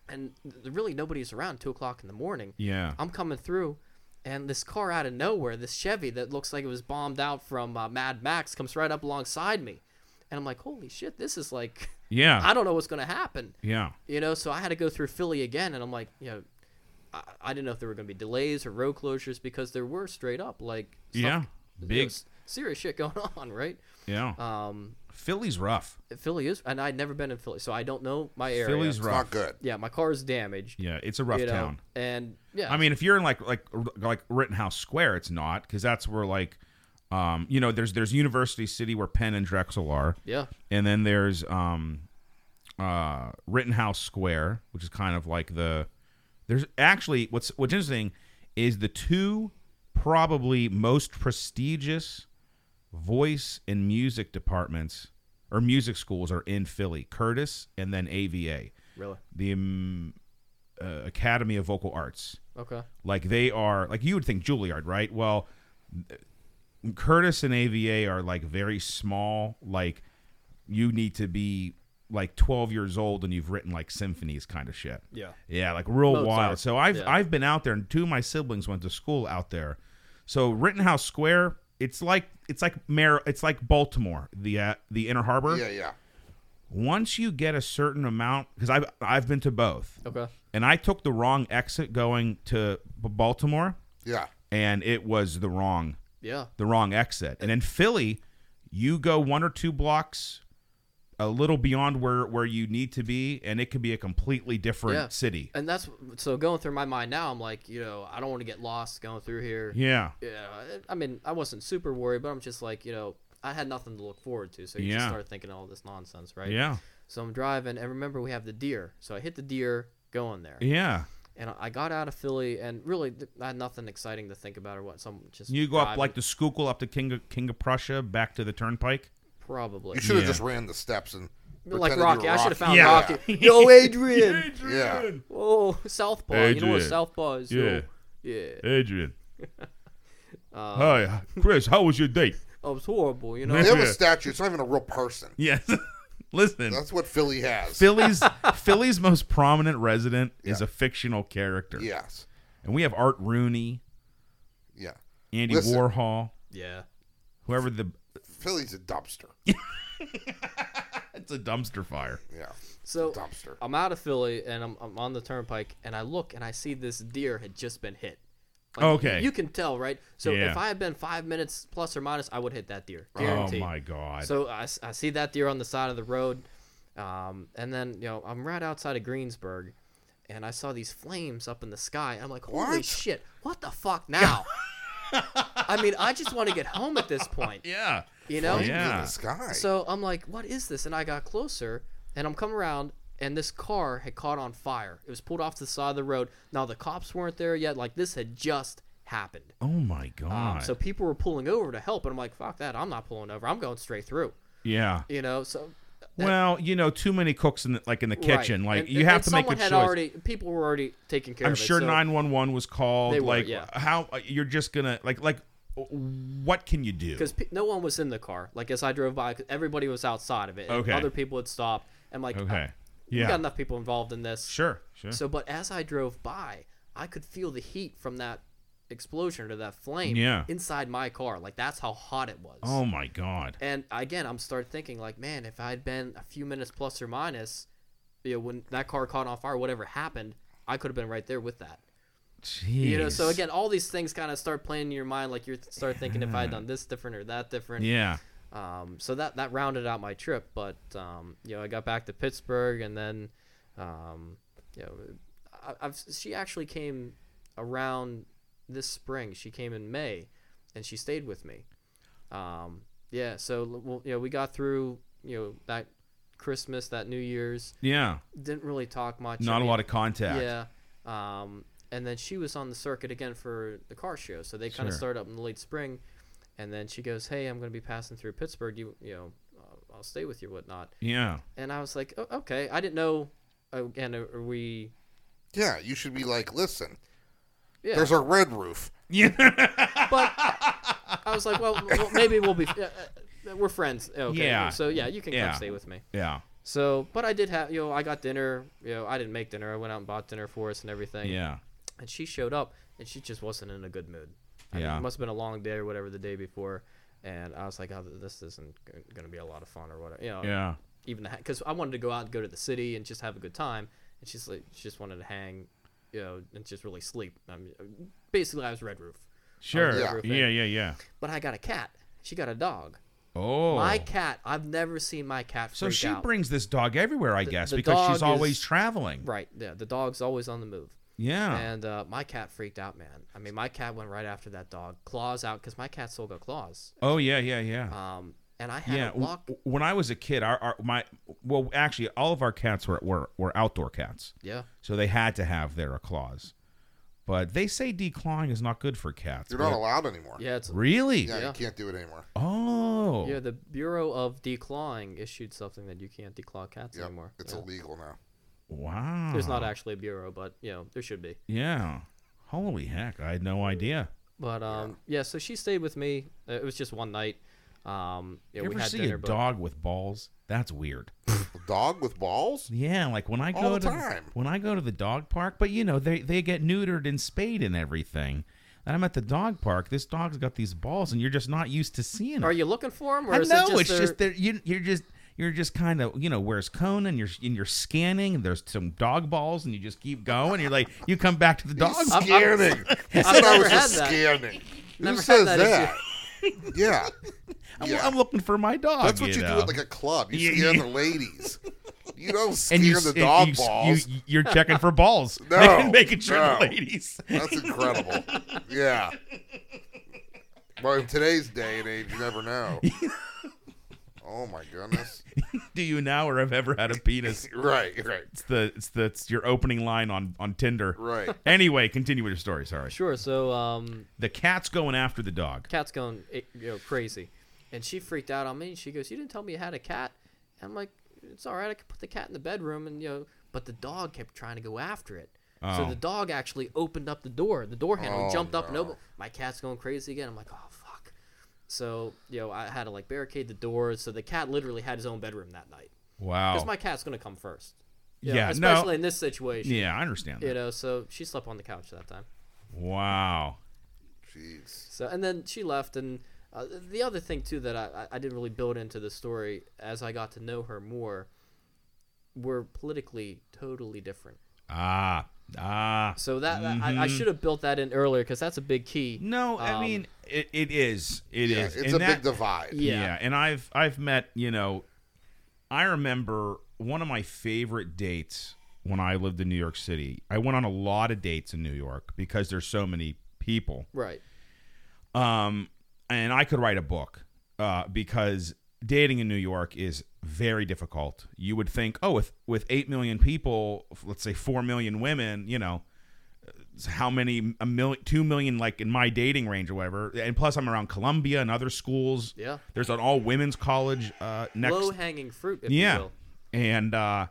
Speaker 3: and th- really nobody's around. Two o'clock in the morning.
Speaker 1: yeah.
Speaker 3: I'm coming through, and this car out of nowhere, this Chevy that looks like it was bombed out from uh, Mad Max, comes right up alongside me, and I'm like, holy shit, this is like,
Speaker 1: yeah.
Speaker 3: I don't know what's gonna happen
Speaker 1: yeah.
Speaker 3: you know so i had to go through philly again and i'm like you know i, I didn't know if there were going to be delays or road closures because there were straight up like stuff-
Speaker 1: Yeah.
Speaker 3: you know,
Speaker 1: Big-
Speaker 3: s- serious shit going on right
Speaker 1: Yeah.
Speaker 3: um
Speaker 1: Philly's rough.
Speaker 3: philly is and i'd never been in philly so i don't know my area
Speaker 1: Philly's
Speaker 2: It's
Speaker 1: rough.
Speaker 2: not good.
Speaker 3: yeah my car is damaged
Speaker 1: Yeah, it's a rough
Speaker 3: you know
Speaker 1: town.
Speaker 3: and yeah
Speaker 1: I mean, if you're in like like like Rittenhouse Square, it's not because that's where like, um, you know, there's there's University City where Penn and Drexel are,
Speaker 3: yeah
Speaker 1: and then there's um, uh, Rittenhouse Square, which is kind of like the there's actually what's what's interesting is the two probably most prestigious voice and music departments or music schools are in Philly, Curtis and then AVA,
Speaker 3: really
Speaker 1: the um, uh, Academy of Vocal Arts.
Speaker 3: okay
Speaker 1: Like they are like you would think Juilliard, right? Well, Curtis and AVA are like very small. Like you need to be like 12 years old and you've written like symphonies kind of shit.
Speaker 3: Yeah.
Speaker 1: Yeah, like real
Speaker 3: Mozart.
Speaker 1: wild. So I've
Speaker 3: Yeah.
Speaker 1: I've been out there and two of my siblings went to school out there. So Rittenhouse Square, it's like it's like Mar- it's like Baltimore, the uh, the Inner Harbor.
Speaker 2: Yeah, yeah.
Speaker 1: Once you get a certain amount cuz I've I've been to both
Speaker 3: okay
Speaker 1: and I took the wrong exit going to B- Baltimore,
Speaker 2: Yeah.
Speaker 1: and it was the wrong
Speaker 3: yeah
Speaker 1: the wrong exit. And in Philly, you go one or two blocks a little beyond where where you need to be, and it could be a completely different
Speaker 3: Yeah.
Speaker 1: city.
Speaker 3: and that's so going through my mind now i'm like you know i don't want to get lost going through here
Speaker 1: Yeah,
Speaker 3: yeah, I mean, I wasn't super worried, but I'm just like, you know, I had nothing to look forward to, so you
Speaker 1: Yeah.
Speaker 3: just start thinking all this nonsense, right?
Speaker 1: yeah,
Speaker 3: So I'm driving, and remember we have the deer, so I hit the deer going there,
Speaker 1: yeah.
Speaker 3: and I- I got out of Philly, and really th- I had nothing exciting to think about or what. So I'm just
Speaker 1: You go up
Speaker 3: driving,
Speaker 1: like the Schuylkill up to King of, King of Prussia, back to the Turnpike.
Speaker 3: probably
Speaker 2: You should have
Speaker 1: Yeah.
Speaker 2: just ran the steps and
Speaker 3: like
Speaker 2: pretended you
Speaker 3: Rocky.
Speaker 2: were
Speaker 3: I should have found
Speaker 1: Yeah.
Speaker 3: Rocky. Yo, Adrian.
Speaker 2: Adrian!
Speaker 3: Oh, Southpaw. You know what
Speaker 1: Adrian.
Speaker 3: Southpaw is?
Speaker 1: Yeah.
Speaker 3: Yo. Yeah.
Speaker 1: Adrian.
Speaker 3: Uh,
Speaker 1: Hi, Chris. How was your date?
Speaker 3: Oh, it's horrible. You know.
Speaker 2: They have
Speaker 1: Yeah.
Speaker 2: a statue. It's not even a real person.
Speaker 1: Yes. Listen,
Speaker 2: That's what Philly has.
Speaker 1: Philly's Philly's most prominent resident is a fictional character.
Speaker 2: yes.
Speaker 1: And we have Art Rooney,
Speaker 2: Yeah.
Speaker 1: Andy
Speaker 2: Listen.
Speaker 1: Warhol,
Speaker 3: Yeah.
Speaker 1: whoever the
Speaker 2: Philly's a dumpster.
Speaker 1: it's a dumpster fire.
Speaker 2: Yeah.
Speaker 3: So
Speaker 2: dumpster.
Speaker 3: I'm out of Philly and I'm, I'm on the turnpike and I look and I see this deer had just been hit. Like,
Speaker 1: Okay.
Speaker 3: You can tell, right? So
Speaker 1: Yeah.
Speaker 3: if I had been five minutes plus or minus, I would hit that deer.
Speaker 1: Oh
Speaker 3: Guaranteed.
Speaker 1: my god.
Speaker 3: So I, s- I see that deer on the side of the road, um, and then you know I'm right outside of Greensburg, and I saw these flames up in the sky. I'm like, holy
Speaker 2: What?
Speaker 3: shit, what the fuck now? I mean, I just want to get home at this point,
Speaker 1: yeah.
Speaker 3: you know.
Speaker 2: Flames in
Speaker 1: Yeah.
Speaker 2: the sky.
Speaker 3: So I'm like, what is this? And I got closer, and I'm coming around, and this car had caught on fire. It was pulled off to the side of the road. Now the cops weren't there yet. Like this had just happened.
Speaker 1: Oh my god.
Speaker 3: Um, so people were pulling over to help, and I'm like, fuck that, I'm not pulling over. I'm going straight through.
Speaker 1: yeah.
Speaker 3: You know, so
Speaker 1: Well, you know, too many cooks in the, like in the kitchen.
Speaker 3: Right.
Speaker 1: Like
Speaker 3: And-
Speaker 1: you
Speaker 3: and-
Speaker 1: have
Speaker 3: and
Speaker 1: to make a
Speaker 3: someone
Speaker 1: choice.
Speaker 3: had already people were already taking care
Speaker 1: I'm
Speaker 3: of it.
Speaker 1: sure
Speaker 3: so-
Speaker 1: 911 was called.
Speaker 3: They were,
Speaker 1: like
Speaker 3: yeah.
Speaker 1: how you're just going to like like what can you do?
Speaker 3: because pe- no one was in the car. Like as I drove by, 'cause everybody was outside of it. and
Speaker 1: Okay.
Speaker 3: Other people had stopped. I'm like,
Speaker 1: Okay.
Speaker 3: uh, we
Speaker 1: yeah.
Speaker 3: got enough people involved in this.
Speaker 1: Sure. Sure.
Speaker 3: So, but as I drove by, I could feel the heat from that explosion or that flame
Speaker 1: Yeah.
Speaker 3: inside my car. Like that's how hot it was.
Speaker 1: oh my god.
Speaker 3: And again, I'm start thinking like, man, if I'd been a few minutes plus or minus, you know, when that car caught on fire, whatever happened, I could have been right there with that.
Speaker 1: Jeez.
Speaker 3: You know, so again, all these things kind of start playing in your mind. Like you start thinking, if I had done this different or that different.
Speaker 1: Yeah.
Speaker 3: Um, so that that rounded out my trip. But um, you know, I got back to Pittsburgh, and then, um, you know, I, I've she actually came around this spring. She came in May, and she stayed with me. Um, yeah. So well, you know, we got through you know that Christmas, that New Year's.
Speaker 1: Yeah.
Speaker 3: Didn't really talk much.
Speaker 1: Not
Speaker 3: I
Speaker 1: a
Speaker 3: mean,
Speaker 1: lot of contact.
Speaker 3: yeah. Um, and then she was on the circuit again for the car show, so they kind of
Speaker 1: Sure.
Speaker 3: started up in the late spring. And then she goes, "Hey, I'm going to be passing through Pittsburgh. You, you know, uh, I'll stay with you, whatnot."
Speaker 1: Yeah.
Speaker 3: And I was like, oh, "Okay." I didn't know. Again, are are we?
Speaker 2: yeah, you should be like, listen,
Speaker 3: Yeah.
Speaker 2: there's a red roof.
Speaker 1: Yeah.
Speaker 3: but I was like, "Well, well, maybe we'll be. Uh, uh, we're friends." Okay.
Speaker 1: Yeah.
Speaker 3: So yeah, you can
Speaker 1: Yeah.
Speaker 3: come stay with me.
Speaker 1: Yeah.
Speaker 3: So, but I did have, you know, I got dinner. You know, I didn't make dinner. I went out and bought dinner for us and everything.
Speaker 1: Yeah.
Speaker 3: and she showed up and she just wasn't in a good mood. I mean,
Speaker 1: Yeah.
Speaker 3: it must have been a long day or whatever the day before, and I was like, oh, this isn't going to be a lot of fun or whatever. You know,
Speaker 1: Yeah.
Speaker 3: even because I wanted to go out and go to the city and just have a good time, and she's like, she just wanted to hang, you know, and just really sleep. I mean, basically, I was Red Roof,
Speaker 1: Sure.
Speaker 2: Yeah.
Speaker 1: Yeah. Yeah. Yeah. yeah.
Speaker 3: but I got a cat. She got a dog.
Speaker 1: Oh.
Speaker 3: My cat. I've never seen my cat.
Speaker 1: so
Speaker 3: freak
Speaker 1: she
Speaker 3: out.
Speaker 1: brings this dog everywhere, I guess,
Speaker 3: the
Speaker 1: because she's
Speaker 3: dog is-
Speaker 1: always traveling.
Speaker 3: right. Yeah, the dog's always on the move.
Speaker 1: Yeah.
Speaker 3: And uh, my cat freaked out, man. I mean, my cat went right after that dog, claws out, because my cat still got claws.
Speaker 1: oh yeah. Yeah. Yeah.
Speaker 3: Um, and I had
Speaker 1: yeah.
Speaker 3: a
Speaker 1: w-
Speaker 3: lock.
Speaker 1: w- When I was a kid, our, our my well, actually, all of our cats were were, were outdoor cats.
Speaker 3: Yeah.
Speaker 1: So they had to have their claws. But they say declawing is not good for cats.
Speaker 2: You're not
Speaker 1: but-
Speaker 2: allowed anymore.
Speaker 3: Yeah, it's
Speaker 1: really?
Speaker 2: Yeah,
Speaker 3: Yeah.
Speaker 2: you can't do it anymore.
Speaker 1: Oh.
Speaker 3: yeah. The Bureau of Declawing issued something that you can't declaw cats
Speaker 2: Yep,
Speaker 3: anymore.
Speaker 2: it's
Speaker 3: Yeah.
Speaker 2: illegal now.
Speaker 1: Wow.
Speaker 3: There's not actually a bureau, but you know there should be.
Speaker 1: Yeah. Holy heck! I had no idea.
Speaker 3: But um, yeah. So she stayed with me. Uh, It was just one night. Um, yeah,
Speaker 1: you
Speaker 3: we
Speaker 1: ever
Speaker 3: had
Speaker 1: see
Speaker 3: dinner,
Speaker 1: a
Speaker 3: but
Speaker 1: dog with balls? That's weird.
Speaker 2: A dog with balls?
Speaker 1: Yeah, like when I go
Speaker 2: All the
Speaker 1: to
Speaker 2: time.
Speaker 1: when I go to the dog park, but you know they they get neutered and spayed and everything. And I'm at the dog park. This dog's got these balls, and you're just not used to seeing
Speaker 3: are
Speaker 1: it.
Speaker 3: you looking for him? Or
Speaker 1: I
Speaker 3: is
Speaker 1: know
Speaker 3: it just
Speaker 1: it's
Speaker 3: their-
Speaker 1: just that you, you're just you're just kind of you know where's Conan? You're and you're scanning. And there's some dog balls, and you just keep going. You're like you come back to the dog.
Speaker 2: He's
Speaker 1: park.
Speaker 2: scanning. He said
Speaker 3: I've
Speaker 2: I
Speaker 3: never
Speaker 2: was just
Speaker 3: had that.
Speaker 2: scanning. Who
Speaker 3: Never had
Speaker 2: says
Speaker 3: that
Speaker 2: that? yeah.
Speaker 1: I'm,
Speaker 2: yeah.
Speaker 1: I'm looking for my dog.
Speaker 2: That's what you, do
Speaker 1: know?
Speaker 2: at like a club. You
Speaker 1: Yeah,
Speaker 2: scan
Speaker 1: yeah.
Speaker 2: the ladies. You don't scan
Speaker 1: and you
Speaker 2: the
Speaker 1: and
Speaker 2: dog
Speaker 1: you,
Speaker 2: balls.
Speaker 1: You, you're checking for balls.
Speaker 2: No,
Speaker 1: making, making sure
Speaker 2: no.
Speaker 1: the ladies.
Speaker 2: That's incredible. yeah. Well, in today's day and age, you never know. oh my goodness.
Speaker 1: do you now or have ever had a penis?
Speaker 2: Right, right,
Speaker 1: It's the it's the it's your opening line on on Tinder.
Speaker 2: right.
Speaker 1: Anyway, continue with your story. Sorry.
Speaker 3: Sure. So um,
Speaker 1: The cat's going after the dog.
Speaker 3: cat's going eh, you know, crazy, and she freaked out on me. She goes, "You didn't tell me you had a cat." And I'm like, "It's all right. I could put the cat in the bedroom." And you know, but the dog kept trying to go after it. So
Speaker 1: Oh.
Speaker 3: the dog actually opened up the door. The door handle
Speaker 2: Oh,
Speaker 3: jumped up and
Speaker 2: no.
Speaker 3: opened. My cat's going crazy again. I'm like, "Oh fuck!" So you know, I had to like barricade the doors. So the cat literally had his own bedroom that night
Speaker 1: Wow.
Speaker 3: because my cat's gonna come first. You know,
Speaker 1: Oh. yeah.
Speaker 3: especially
Speaker 1: No.
Speaker 3: in this situation.
Speaker 1: Yeah, I understand.
Speaker 3: You
Speaker 1: That.
Speaker 3: know, so she slept on the couch that time.
Speaker 1: Wow.
Speaker 2: Jeez.
Speaker 3: So and then she left, and uh, the other thing too that I, I- I didn't really build into the story as I got to know her more were politically totally different.
Speaker 1: Ah, ah.
Speaker 3: So that, that- I, I should have built that in earlier because that's a big key.
Speaker 1: No, I
Speaker 3: Um,
Speaker 1: mean it, it is. It is.
Speaker 2: Yeah, it's
Speaker 1: And
Speaker 2: a
Speaker 1: that-
Speaker 2: big divide.
Speaker 1: Yeah.
Speaker 3: Yeah.
Speaker 1: and I've I've met you know, I remember one of my favorite dates when I lived in New York City. I went on a lot of dates in New York because there's so many people.
Speaker 3: right.
Speaker 1: Um, and I could write a book uh, because dating in New York is very difficult. You would think, oh, with with eight million people, f- let's say four million women, you know, uh, how many a million, two million, like in my dating range or whatever. And plus, I'm around Columbia and other schools.
Speaker 3: Yeah.
Speaker 1: there's an all women's college uh, next.
Speaker 3: Low hanging fruit, if
Speaker 1: yeah,
Speaker 3: you will.
Speaker 1: and uh,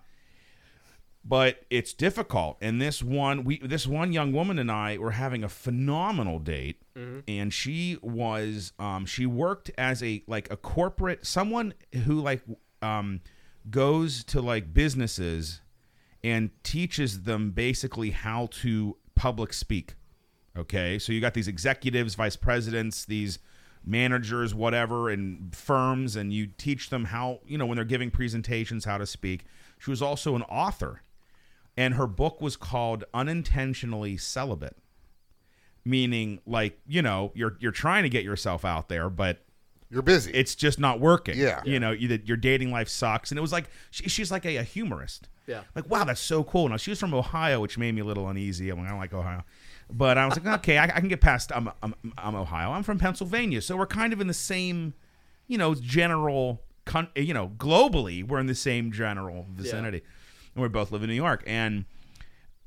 Speaker 1: but it's difficult. And this one, we this one young woman and I were having a phenomenal date, and she was um, she worked as a like a corporate someone who like um, goes to like businesses and teaches them basically how to public speak. Okay, so you got these executives, vice presidents, these managers, whatever, and firms, and you teach them how, you know, when they're giving presentations, how to speak. She was also an author, and her book was called Unintentionally Celibate, meaning like, you know, you're you're trying to get yourself out there, but
Speaker 2: You're busy.
Speaker 1: it's just not working.
Speaker 2: Yeah.
Speaker 1: You know, you, that your dating life sucks. And it was like, she, she's like a, a humorist.
Speaker 3: Yeah.
Speaker 1: Like, wow, that's so cool. Now, she was from Ohio, which made me a little uneasy. I'm like, I don't like Ohio. But I was like, okay, I, I can get past, I'm, I'm, I'm Ohio. I'm from Pennsylvania. So we're kind of in the same, you know, general, con- you know, globally, we're in the same general vicinity. And we both live in New York. And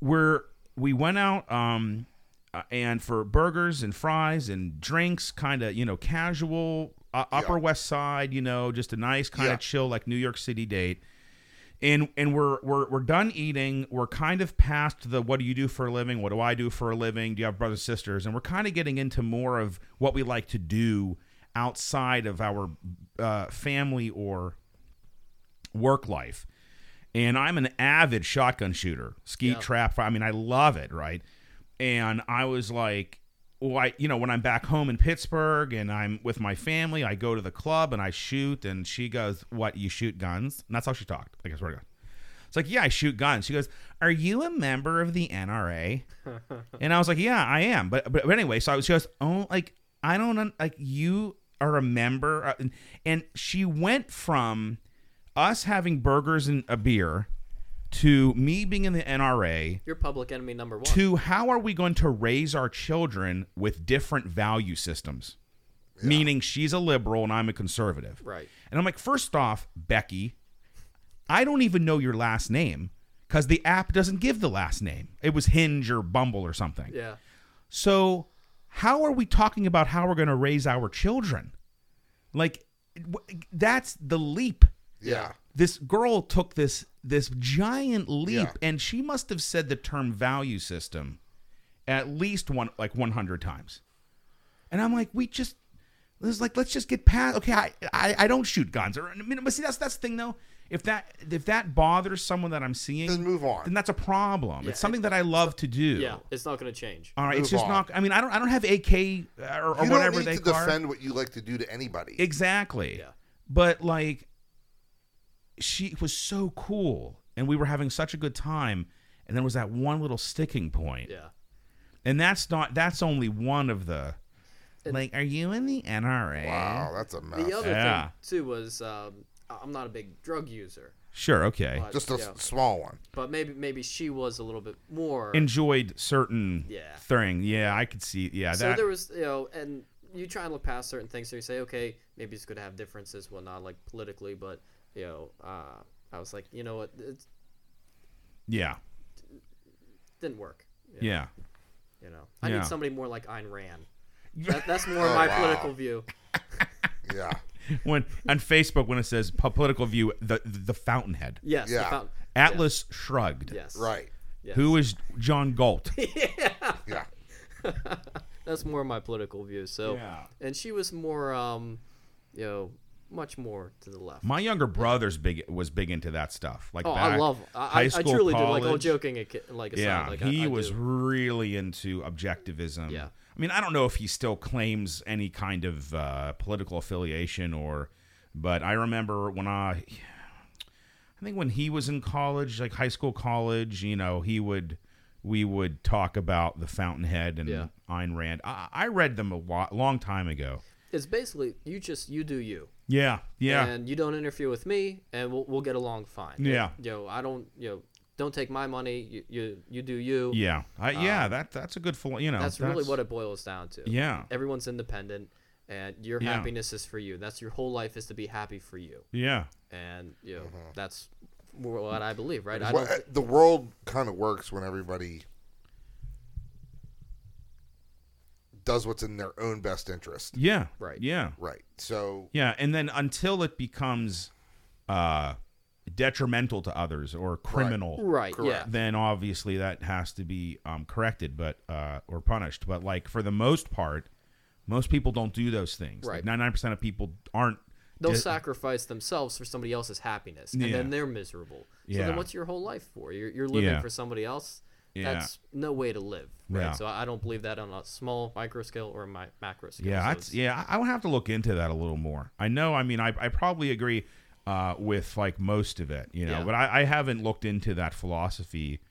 Speaker 1: we're, we went out, um, uh, and for burgers and fries and drinks, kind of you know casual uh, Upper West Side, you know, just a nice kind of
Speaker 2: Yeah.
Speaker 1: chill like New York City date. And and we're we're we're done eating. We're kind of past the what do you do for a living? What do I do for a living? Do you have brothers sisters? And we're kind of getting into more of what we like to do outside of our uh, family or work life. And I'm an avid shotgun shooter, skeet
Speaker 3: Yeah.
Speaker 1: trap. I mean, I love it, right? And I was like, well, I, you know, when I'm back home in Pittsburgh and I'm with my family, I go to the club and I shoot. And she goes, "What? You shoot guns?" And that's how she talked. Like I swear to God, it's like, "Yeah, I shoot guns." She goes, "Are you a member of the NRA?" And I was like, "Yeah, I am." But but, but anyway, so I was just, "Oh, like I don't un- like you are a member." uh," And, and she went from us having burgers and a beer to me being in the NRA
Speaker 3: You're public enemy number one.
Speaker 1: to how are we going to raise our children with different value systems? Meaning she's a liberal and I'm a conservative.
Speaker 3: Right.
Speaker 1: And I'm like, first off, Becky, I don't even know your last name because the app doesn't give the last name. It was Hinge or Bumble or something.
Speaker 3: Yeah.
Speaker 1: So, how are we talking about how we're going to raise our children? Like, w- that's the leap
Speaker 2: yeah.
Speaker 1: this girl took this this giant leap
Speaker 2: Yeah.
Speaker 1: and she must have said the term value system at least one like 100 times and i'm like we just this is like let's just get past okay i i, I don't shoot guns or I mean, but see that's that's the thing though if that if that bothers someone that i'm seeing
Speaker 2: Then move on.
Speaker 1: then that's a problem
Speaker 3: Yeah,
Speaker 1: it's something that i love to do
Speaker 3: Yeah. It's not going to change.
Speaker 1: all right it's
Speaker 2: Move
Speaker 1: just
Speaker 2: on.
Speaker 1: not i mean i don't i don't have ak or, or
Speaker 2: you
Speaker 1: whatever
Speaker 2: don't
Speaker 1: they
Speaker 2: need to
Speaker 1: call it.
Speaker 2: defend what you like to do to anybody.
Speaker 1: Exactly.
Speaker 3: Yeah.
Speaker 1: But like she was so cool and we were having such a good time and there was that one little sticking point.
Speaker 3: Yeah.
Speaker 1: And that's not that's only one of the
Speaker 3: And-
Speaker 1: like are you in the NRA?
Speaker 2: wow, that's a mess.
Speaker 3: The other
Speaker 1: Yeah.
Speaker 3: thing too was um, I- I'm not a big drug user,
Speaker 1: Sure, okay.
Speaker 3: but,
Speaker 2: Just a
Speaker 3: yeah.
Speaker 2: s- small one.
Speaker 3: but maybe maybe she was a little bit more.
Speaker 1: Enjoyed certain
Speaker 3: Yeah.
Speaker 1: thing. Yeah, I could see yeah,
Speaker 3: so
Speaker 1: that
Speaker 3: there was you know, and you try and look past certain things. So you say, okay, maybe it's good to have differences, well, not like politically, but you know, uh, I was like, you know what, it
Speaker 1: yeah.
Speaker 3: didn't work. you know,
Speaker 1: Yeah.
Speaker 3: You know, I
Speaker 1: Yeah.
Speaker 3: need somebody more like Ayn Rand. That, that's more my
Speaker 2: Oh, wow.
Speaker 3: political view.
Speaker 2: Yeah.
Speaker 1: when on Facebook when it says po- political view the the fountainhead.
Speaker 3: Yes. the
Speaker 2: Yeah.
Speaker 3: fountain-
Speaker 1: Atlas shrugged.
Speaker 3: Yes.
Speaker 2: Right.
Speaker 3: yes.
Speaker 1: Who is John Galt?
Speaker 2: Yeah.
Speaker 3: That's more my political view. So,
Speaker 1: Yeah.
Speaker 3: and she was more, um, you know, much more to the left.
Speaker 1: My younger brother's big was big into that stuff. Like
Speaker 3: Oh, I
Speaker 1: back-
Speaker 3: love. I, I, I truly do. Like, all joking, a kid, like, aside,
Speaker 1: Yeah,
Speaker 3: like I-
Speaker 1: he
Speaker 3: I
Speaker 1: was
Speaker 3: do.
Speaker 1: really into objectivism.
Speaker 3: Yeah.
Speaker 1: I mean, I don't know if he still claims any kind of uh, political affiliation or, but I remember when I, I I think when he was in college, like high school, college, you know, he would we would talk about the Fountainhead and
Speaker 3: Yeah.
Speaker 1: Ayn Rand. I, I read them a lot, long time ago.
Speaker 3: It's basically you just you do you.
Speaker 1: Yeah, yeah,
Speaker 3: and you don't interfere with me, and we'll, we'll get along fine.
Speaker 1: Yeah.
Speaker 3: you know, I don't you know, don't take my money. You you, you do you.
Speaker 1: yeah, I, yeah. That that's a good, philo- you know,
Speaker 3: Um, that's, really what it boils down to.
Speaker 1: Yeah.
Speaker 3: everyone's independent, and your
Speaker 1: Yeah.
Speaker 3: happiness is for you. That's your whole life is to be happy for you,
Speaker 1: yeah,
Speaker 3: and you know that's what I believe, right? I
Speaker 2: Well, uh,
Speaker 3: don't. thi-
Speaker 2: the world kind of works when everybody does what's in their own best interest.
Speaker 1: yeah,
Speaker 3: Right.
Speaker 1: yeah.
Speaker 2: Right. So
Speaker 1: Yeah, and then until it becomes uh, detrimental to others or criminal,
Speaker 3: Right.
Speaker 2: Correct.
Speaker 3: Yeah.
Speaker 1: then obviously that has to be um, corrected, but uh, or punished. But like for the most part, most people don't do those things.
Speaker 3: Right.
Speaker 1: Ninety nine percent of people aren't.
Speaker 3: They'll
Speaker 1: di-
Speaker 3: sacrifice themselves for somebody else's happiness, and
Speaker 1: Yeah.
Speaker 3: then they're miserable. So
Speaker 1: Yeah.
Speaker 3: then, what's your whole life for? You're, you're living
Speaker 1: Yeah.
Speaker 3: for somebody else.
Speaker 1: Yeah.
Speaker 3: That's no way to live, right?
Speaker 1: Yeah.
Speaker 3: So I I don't believe that on a small micro scale or a mi- macro scale.
Speaker 1: yeah,
Speaker 3: So
Speaker 1: that's,
Speaker 3: it's-
Speaker 1: yeah. I I would have to look into that a little more. I know. I mean, I, I probably agree uh, with like most of it, you know,
Speaker 3: Yeah.
Speaker 1: but I, I haven't looked into that philosophy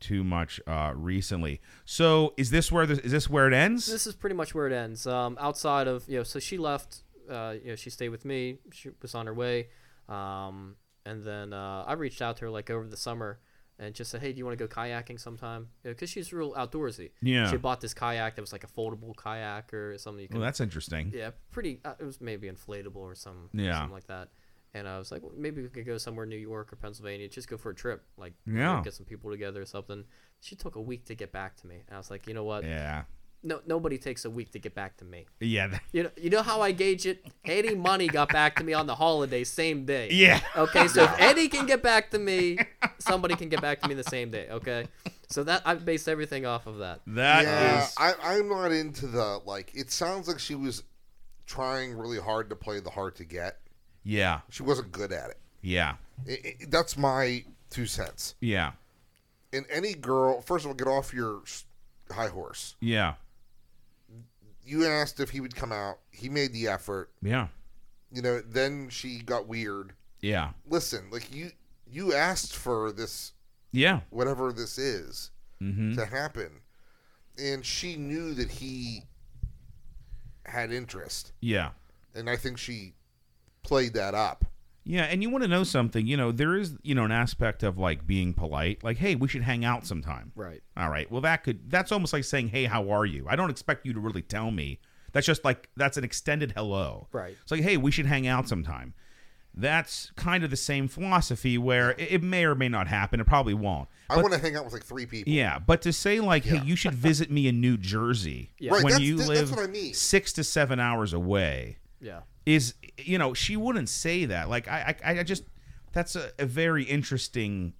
Speaker 1: too much uh, recently. So is this where this, is this where it ends?
Speaker 3: this is pretty much where it ends. Um, outside of you know, so she left. Uh, you know, she stayed with me. She was on her way, um, and then uh, I reached out to her like over the summer and just said, "Hey, do you want to go kayaking sometime?" Because she's real outdoorsy.
Speaker 1: Yeah.
Speaker 3: She bought this kayak that was like a foldable kayak or something. You could,
Speaker 1: Well, Oh, that's interesting.
Speaker 3: yeah, pretty. Uh, it was maybe inflatable or some
Speaker 1: Yeah.
Speaker 3: something like that. And I was like, well, maybe we could go somewhere, in New York or Pennsylvania, just go for a trip, like you know,
Speaker 1: Yeah.
Speaker 3: get some people together or something. She took a week to get back to me, and I was like, you know what?
Speaker 1: Yeah.
Speaker 3: no, nobody takes a week to get back to me.
Speaker 1: Yeah. th-
Speaker 3: You know, you know how I gauge it. Eddie Money got back to me on the holiday, same day.
Speaker 1: Yeah.
Speaker 3: Okay, so if Eddie can get back to me, somebody can get back to me the same day. Okay, so that I based everything off of that.
Speaker 1: That is.
Speaker 2: yeah, I, I'm not into the like. It sounds like she was trying really hard to play the hard to get.
Speaker 1: yeah.
Speaker 2: She wasn't good at it.
Speaker 1: Yeah.
Speaker 2: I- I- that's my two cents.
Speaker 1: Yeah.
Speaker 2: And any girl, first of all, get off your s- high horse.
Speaker 1: Yeah.
Speaker 2: You asked if he would come out. He made the effort.
Speaker 1: Yeah.
Speaker 2: You know, then she got weird.
Speaker 1: Yeah.
Speaker 2: Listen, like you, you asked for this,
Speaker 1: Yeah.
Speaker 2: whatever this is,
Speaker 1: Mm-hmm.
Speaker 2: to happen, and she knew that he had interest.
Speaker 1: Yeah.
Speaker 2: and I think she played that up.
Speaker 1: Yeah. And you want to know something? You know, there is you know an aspect of like being polite. Like, hey, we should hang out sometime.
Speaker 3: Right.
Speaker 1: All right. Well, that could. That's almost like saying, hey, how are you? I don't expect you to really tell me. That's just like that's an extended hello.
Speaker 3: Right.
Speaker 1: It's like, hey, we should hang out sometime. That's kind of the same philosophy where it, it may or may not happen. It probably won't.
Speaker 2: I want to hang out with like three people.
Speaker 1: Yeah, but to say like, hey, you should visit me in New Jersey
Speaker 3: Yeah.
Speaker 2: Right,
Speaker 1: when
Speaker 2: that's-
Speaker 1: you
Speaker 2: that's
Speaker 1: live
Speaker 2: what I mean.
Speaker 1: six to seven hours away
Speaker 3: Yeah.
Speaker 1: is, you know, she wouldn't say that. Like, I, I, I just that's a, a very interesting.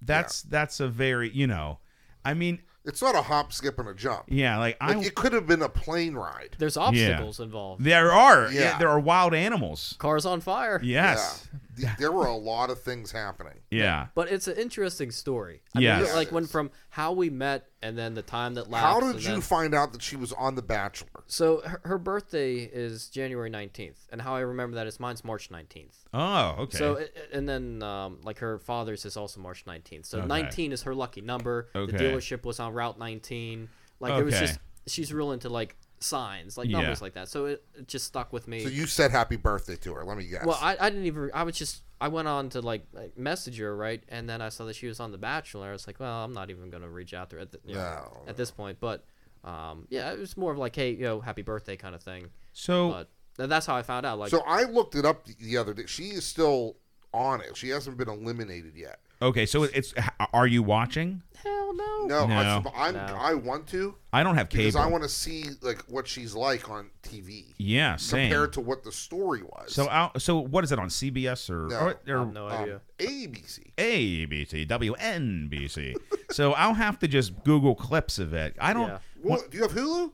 Speaker 1: That's that's a very you know, I mean,
Speaker 2: It's not a hop, skip, and a jump.
Speaker 1: yeah, like I
Speaker 2: Like it could have been a plane ride.
Speaker 3: There's obstacles involved.
Speaker 1: there are yeah.
Speaker 2: Yeah.
Speaker 1: there are wild animals.
Speaker 3: Cars on fire.
Speaker 1: Yes,
Speaker 2: Yeah. Th- There were a lot of things happening.
Speaker 1: yeah,
Speaker 3: But it's an interesting story.
Speaker 1: Yes.
Speaker 3: Mean, like when from how we met and then the time that lapsed.
Speaker 2: How
Speaker 3: and
Speaker 2: did you
Speaker 3: then-
Speaker 2: find out that she was on The Bachelor?
Speaker 3: So her, her birthday is January 19th, and how I remember that is mine's March 19th.
Speaker 1: Oh, okay.
Speaker 3: So it- and then um, like her father's is also March 19th. So 19 is her lucky number.
Speaker 1: Okay.
Speaker 3: The dealership was on Route 19. Like it was
Speaker 1: Okay.
Speaker 3: just she's real into like signs, like
Speaker 1: Yeah.
Speaker 3: numbers like that. So it, it just stuck with me.
Speaker 2: So you said happy birthday to her. Let me guess.
Speaker 3: well, I, I didn't even I was just I went on to like, like message her right, and then I saw that she was on The Bachelor. I was like, well, I'm not even gonna reach out to her at the, you know,
Speaker 2: No.
Speaker 3: at this point. But um, yeah, it was more of like, hey, you know, happy birthday kind of thing.
Speaker 1: so
Speaker 3: But and that's how I found out. Like,
Speaker 2: so I looked it up the other day. She is still on it. She hasn't been eliminated yet.
Speaker 1: okay, so it's h- are you watching?
Speaker 3: hell no.
Speaker 2: No,
Speaker 1: No.
Speaker 2: I, am
Speaker 3: No.
Speaker 2: I want to
Speaker 1: I don't have
Speaker 2: because
Speaker 1: cable.
Speaker 2: I want to see like what she's like on TV
Speaker 1: yeah, same.
Speaker 2: compared to what the story was.
Speaker 1: So out. So what is it on CBS or
Speaker 2: No.
Speaker 1: or, or
Speaker 3: No
Speaker 2: um,
Speaker 3: idea.
Speaker 2: ABC.
Speaker 1: ABC WNBC? so I'll have to just Google clips of it. I don't.
Speaker 3: Yeah.
Speaker 2: Well, do you have Hulu?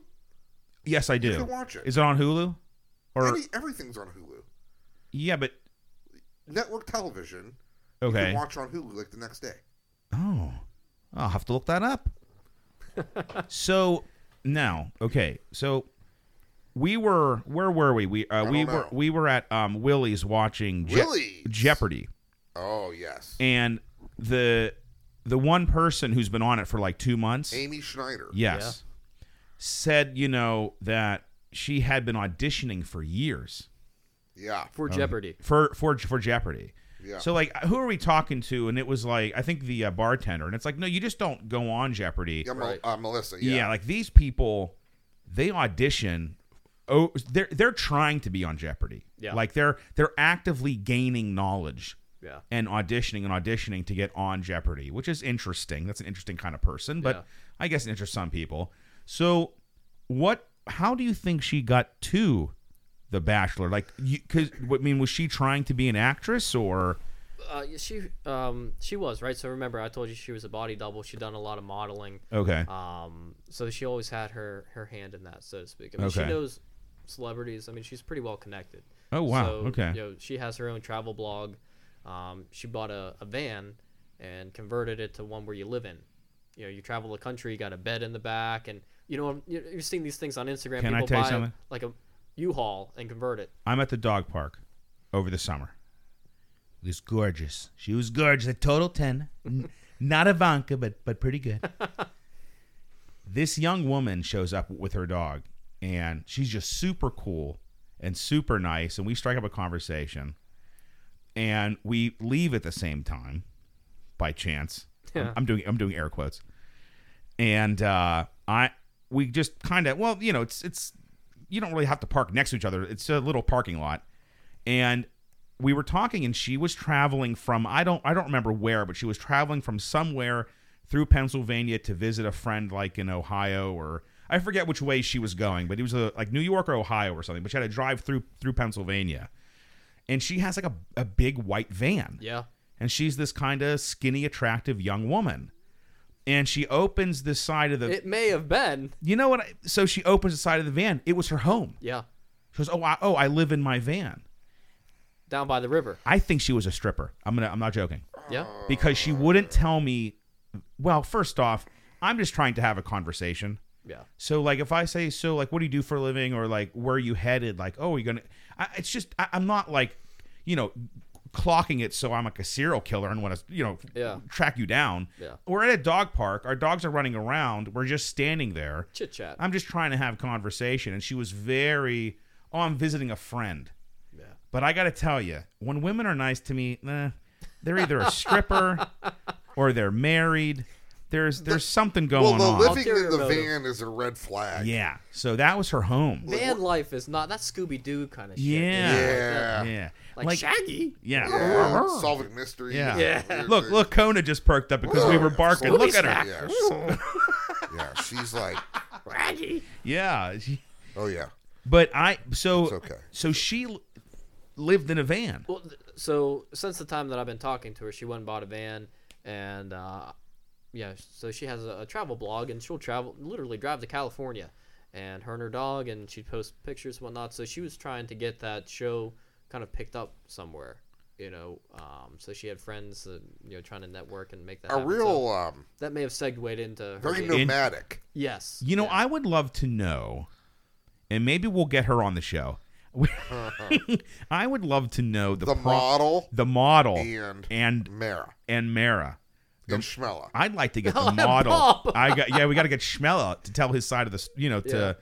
Speaker 1: Yes, I do.
Speaker 2: You can watch it.
Speaker 1: Is it on Hulu? Or
Speaker 2: Any, everything's on Hulu.
Speaker 1: yeah, but
Speaker 2: Network television. You
Speaker 1: okay.
Speaker 2: can watch on Hulu like the next day.
Speaker 1: oh, I'll have to look that up. so now, okay, so we were where were we? We uh, we
Speaker 2: don't
Speaker 1: were
Speaker 2: know.
Speaker 1: we were at um Willie's watching Je-
Speaker 2: Willie's?
Speaker 1: Jeopardy.
Speaker 2: Oh yes,
Speaker 1: and the the one person who's been on it for like two months,
Speaker 2: Amy Schneider.
Speaker 1: yes, said you know that she had been auditioning for years
Speaker 2: Yeah,
Speaker 3: for Jeopardy.
Speaker 1: for for for Jeopardy.
Speaker 2: Yeah.
Speaker 1: So like, who are we talking to? And it was like, I think the uh, bartender, and it's like, no, you just don't go on Jeopardy.
Speaker 2: yeah, Mel-
Speaker 3: Right.
Speaker 2: uh, Melissa.
Speaker 1: Yeah,
Speaker 2: Yeah,
Speaker 1: like these people, they audition. Oh, they're they're trying to be on Jeopardy.
Speaker 3: Yeah.
Speaker 1: like they're they're actively gaining knowledge
Speaker 3: Yeah.
Speaker 1: and auditioning and auditioning to get on Jeopardy, which is interesting. That's an interesting kind of person, but
Speaker 3: Yeah.
Speaker 1: I guess it interests some people. So, what? How do you think she got to the Bachelor? Like, because I mean, was she trying to be an actress or?
Speaker 3: Uh, yeah, she um she was right. So remember, I told you she was a body double. She done a lot of modeling.
Speaker 1: Okay,
Speaker 3: Um, so she always had her her hand in that, so to speak. I mean,
Speaker 1: Okay.
Speaker 3: she knows celebrities. I mean, she's pretty well connected.
Speaker 1: Oh, wow.
Speaker 3: So,
Speaker 1: Okay.
Speaker 3: You know, she has her own travel blog. Um, she bought a, a van and converted it to one where you live in. You know, you travel the country, you got a bed in the back, and you know you're you're seeing these things on Instagram.
Speaker 1: Can I
Speaker 3: People
Speaker 1: tell you
Speaker 3: buy a-
Speaker 1: something?
Speaker 3: like a U-Haul and convert it.
Speaker 1: I'm at the dog park over the summer. It was gorgeous. She was gorgeous. A total 10. N- Not Ivanka, but but pretty good. this young woman shows up with her dog and she's just super cool and super nice and we strike up a conversation and we leave at the same time by chance. I'm- I'm doing I'm doing air quotes. And uh I we just kind of well, you know, it's it's you don't really have to park next to each other. It's a little parking lot. And we were talking and she was traveling from I don't I don't remember where, but she was traveling from somewhere through Pennsylvania to visit a friend like in Ohio or I forget which way she was going, but it was uh like New York or Ohio or something, but she had to drive through through Pennsylvania. And she has like a, a big white van
Speaker 3: Yeah.
Speaker 1: and she's this kind of skinny, attractive young woman. And she opens the side of the.
Speaker 3: It may have been.
Speaker 1: you know what? I, so she opens the side of the van. It was her home.
Speaker 3: Yeah.
Speaker 1: She goes, "Oh, I, oh, I live in my van."
Speaker 3: Down by the river.
Speaker 1: I think she was a stripper. I'm gonna. I'm not joking
Speaker 3: Yeah.
Speaker 1: because she wouldn't tell me. Well, first off, I'm just trying to have a conversation.
Speaker 3: Yeah.
Speaker 1: So like if I say so like what do you do for a living or like where are you headed like oh you're gonna I, it's just I, I'm not like you know clocking it so I'm like a serial killer and want to you know
Speaker 3: Yeah.
Speaker 1: track you down
Speaker 3: Yeah.
Speaker 1: we're at a dog park our dogs are running around we're just standing there
Speaker 3: Chit chat.
Speaker 1: I'm just trying to have conversation and she was very oh I'm visiting a friend
Speaker 3: Yeah.
Speaker 1: but I gotta tell you when women are nice to me eh, they're either a stripper or they're married there's there's something
Speaker 2: Well,
Speaker 1: going
Speaker 2: the
Speaker 1: on
Speaker 2: living in
Speaker 3: Ulterior
Speaker 2: the
Speaker 3: motive.
Speaker 2: van is a red flag.
Speaker 1: yeah. So that was her home.
Speaker 3: Van life is not that's Scooby Doo kind of shit. you know,
Speaker 1: Yeah.
Speaker 3: like
Speaker 2: Yeah.
Speaker 3: that.
Speaker 1: Yeah.
Speaker 3: Like, Shaggy.
Speaker 1: yeah.
Speaker 2: Yeah, solving mysteries.
Speaker 1: Yeah.
Speaker 3: Yeah.
Speaker 2: Weird
Speaker 1: Look,
Speaker 2: things.
Speaker 1: look, Kona just perked up because we were barking. Look at her.
Speaker 2: Yeah, she- yeah, she's like,
Speaker 3: Shaggy.
Speaker 1: Yeah. she-
Speaker 2: oh yeah,
Speaker 1: But I so
Speaker 2: It's okay.
Speaker 1: so she l- lived in a van.
Speaker 3: Well, th- so since the time that I've been talking to her, she went and bought a van, and uh, yeah, so she has a, a travel blog, and she'll travel, literally drive to California, and her and her dog, and she'd post pictures and whatnot. So she was trying to get that show kind of picked up somewhere, you know. Um, so she had friends, that, you know, trying to network and make that
Speaker 2: a
Speaker 3: happen. So
Speaker 2: real um,
Speaker 3: that may have segued into her.
Speaker 2: very
Speaker 3: being-
Speaker 2: nomadic.
Speaker 3: yes,
Speaker 1: You know,
Speaker 3: yeah.
Speaker 1: I would love to know, and maybe we'll get her on the show. I would love to know the
Speaker 2: The
Speaker 1: pro-
Speaker 2: model
Speaker 1: the model,
Speaker 2: and-
Speaker 1: and
Speaker 2: Mara
Speaker 1: and Mara.
Speaker 2: and Schmella.
Speaker 1: I'd like to get
Speaker 3: Oh,
Speaker 1: the
Speaker 3: and
Speaker 1: model.
Speaker 3: Bob.
Speaker 1: I got yeah, we got to get Schmella to tell his side of the s- you know to,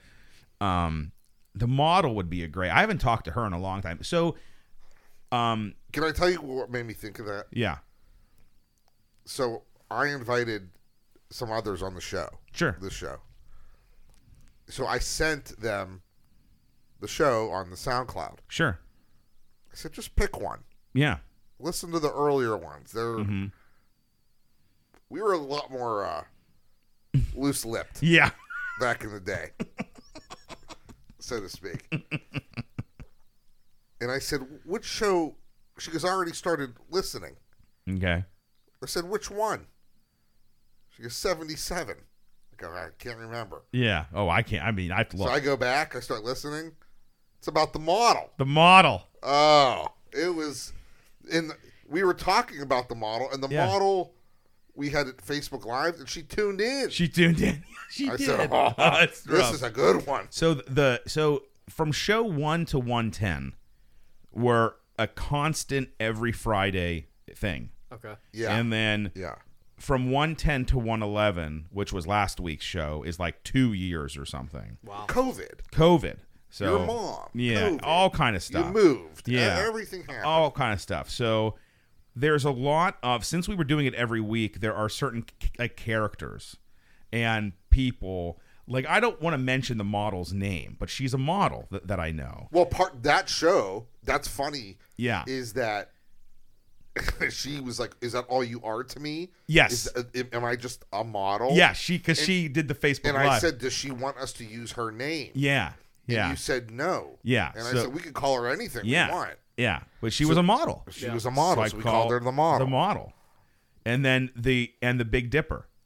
Speaker 1: um, the model would be a great. I haven't talked to her in a long time. So, um,
Speaker 2: Can I tell you what made me think of that?
Speaker 1: yeah,
Speaker 2: So I invited some others on the show.
Speaker 1: Sure.
Speaker 2: The show. So I sent them the show on the SoundCloud.
Speaker 1: sure,
Speaker 2: I said, just pick one.
Speaker 1: yeah,
Speaker 2: Listen to the earlier ones. They're
Speaker 1: Mm-hmm.
Speaker 2: we were a lot more uh, loose-lipped
Speaker 1: yeah,
Speaker 2: back in the day, so to speak. And I said, which show? She goes, I already started listening.
Speaker 1: okay,
Speaker 2: I said, which one? She goes, 77. I go, I can't remember.
Speaker 1: yeah. Oh, I can't. I mean, I have to look
Speaker 2: So I go back, I start listening. It's about the model.
Speaker 1: the model.
Speaker 2: Oh, it was in. The, we were talking about the model, and the
Speaker 1: Yeah.
Speaker 2: model we had at Facebook Live, and she tuned in.
Speaker 1: She tuned in. she
Speaker 2: I
Speaker 1: did.
Speaker 2: said, "Oh,
Speaker 1: it's
Speaker 2: this
Speaker 1: rough.
Speaker 2: is a good one.
Speaker 1: So th- the so from show one to one ten were a constant every Friday thing.
Speaker 3: Okay.
Speaker 2: Yeah.
Speaker 1: And then
Speaker 2: yeah.
Speaker 1: from 110 to 111, which was last week's show, is like two years or something.
Speaker 3: Wow.
Speaker 2: COVID.
Speaker 1: COVID. So
Speaker 2: Your mom.
Speaker 1: Yeah.
Speaker 2: COVID.
Speaker 1: All kind of
Speaker 2: You
Speaker 1: stuff.
Speaker 2: moved.
Speaker 1: Yeah. Oh.
Speaker 2: Uh, everything happened.
Speaker 1: all kind of stuff. So there's a lot of since we were doing it every week, there are certain c- like characters and people. Like I don't want to mention the model's name, but she's a model th- that I know.
Speaker 2: Well, part that show that's funny
Speaker 1: Yeah.
Speaker 2: is that she was like, "Is that all you are to me?
Speaker 1: Yes.
Speaker 2: Is, uh, am I just a model?
Speaker 1: yeah, she because she did the Facebook
Speaker 2: Oh, And
Speaker 1: live.
Speaker 2: I said, "Does she want us to use her name?
Speaker 1: yeah,
Speaker 2: And
Speaker 1: yeah,
Speaker 2: you said no.
Speaker 1: Yeah,
Speaker 2: And
Speaker 1: so-
Speaker 2: I said, "We could call her anything
Speaker 1: yeah,
Speaker 2: we want.
Speaker 1: yeah. But she was a model.
Speaker 2: She
Speaker 3: Yeah.
Speaker 2: was a model,
Speaker 1: I
Speaker 2: so, we called
Speaker 1: call
Speaker 2: her the model.
Speaker 1: The model, and then the and the Big Dipper.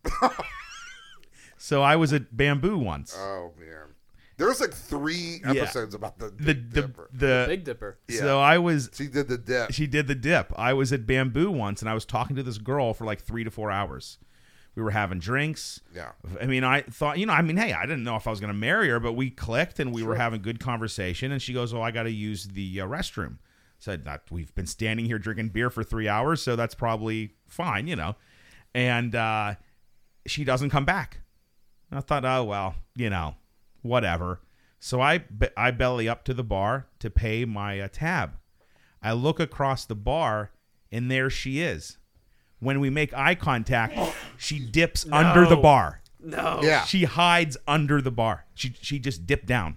Speaker 1: so I was at Bamboo once.
Speaker 2: oh man, there's like three episodes about the
Speaker 1: the
Speaker 2: Big
Speaker 1: the
Speaker 2: Dipper.
Speaker 1: the
Speaker 3: Big Dipper.
Speaker 1: So I was
Speaker 2: she did the dip.
Speaker 1: she did the dip. I was at Bamboo once and I was talking to this girl for like 3 to 4 hours. We were having drinks.
Speaker 2: Yeah.
Speaker 1: I mean, I thought, you know, I mean, hey, I didn't know if I was going to marry her, but we clicked and we were having good conversation and she goes, "Oh, I got to use the uh, restroom." Said that we've been standing here drinking beer for 3 hours, so that's probably fine, you know. And uh she doesn't come back. And I thought, oh well, you know, whatever. So I be- I belly up to the bar to pay my uh, tab. I look across the bar, and there she is. When we make eye contact, she dips under the bar.
Speaker 3: No.
Speaker 2: yeah,
Speaker 1: She hides under the bar. She she just dipped down.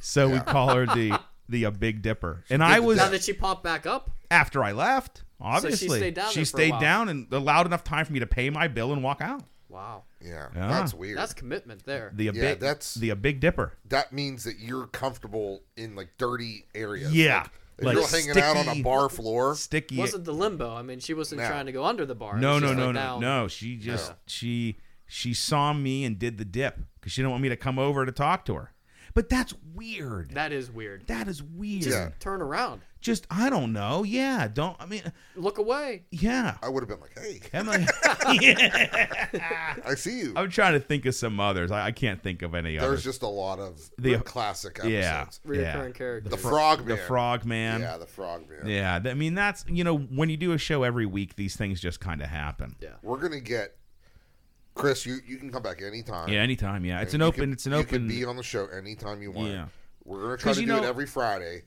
Speaker 1: So we call her the the uh, Big Dipper. And I
Speaker 2: the
Speaker 1: was
Speaker 3: Now that she popped back up,
Speaker 1: after I left. Obviously,
Speaker 3: stayed down
Speaker 1: She
Speaker 3: there for a
Speaker 1: stayed
Speaker 3: while.
Speaker 1: down and allowed enough time for me to pay my bill and walk out.
Speaker 3: wow,
Speaker 2: yeah,
Speaker 1: Yeah.
Speaker 2: That's weird.
Speaker 3: that's commitment there.
Speaker 1: The uh,
Speaker 2: Yeah,
Speaker 1: big,
Speaker 2: that's-
Speaker 1: the uh, Big Dipper.
Speaker 2: that means that you're comfortable in like dirty areas.
Speaker 1: Yeah,
Speaker 2: If
Speaker 1: like
Speaker 2: you're hanging out on
Speaker 1: sticky-
Speaker 2: a bar floor.
Speaker 1: Sticky.
Speaker 3: wasn't the limbo. I mean, she wasn't
Speaker 2: No.
Speaker 3: trying to go under the bar.
Speaker 1: No,
Speaker 3: It was
Speaker 1: no,
Speaker 3: just,
Speaker 1: no,
Speaker 3: like,
Speaker 1: no,
Speaker 3: down.
Speaker 1: no. She just she she saw me and did the dip because she didn't want me to come over to talk to her. But that's weird.
Speaker 3: That is weird.
Speaker 1: that is weird.
Speaker 2: Yeah.
Speaker 3: Turn around,
Speaker 1: Just I don't know. Yeah, don't. I mean,
Speaker 3: look away.
Speaker 1: yeah.
Speaker 2: I would have been like, "Hey,
Speaker 1: Emily,
Speaker 2: I see you."
Speaker 1: I'm trying to think of some others. I, I can't think of any
Speaker 2: There's
Speaker 1: others.
Speaker 2: just a lot of
Speaker 1: The-
Speaker 2: classic episodes.
Speaker 1: yeah, yeah.
Speaker 3: Reoccurring characters.
Speaker 2: The frog
Speaker 1: The
Speaker 2: man.
Speaker 1: Frogman.
Speaker 2: Yeah, the frog man.
Speaker 1: Yeah, th- I mean that's you know when you do a show every week, these things just kind of happen.
Speaker 3: Yeah.
Speaker 2: We're gonna get Chris. You you can come back anytime.
Speaker 1: Yeah, anytime. Yeah, it's an
Speaker 2: You
Speaker 1: open.
Speaker 2: can-
Speaker 1: it's an
Speaker 2: you
Speaker 1: open.
Speaker 2: can be on the show anytime you want.
Speaker 1: Yeah.
Speaker 2: We're gonna try
Speaker 1: 'Cause
Speaker 2: to do
Speaker 1: you
Speaker 2: it
Speaker 1: know-
Speaker 2: every Friday.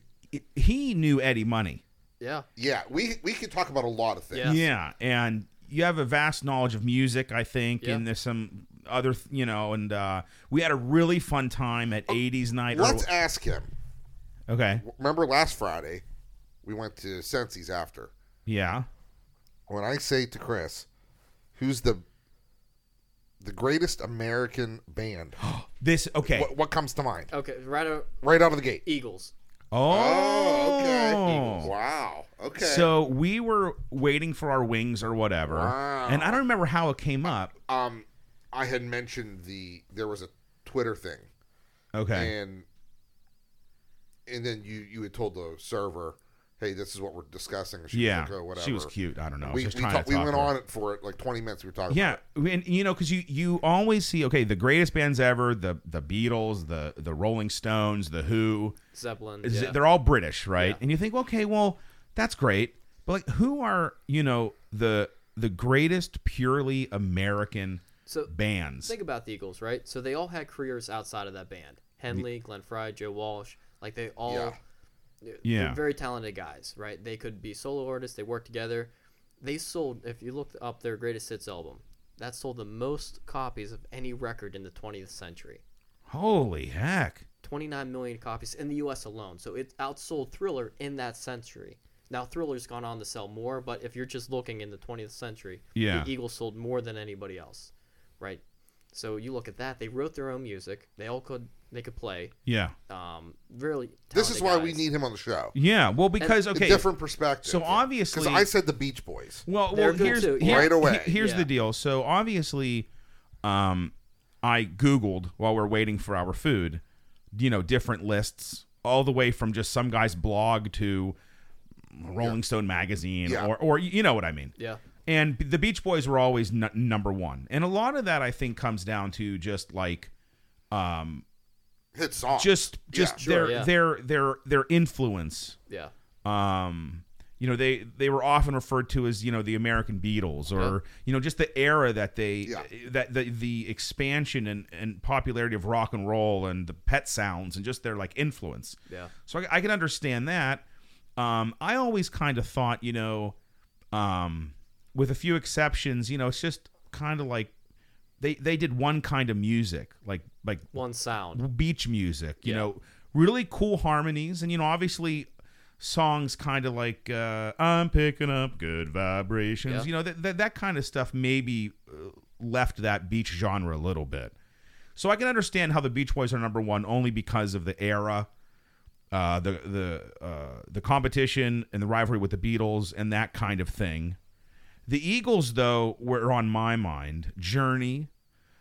Speaker 1: he knew Eddie Money.
Speaker 3: Yeah.
Speaker 2: Yeah, we we could talk about a lot of things.
Speaker 3: Yeah.
Speaker 1: Yeah, and you have a vast knowledge of music, I think,
Speaker 3: Yeah.
Speaker 1: and there's some other, th- you know, and uh, we had a really fun time at 80s night. or-
Speaker 2: Let's ask him.
Speaker 1: okay,
Speaker 2: Remember last Friday, we went to Sensi's after.
Speaker 1: yeah,
Speaker 2: When I say to Chris, who's the the greatest American band?
Speaker 1: this okay.
Speaker 2: what, what comes to mind
Speaker 3: Okay. Right. o-
Speaker 2: right out of the gate?
Speaker 3: Eagles.
Speaker 1: Oh,
Speaker 2: Wow. Okay.
Speaker 1: So we were waiting for our wings or whatever,
Speaker 2: Wow.
Speaker 1: and I don't remember how it came up.
Speaker 2: um, I had mentioned the there was a Twitter thing,
Speaker 1: Okay,
Speaker 2: and and then you you had told the server, hey, this is what we're discussing. and She was
Speaker 1: yeah,
Speaker 2: like, "Oh, whatever.
Speaker 1: she was cute. I don't know. I was
Speaker 2: We, we,
Speaker 1: just trying
Speaker 2: ta-
Speaker 1: to
Speaker 2: we
Speaker 1: talk
Speaker 2: went
Speaker 1: to her.
Speaker 2: on it for like 20 minutes. We were talking.
Speaker 1: Yeah,
Speaker 2: about
Speaker 1: and you know, because you you always see okay, the greatest bands ever, the the Beatles, the the Rolling Stones, the Who,
Speaker 3: Zeppelin.
Speaker 1: is-
Speaker 3: yeah.
Speaker 1: they're all British, right?
Speaker 3: Yeah.
Speaker 1: And you think, okay, well, that's great, but like, who are you know the the greatest purely American
Speaker 3: So
Speaker 1: bands?
Speaker 3: think about the Eagles, right? So they all had careers outside of that band. Henley, Glenn Fry, Joe Walsh. Like they all,
Speaker 2: Yeah.
Speaker 3: they're
Speaker 1: Yeah.
Speaker 3: very talented guys, right? They could be solo artists. They worked together. They sold, if you looked up their greatest hits album, that sold the most copies of any record in the 20th century.
Speaker 1: Holy heck!
Speaker 3: 29 million copies in the U.S. alone. So it outsold Thriller in that century. Now Thriller's gone on to sell more, but if you're just looking in the 20th century,
Speaker 1: Yeah.
Speaker 3: the Eagles sold more than anybody else, right? So you look at that. They wrote their own music. They all could they could play.
Speaker 1: Yeah,
Speaker 3: Um, really.
Speaker 2: this is
Speaker 3: talented
Speaker 2: why we
Speaker 3: guys.
Speaker 2: need him on the show.
Speaker 1: yeah. Well, because
Speaker 2: A
Speaker 1: okay,
Speaker 2: different perspective.
Speaker 1: so obviously,
Speaker 2: Because I said the Beach Boys.
Speaker 1: Well,
Speaker 3: They're
Speaker 1: well
Speaker 3: good
Speaker 1: here's
Speaker 3: too,
Speaker 1: here-
Speaker 2: Right away.
Speaker 1: he- Here's
Speaker 3: Yeah.
Speaker 1: the deal. So obviously, um, I Googled while we're waiting for our food, you know, different lists, all the way from just some guy's blog to Rolling Stone magazine,
Speaker 2: Yeah.
Speaker 1: or or you know what I mean.
Speaker 3: Yeah.
Speaker 1: And the Beach Boys were always n- number one, and a lot of that I think comes down to just like
Speaker 2: Hit song.
Speaker 1: just just
Speaker 2: Uh, Yeah.
Speaker 1: their
Speaker 3: Sure, yeah.
Speaker 1: their their their influence
Speaker 3: Yeah.
Speaker 1: um you know they they were often referred to as you know the American Beatles or you know just the era that they
Speaker 2: Yeah.
Speaker 1: that the, the expansion and, and popularity of rock and roll and the pet sounds and just their like influence.
Speaker 3: Yeah.
Speaker 1: So I, I can understand that. Um, I always kind of thought you know, um, with a few exceptions, you know, it's just kind of like they they did one kind of music like like
Speaker 3: One sound.
Speaker 1: beach music you
Speaker 3: Yeah.
Speaker 1: know really cool harmonies and you know obviously songs kind of like uh, i'm picking up good vibrations
Speaker 3: Yeah.
Speaker 1: you know that that, that kind of stuff maybe uh, left that beach genre a little bit so i can understand how the beach boys are number one only because of the era uh, the the uh, the competition and the rivalry with the Beatles and that kind of thing. The Eagles, though, were on my mind. Journey.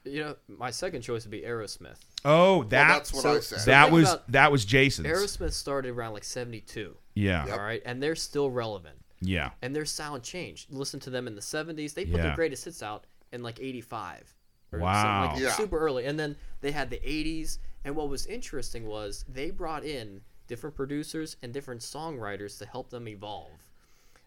Speaker 3: You know, my second choice would be Aerosmith.
Speaker 1: Oh, that
Speaker 2: that's what I
Speaker 3: so-
Speaker 2: said.
Speaker 1: that
Speaker 3: think
Speaker 1: was
Speaker 3: about-
Speaker 1: that was Jason's.
Speaker 3: Aerosmith started around like 72.
Speaker 1: yeah,
Speaker 2: Yep.
Speaker 3: All right. And they're still relevant.
Speaker 1: yeah,
Speaker 3: And their sound changed. Listen to them in the 70s. They put
Speaker 1: Yeah.
Speaker 3: their greatest hits out in like 85. or
Speaker 1: Wow.
Speaker 3: something, Like
Speaker 2: Yeah.
Speaker 3: Super early. And then they had the 80s. And what was interesting was they brought in different producers and different songwriters to help them evolve.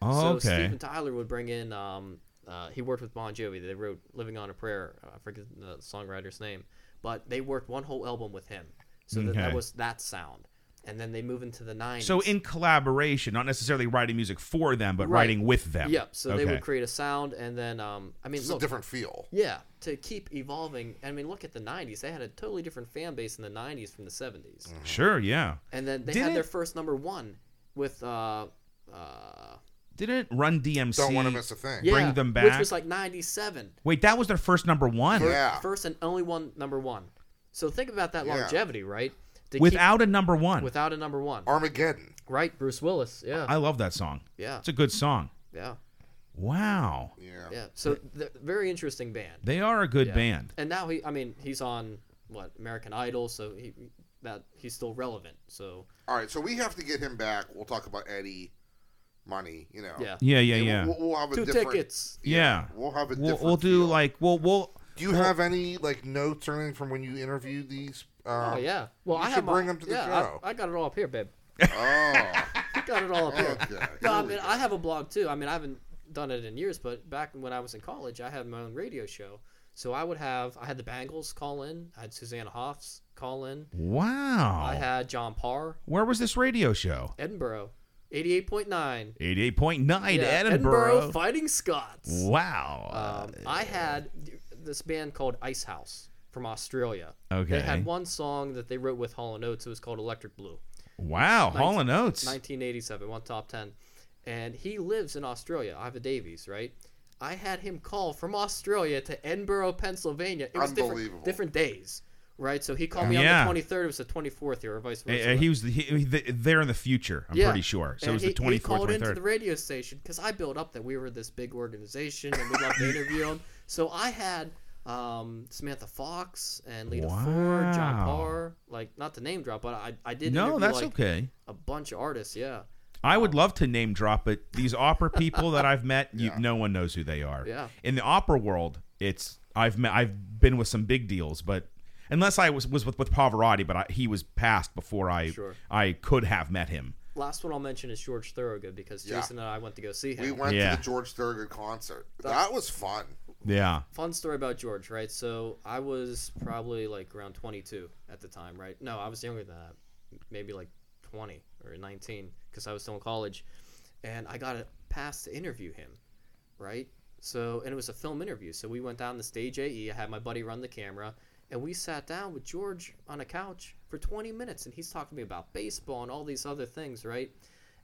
Speaker 1: Oh,
Speaker 3: so
Speaker 1: okay.
Speaker 3: Steven Tyler would bring in. Um, uh, he worked with Bon Jovi. They wrote "Living on a Prayer." Uh, I forget the songwriter's name, but they worked one whole album with him. So that,
Speaker 1: Okay.
Speaker 3: that was that sound, and then they move into the '90s.
Speaker 1: So in collaboration, not necessarily writing music for them, but
Speaker 3: Right.
Speaker 1: writing with them.
Speaker 3: yep. So
Speaker 1: okay.
Speaker 3: they would create a sound, and then um, I mean,
Speaker 2: It's a
Speaker 3: look,
Speaker 2: different feel.
Speaker 3: yeah, to keep evolving. I mean, look at the '90s. They had a totally different fan base in the '90s from the '70s,
Speaker 1: Sure, yeah.
Speaker 3: and then they
Speaker 1: Didn't-
Speaker 3: had their first number one with. Uh, uh,
Speaker 1: Didn't Run DMC
Speaker 2: Don't want to miss a thing.
Speaker 3: yeah,
Speaker 1: Bring Them
Speaker 3: which
Speaker 1: Back?
Speaker 3: was like '97.
Speaker 1: Wait, that was their first number one.
Speaker 2: Yeah.
Speaker 3: first and only one number one. So think about that
Speaker 2: Ah. Yeah.
Speaker 3: longevity, right? To keep-
Speaker 1: Without a number one.
Speaker 3: without a number one,
Speaker 2: Armageddon.
Speaker 3: right? Bruce Willis, yeah,
Speaker 1: I love that song.
Speaker 3: yeah,
Speaker 1: It's a good song.
Speaker 3: yeah,
Speaker 1: Wow.
Speaker 2: Yeah.
Speaker 3: yeah. So th- very interesting band.
Speaker 1: They are a good
Speaker 3: Yeah.
Speaker 1: band.
Speaker 3: And now he, I mean, he's on what American Idol, so he that he's still relevant. So
Speaker 2: All right, so we have to get him back. We'll talk about Eddie, money. You know.
Speaker 3: yeah,
Speaker 1: Yeah, yeah, yeah.
Speaker 2: We'll, we'll have a
Speaker 3: two
Speaker 2: Oh. different.
Speaker 3: tickets.
Speaker 1: yeah.
Speaker 2: We'll have a
Speaker 1: We'll,
Speaker 2: different.
Speaker 1: we'll do
Speaker 2: feel.
Speaker 1: like we'll we'll
Speaker 2: Do you have any like notes or anything from when you interviewed these? Uh,
Speaker 3: Oh yeah. Well,
Speaker 2: You
Speaker 3: I
Speaker 2: should
Speaker 3: have my-
Speaker 2: bring 'em to the
Speaker 3: yeah,
Speaker 2: show.
Speaker 3: I, I got it all up here, babe.
Speaker 2: Oh.
Speaker 3: I got it all up here.
Speaker 2: Okay.
Speaker 3: No, I
Speaker 2: Here we
Speaker 3: mean
Speaker 2: go.
Speaker 3: I have a blog too. I mean I haven't done it in years, but back when I was in college, I had my own radio show. So I would have I had the Bangles call in, I had Susanna Hoffs call in,
Speaker 1: wow.
Speaker 3: I had John Parr,
Speaker 1: Where was this radio show?
Speaker 3: Edinburgh, eighty eight point nine,
Speaker 1: Eighty-eight point nine, Edinburgh.
Speaker 3: Fighting Scots.
Speaker 1: Wow.
Speaker 3: Um, I had this band called Ice House from Australia.
Speaker 1: Okay.
Speaker 3: They had one song that they wrote with Hall and Oates. It was called Electric Blue.
Speaker 1: wow. Hall and Oates.
Speaker 3: 1987, one top 10. And he lives in Australia, Iva Davies, right? I had him call from Australia to Edinburgh, Pennsylvania. It was
Speaker 2: Unbelievable.
Speaker 3: different, different days, right? So he called me
Speaker 1: Yeah.
Speaker 3: on the 23rd, it was the 24th here, or vice versa.
Speaker 1: Uh, he was the, he, he- the, there in the future. I'm
Speaker 3: Yeah.
Speaker 1: pretty sure. So it
Speaker 3: And
Speaker 1: was
Speaker 3: he,
Speaker 1: the 24th,
Speaker 3: He called into
Speaker 1: 23rd.
Speaker 3: the radio station because I built up that we were this big organization and we loved to interview him. So I had um, Samantha Fox and Lita Ford,
Speaker 1: Wow.
Speaker 3: John Parr, like not to name drop, but I, I did
Speaker 1: no,
Speaker 3: interview,
Speaker 1: that's
Speaker 3: like,
Speaker 1: okay.
Speaker 3: a bunch of artists, yeah.
Speaker 1: I would love to name drop, but these opera people that I've met, you,
Speaker 2: Yeah.
Speaker 1: no one knows who they are.
Speaker 3: Yeah.
Speaker 1: In the opera world, it's I've met I've been with some big deals, but unless I was was with, with Pavarotti, but I, he was passed before I
Speaker 3: Sure.
Speaker 1: I could have met him.
Speaker 3: Last one I'll mention is George Thorogood because
Speaker 2: Yeah.
Speaker 3: Jason and I went to go see him.
Speaker 2: We went
Speaker 1: Yeah.
Speaker 2: to the George Thorogood concert. That, was fun.
Speaker 1: Yeah.
Speaker 3: Fun story about George, right? So I was probably like around 22 at the time, right? No, I was younger than that, maybe like 20 or 19 because I was still in college, and I got a pass to interview him, right? So and it was a film interview. So we went down to stage AE. I had my buddy run the camera, and we sat down with George on a couch for 20 minutes, and he's talking to me about baseball and all these other things, right?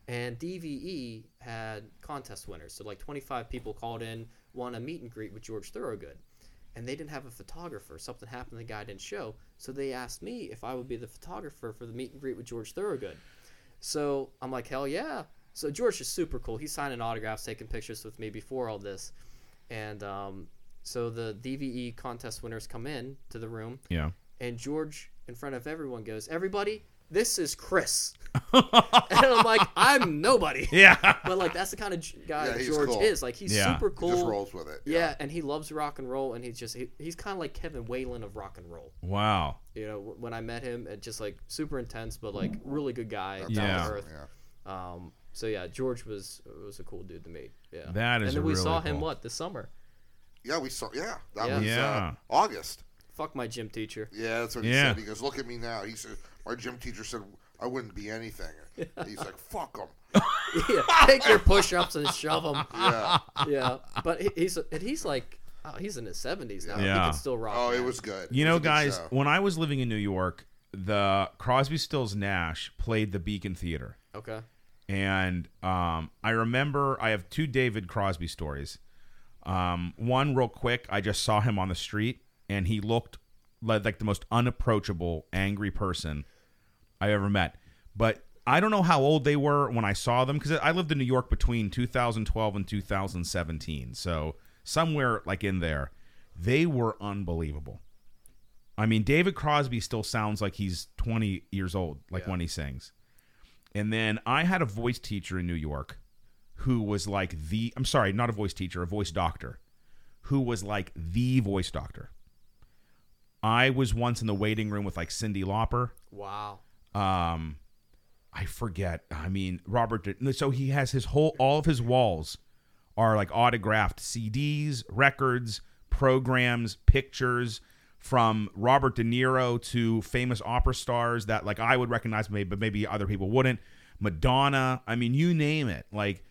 Speaker 3: and DVE had contest winners. So like 25 people called in, won a meet and greet with George Thorogood. And they didn't have a photographer. Something happened the guy didn't show. So they asked me if I would be the photographer for the meet and greet with George Thorogood. So I'm like, hell yeah. So George is super cool. He's signing autographs, taking pictures with me before all this. And um, so the DVE contest winners come in to the room
Speaker 1: Yeah.
Speaker 3: and George in front of everyone goes, "Everybody, this is Chris." and I'm like, "I'm nobody."
Speaker 1: Yeah.
Speaker 3: But like that's the kind of j- guy
Speaker 2: Yeah,
Speaker 3: that
Speaker 2: he's
Speaker 3: George
Speaker 2: cool.
Speaker 3: is. Like he's
Speaker 1: Yeah.
Speaker 3: super
Speaker 2: He Just
Speaker 3: cool.
Speaker 2: rolls with it.
Speaker 3: Yeah, and he loves rock and roll, and he's just he, he's kind of like Kevin Whalen of rock and roll.
Speaker 1: Wow.
Speaker 3: You know, wh- when I met him, it just like super intense, but like really good guy, down
Speaker 1: Yeah.
Speaker 3: to earth.
Speaker 2: Yeah.
Speaker 3: Um, So yeah, George was was a cool dude to meet. Yeah,
Speaker 1: That is
Speaker 3: And then we
Speaker 1: really
Speaker 3: saw him
Speaker 1: cool.
Speaker 3: what this summer.
Speaker 2: Yeah, we saw. Yeah, that
Speaker 3: Yeah.
Speaker 2: was
Speaker 1: Yeah.
Speaker 2: Uh, August.
Speaker 3: Fuck my gym teacher.
Speaker 2: Yeah, that's what he
Speaker 1: Yeah.
Speaker 2: said. He goes, "Look at me now." He said, "My gym teacher said I wouldn't be anything." He's like, "Fuck him."
Speaker 3: yeah, take your push-ups and shove them.
Speaker 2: Yeah.
Speaker 3: Yeah, but he, he's and he's like oh, he's in his seventies now.
Speaker 1: Yeah.
Speaker 3: He can still rock.
Speaker 2: Oh, it
Speaker 3: that.
Speaker 2: was good.
Speaker 1: You
Speaker 2: It was
Speaker 1: know,
Speaker 2: a good
Speaker 1: guys,
Speaker 2: show.
Speaker 1: when I was living in New York, the Crosby, Stills, Nash played the Beacon Theater,
Speaker 3: okay.
Speaker 1: and um, I remember I have two David Crosby stories. Um, one real quick, I just saw him on the street, and he looked like, like the most unapproachable, angry person I ever met. But I don't know how old they were when I saw them because I lived in New York between 2012 and 2017, so somewhere like in there, they were unbelievable. I mean, David Crosby still sounds like he's 20 years old, like
Speaker 3: Yeah.
Speaker 1: when he sings. And then I had a voice teacher in New York who was like the, I'm sorry, not a voice teacher, a voice doctor, who was like the voice doctor. I was once in the waiting room with like Cindy Lauper.
Speaker 3: Wow.
Speaker 1: Um, I forget. I mean, Robert. Did, so he has his whole, all of his walls are like autographed CDs, records, programs, pictures from Robert De Niro to famous opera stars that like I would recognize, maybe but maybe other people wouldn't. Madonna. I mean, you name it. Like,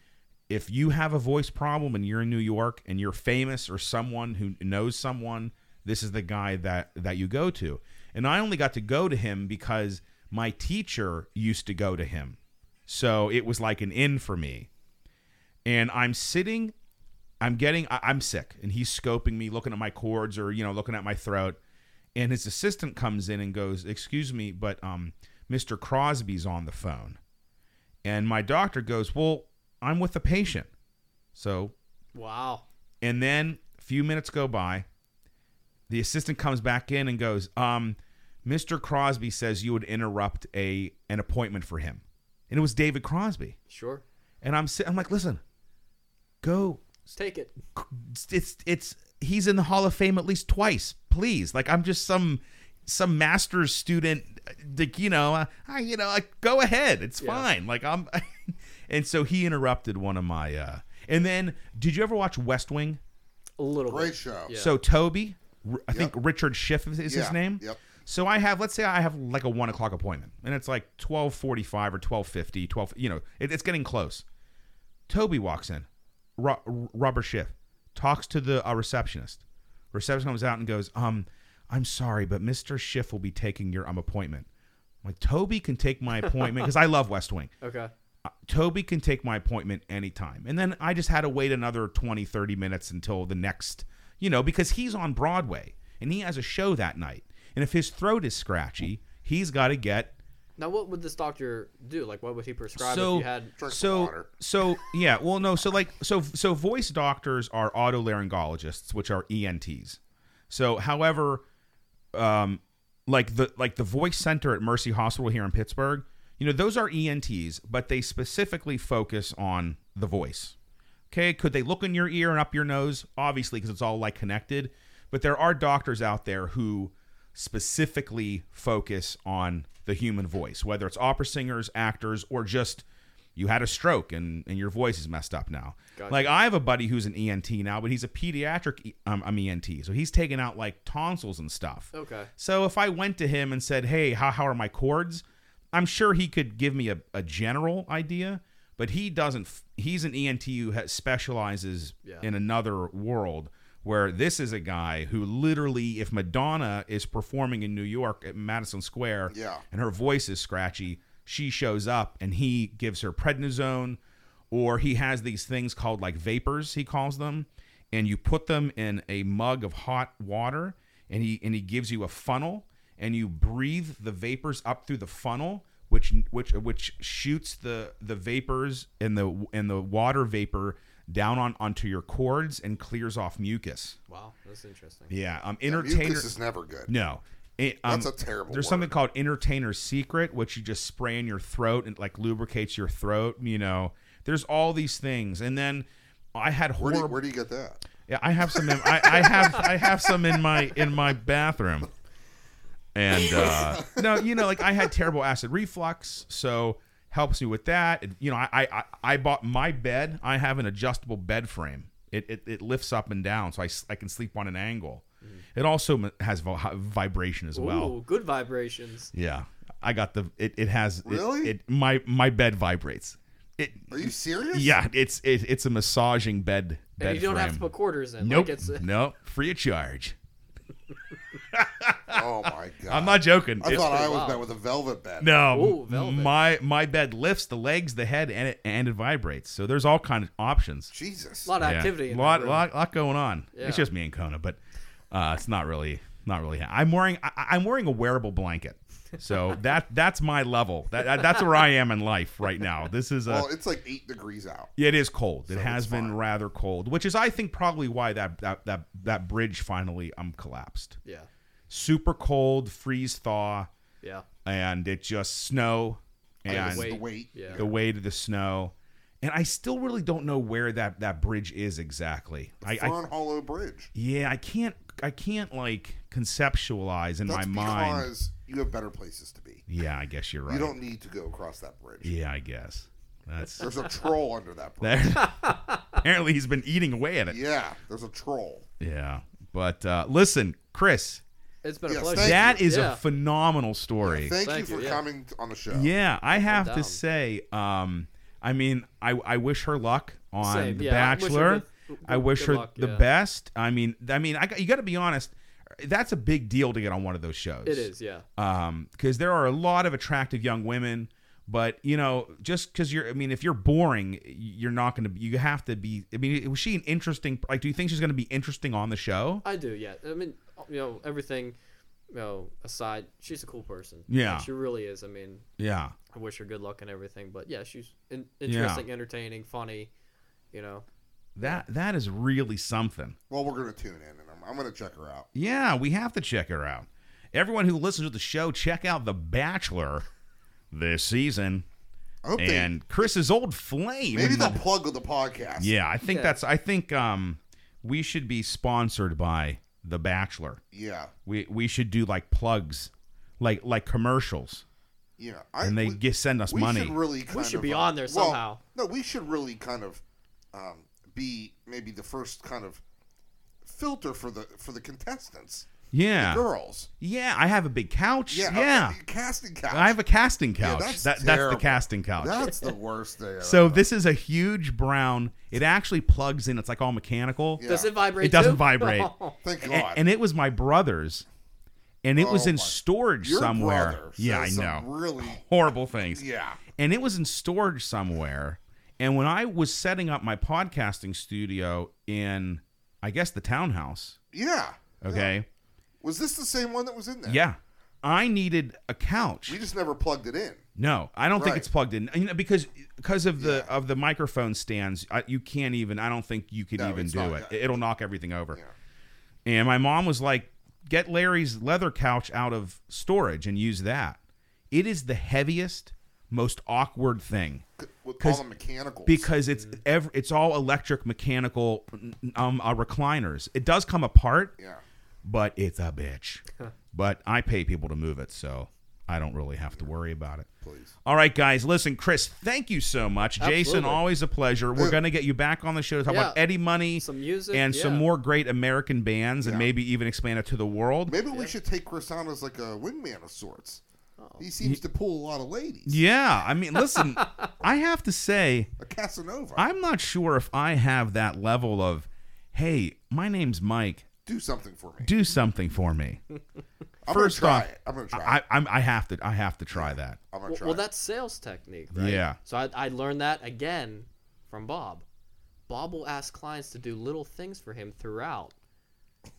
Speaker 1: if you have a voice problem and you're in New York and you're famous or someone who knows someone, this is the guy that that you go to. And I only got to go to him because my teacher used to go to him. So it was like an in for me and I'm sitting, I'm getting, I, I'm sick, and he's scoping me, looking at my cords or you know looking at my throat, and his assistant comes in and goes, "Excuse me, but um, Mr. Crosby's on the phone," and my doctor goes, "Well, I'm with the patient," so
Speaker 3: Wow.
Speaker 1: and then a few minutes go by. The assistant comes back in and goes, um, Mr. Crosby says you would interrupt a an appointment for him. And it was David Crosby.
Speaker 3: Sure.
Speaker 1: And I'm sitting, I'm like, listen, go
Speaker 3: Take it.
Speaker 1: it's it's he's in the Hall of Fame at least twice. Please, like I'm just some some master's student, like you know, uh, I, you know, like go ahead, it's
Speaker 3: Yeah.
Speaker 1: fine. Like I'm, and so he interrupted one of my. uh And then, did you ever watch West Wing?
Speaker 3: A little
Speaker 2: great
Speaker 3: bit.
Speaker 2: show.
Speaker 3: Yeah.
Speaker 1: So Toby, R- I think
Speaker 2: Yep.
Speaker 1: Richard Schiff is is
Speaker 2: Yeah,
Speaker 1: his name.
Speaker 2: yep.
Speaker 1: So I have, let's say I have like a one o'clock appointment, and it's like twelve forty-five or 1250, 12, You know, it, it's getting close. Toby walks in, Ro- Robert Schiff talks to the uh, receptionist. Receptionist comes out and goes, "Um, I'm sorry, but Mister Schiff will be taking your um appointment." I'm like Toby can take my appointment because I love West Wing.
Speaker 3: Okay.
Speaker 1: Uh, Toby can take my appointment anytime. And then I just had to wait another 20, 30 minutes until the next, you know, because he's on Broadway and he has a show that night. And if his throat is scratchy, he's got to get
Speaker 3: Now, what would this doctor do? Like, what would he prescribe
Speaker 1: so
Speaker 3: if you had?
Speaker 2: Drink some
Speaker 1: so
Speaker 2: water.
Speaker 1: so yeah well no so like so so voice doctors are otolaryngologists which are ENTs so however um like the like the voice center at Mercy Hospital here in Pittsburgh you know those are ENTs but they specifically focus on the voice okay could they look in your ear and up your nose obviously because it's all like connected but there are doctors out there who specifically focus on the human voice whether it's opera singers actors or just you had a stroke and, and your voice is messed up now.
Speaker 3: Gotcha.
Speaker 1: Like I have a buddy who's an ENT now, but he's a pediatric E- um, um, ENT, so he's taking out like tonsils and stuff.
Speaker 3: Okay.
Speaker 1: So if I went to him and said, "Hey, how, how are my cords?" I'm sure he could give me a, a general idea, but he doesn't. f- He's an E ENT who has, specializes
Speaker 3: Yeah.
Speaker 1: in another world where this is a guy who literally, if Madonna is performing in New York at Madison Square,
Speaker 2: Yeah.
Speaker 1: and her voice is scratchy, she shows up and he gives her prednisone, or he has these things called like vapors, he calls them, and you put them in a mug of hot water, and he and he gives you a funnel, and you breathe the vapors up through the funnel, which which which shoots the the vapors and the and the water vapor down on onto your cords and clears off mucus.
Speaker 3: Wow, that's interesting.
Speaker 1: Yeah, um, entertainer.
Speaker 2: Mucus is never good.
Speaker 1: No. It, um,
Speaker 2: That's a terrible
Speaker 1: There's
Speaker 2: word.
Speaker 1: something called entertainer's secret, which you just spray in your throat and like lubricates your throat. You know, there's all these things, and then I had
Speaker 2: Where do, you,
Speaker 1: horrible.
Speaker 2: where do you get that?
Speaker 1: yeah, I have some. In, I, I have I have some in my in my bathroom, and uh, no, you know, like I had terrible acid reflux, so helps me with that. And, you know, I, I I bought my bed. I have an adjustable bed frame. It it, it lifts up and down, so I, s- I can sleep on an angle. It also m- has vi- vibration as well.
Speaker 3: Mm. Ooh, good vibrations.
Speaker 1: Yeah, I got the. It, it has it-
Speaker 2: Really?
Speaker 1: It, my my bed vibrates. It
Speaker 2: Are you serious?
Speaker 1: yeah. It's it, it's a massaging bed. bed
Speaker 3: And you don't
Speaker 1: frame.
Speaker 3: have to put quarters in.
Speaker 1: Nope.
Speaker 3: Like it's,
Speaker 1: nope. Free of charge.
Speaker 2: Oh my god.
Speaker 1: I'm not joking.
Speaker 2: I
Speaker 1: It's-
Speaker 2: thought I was
Speaker 4: wow.
Speaker 2: bad with a velvet bed.
Speaker 1: no,
Speaker 3: Ooh, velvet.
Speaker 1: my my bed lifts the legs, the head, and it and it vibrates. So there's all kind of options.
Speaker 2: Jesus.
Speaker 3: a lot of activity.
Speaker 1: Yeah.
Speaker 3: In
Speaker 1: lot,
Speaker 3: that room.
Speaker 1: lot, lot going on.
Speaker 3: Yeah.
Speaker 1: It's just me and Kona, but uh, it's not really, not really. ha- I'm wearing, I, I'm wearing a wearable blanket, so that that's my level. That, that- that's where I am in life right now. This is a.
Speaker 2: Well, it's like eight degrees out.
Speaker 1: Yeah, it is cold. It has
Speaker 2: it's
Speaker 1: been
Speaker 2: fine.
Speaker 1: rather cold, which is, I think, probably why that that that, that bridge finally um collapsed.
Speaker 3: Yeah.
Speaker 1: Super cold, freeze thaw,
Speaker 3: Yeah.
Speaker 1: and it just snow
Speaker 2: It's
Speaker 1: and
Speaker 2: the
Speaker 3: Wait.
Speaker 2: weight.
Speaker 3: Yeah.
Speaker 1: the weight of the snow. And I still really don't know where that that bridge is exactly. I, I
Speaker 2: Fern Hollow Bridge.
Speaker 1: yeah, I can't I can't like conceptualize in
Speaker 2: That's
Speaker 1: my mind.
Speaker 2: because you have better places to be.
Speaker 1: Yeah, I guess you're right.
Speaker 2: You don't need to go across that bridge.
Speaker 1: yeah, I guess that's
Speaker 2: There's a troll under that bridge.
Speaker 1: there. apparently he's been eating away at it.
Speaker 2: Yeah, there's a troll.
Speaker 1: Yeah. But uh, listen, Chris,
Speaker 3: It's been a
Speaker 2: Yes,
Speaker 3: pleasure.
Speaker 2: thank
Speaker 1: that is
Speaker 3: Yeah.
Speaker 1: a phenomenal story.
Speaker 2: Thank,
Speaker 3: Thank
Speaker 2: you
Speaker 3: you,
Speaker 2: for
Speaker 3: yeah.
Speaker 2: coming t- on the show.
Speaker 1: yeah, I have to
Speaker 4: down.
Speaker 1: say, um, I mean, I, I wish her luck on
Speaker 3: Same,
Speaker 1: The
Speaker 3: yeah, I wish her
Speaker 1: Bachelor.
Speaker 3: good-
Speaker 1: I wish
Speaker 3: good
Speaker 1: her
Speaker 3: luck,
Speaker 1: the
Speaker 3: yeah.
Speaker 1: best. I mean, I mean, I got, you got to be honest. That's a big deal to get on one of those shows.
Speaker 3: It is. Yeah.
Speaker 1: um because there are a lot of attractive young women but you know just because you're i mean if you're boring you're not going to you have to be i mean was she an interesting like do you think she's going to be interesting on the show
Speaker 3: I do. Yeah. I mean, you know, everything, you know, aside, she's a cool person.
Speaker 1: Yeah.
Speaker 3: She really is. I mean,
Speaker 1: yeah
Speaker 3: I wish her good luck and everything. But yeah, she's in-
Speaker 1: Yeah.
Speaker 3: interesting, entertaining, funny. You know.
Speaker 1: that that is really something
Speaker 2: Well, we're gonna tune in, and I'm, I'm gonna check her out.
Speaker 1: yeah we have to check her out everyone who listens to the show check out the bachelor this season
Speaker 2: I hope they-
Speaker 1: and chris's old flame
Speaker 2: maybe they'll plug with the podcast.
Speaker 1: yeah i think
Speaker 3: Yeah.
Speaker 1: that's i think um we should be sponsored by the bachelor
Speaker 2: yeah,
Speaker 1: We we should do like plugs, like like commercials,
Speaker 2: yeah. I,
Speaker 1: and they
Speaker 2: we,
Speaker 1: get send us
Speaker 2: we
Speaker 1: money.
Speaker 2: should really kind
Speaker 3: should
Speaker 2: of,
Speaker 3: be
Speaker 2: uh,
Speaker 3: on there
Speaker 2: well,
Speaker 3: somehow.
Speaker 2: no, we should really kind of um, be maybe the first kind of filter for the for the contestants,
Speaker 1: yeah,
Speaker 2: girls.
Speaker 1: yeah. I have a big couch.
Speaker 2: Yeah,
Speaker 1: Yeah,
Speaker 2: uh, the casting couch.
Speaker 1: I have a casting couch.
Speaker 2: that's
Speaker 1: that, that's the
Speaker 2: terrible.
Speaker 1: casting couch.
Speaker 2: That's the worst thing. I've
Speaker 1: so
Speaker 2: ever-
Speaker 1: this is a huge brown. It actually plugs in. It's like all mechanical.
Speaker 2: Yeah.
Speaker 3: Does it vibrate?
Speaker 1: It doesn't
Speaker 3: too?
Speaker 1: vibrate.
Speaker 2: thank
Speaker 1: A-
Speaker 2: God.
Speaker 1: And, it was my brother's, and it was
Speaker 2: Oh
Speaker 1: in
Speaker 2: my-
Speaker 1: storage
Speaker 2: Your
Speaker 1: somewhere.
Speaker 2: brother
Speaker 1: yeah, I
Speaker 2: says
Speaker 1: know.
Speaker 2: some Really,
Speaker 1: Horrible things.
Speaker 2: yeah.
Speaker 1: and it was in storage somewhere. And when I was setting up my podcasting studio in, I guess, the townhouse,
Speaker 2: Yeah.
Speaker 1: okay?
Speaker 2: Was this the same one that was in there?
Speaker 1: Yeah. I needed a couch.
Speaker 2: We just never plugged it in.
Speaker 1: No, I don't think
Speaker 2: Right.
Speaker 1: it's plugged in. You know, because because of the of the microphone stands, I, you can't even. I don't think you could
Speaker 2: No,
Speaker 1: even
Speaker 2: it's
Speaker 1: do
Speaker 2: not-
Speaker 1: it. It'll knock everything over.
Speaker 2: Yeah.
Speaker 1: And my mom was like, "Get Larry's leather couch out of storage and use that. It is the heaviest, most awkward thing."
Speaker 2: C- With all
Speaker 1: 'Cause-
Speaker 2: the mechanicals.
Speaker 1: because it's ev- it's all electric mechanical um uh, recliners. It does come apart,
Speaker 2: yeah.
Speaker 1: but it's a bitch. but I pay people to move it, so I don't really have to worry about it.
Speaker 2: Please.
Speaker 1: All right, guys, listen, Chris, thank you so much. Jason,
Speaker 3: Absolutely. Uh,
Speaker 1: always a pleasure. We're going to get you back on the show to talk about
Speaker 3: Yeah.
Speaker 1: Eddie Money
Speaker 3: Some music,
Speaker 1: and some
Speaker 3: yeah.
Speaker 1: more great American bands and
Speaker 2: Yeah.
Speaker 1: maybe even expand it to the world.
Speaker 2: Maybe we should take Chris on as like a wingman of sorts.
Speaker 3: Oh.
Speaker 2: He seems to pull a lot of ladies.
Speaker 1: Yeah, I mean, listen, I have to say,
Speaker 2: A Casanova.
Speaker 1: I'm not sure if I have that level of, hey, my name's Mike.
Speaker 2: Do something for me.
Speaker 1: do something for me.
Speaker 2: I'm
Speaker 1: First
Speaker 2: gonna
Speaker 1: off,
Speaker 2: try it. I'm gonna try
Speaker 1: I,
Speaker 2: it.
Speaker 1: I'm, I have to. I have to try that.
Speaker 2: I'm gonna
Speaker 3: Well,
Speaker 2: try
Speaker 3: well,
Speaker 2: it.
Speaker 3: that's sales technique, right?
Speaker 1: Yeah.
Speaker 3: So I, I learned that again from Bob. Bob will ask clients to do little things for him throughout,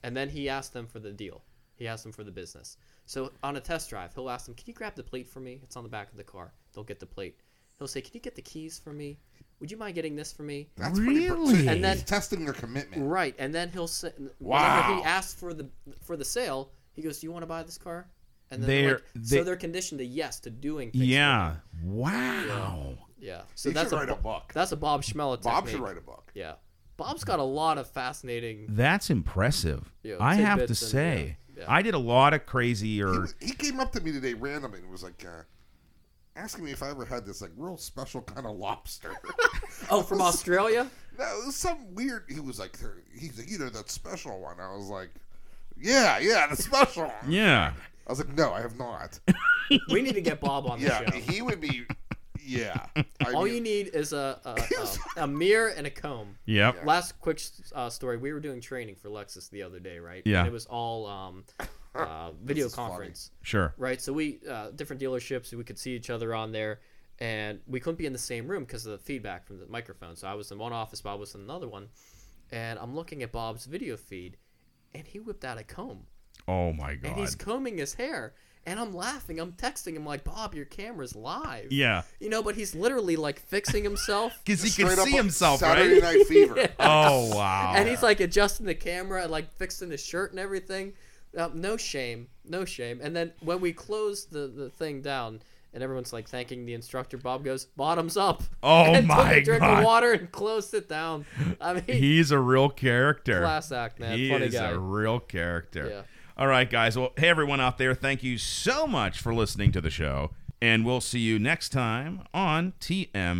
Speaker 3: and then he asks them for the deal. He asks them for the business. So on a test drive, he'll ask them, "Can you grab the plate for me? It's on the back of the car." They'll get the plate. He'll say, "Can you get the keys for me? Would you mind getting this for me?"
Speaker 2: That's pretty br-
Speaker 1: Really?
Speaker 3: And then-
Speaker 2: He's testing their commitment.
Speaker 3: Right, and then he'll say,
Speaker 2: Wow.
Speaker 3: whenever he asks for the for the sale, he goes, "Do you want to buy this car?" And then
Speaker 1: They're-
Speaker 3: they're, like,
Speaker 1: they-
Speaker 3: so they're conditioned to yes to doing things. for
Speaker 1: Yeah.
Speaker 3: them.
Speaker 1: Wow.
Speaker 3: yeah. So
Speaker 2: He
Speaker 3: that's
Speaker 2: should
Speaker 3: a,
Speaker 2: write a
Speaker 3: Bo-
Speaker 2: book.
Speaker 3: That's a Bob Schmella technique.
Speaker 2: Bob should write a book.
Speaker 3: Yeah, Bob's got a lot of fascinating.
Speaker 1: That's impressive.
Speaker 3: Yeah,
Speaker 1: I have to
Speaker 3: tidbits and-
Speaker 1: say,
Speaker 3: yeah, yeah.
Speaker 1: I did a lot of crazy
Speaker 2: He,
Speaker 1: or
Speaker 2: was- he came up to me today randomly and was like, uh, asking me if I ever had this like real special kind of lobster.
Speaker 3: Oh, from Australia?
Speaker 2: that was some weird. He was like, he's like, you know that special one. I was like, yeah, yeah, the special. one."
Speaker 1: Yeah.
Speaker 2: I was like, no, I have not.
Speaker 3: We need to get Bob on the
Speaker 2: Yeah,
Speaker 3: show.
Speaker 2: he would be. Yeah, I
Speaker 3: All
Speaker 2: mean,
Speaker 3: you need is a a, a a mirror and a comb.
Speaker 1: Yep.
Speaker 3: Last quick uh, story: We were doing training for Lexus the other day, right?
Speaker 1: Yeah.
Speaker 3: And it was all um, uh, video
Speaker 2: is funny.
Speaker 3: conference,
Speaker 1: Sure.
Speaker 3: right? So we uh, different dealerships, we could see each other on there, and we couldn't be in the same room because of the feedback from the microphone. So I was in one office, Bob was in another one, and I'm looking at Bob's video feed, and he whipped out a comb
Speaker 1: Oh my
Speaker 3: and
Speaker 1: god.
Speaker 3: he's combing his hair. And I'm laughing. I'm texting him like, Bob, your camera's live.
Speaker 1: Yeah.
Speaker 3: You know, but he's literally like fixing himself.
Speaker 1: Because he
Speaker 2: straight
Speaker 1: can
Speaker 2: up
Speaker 1: see himself,
Speaker 2: Saturday
Speaker 1: right?
Speaker 2: Night Fever.
Speaker 1: Oh wow.
Speaker 3: and he's like adjusting the camera and like fixing his shirt and everything. Uh, no shame, no shame. And then when we closed the, the thing down and everyone's like thanking the instructor, Bob goes bottoms up.
Speaker 1: Oh
Speaker 3: and
Speaker 1: my
Speaker 3: took a drink
Speaker 1: God.
Speaker 3: of water and closed it down. I mean,
Speaker 1: He's a real character.
Speaker 3: class act, man.
Speaker 1: he
Speaker 3: Funny
Speaker 1: is
Speaker 3: guy.
Speaker 1: a real character.
Speaker 3: Yeah.
Speaker 1: All right, guys. Well, hey, everyone out there, thank you so much for listening to the show. And we'll see you next time on TMPS.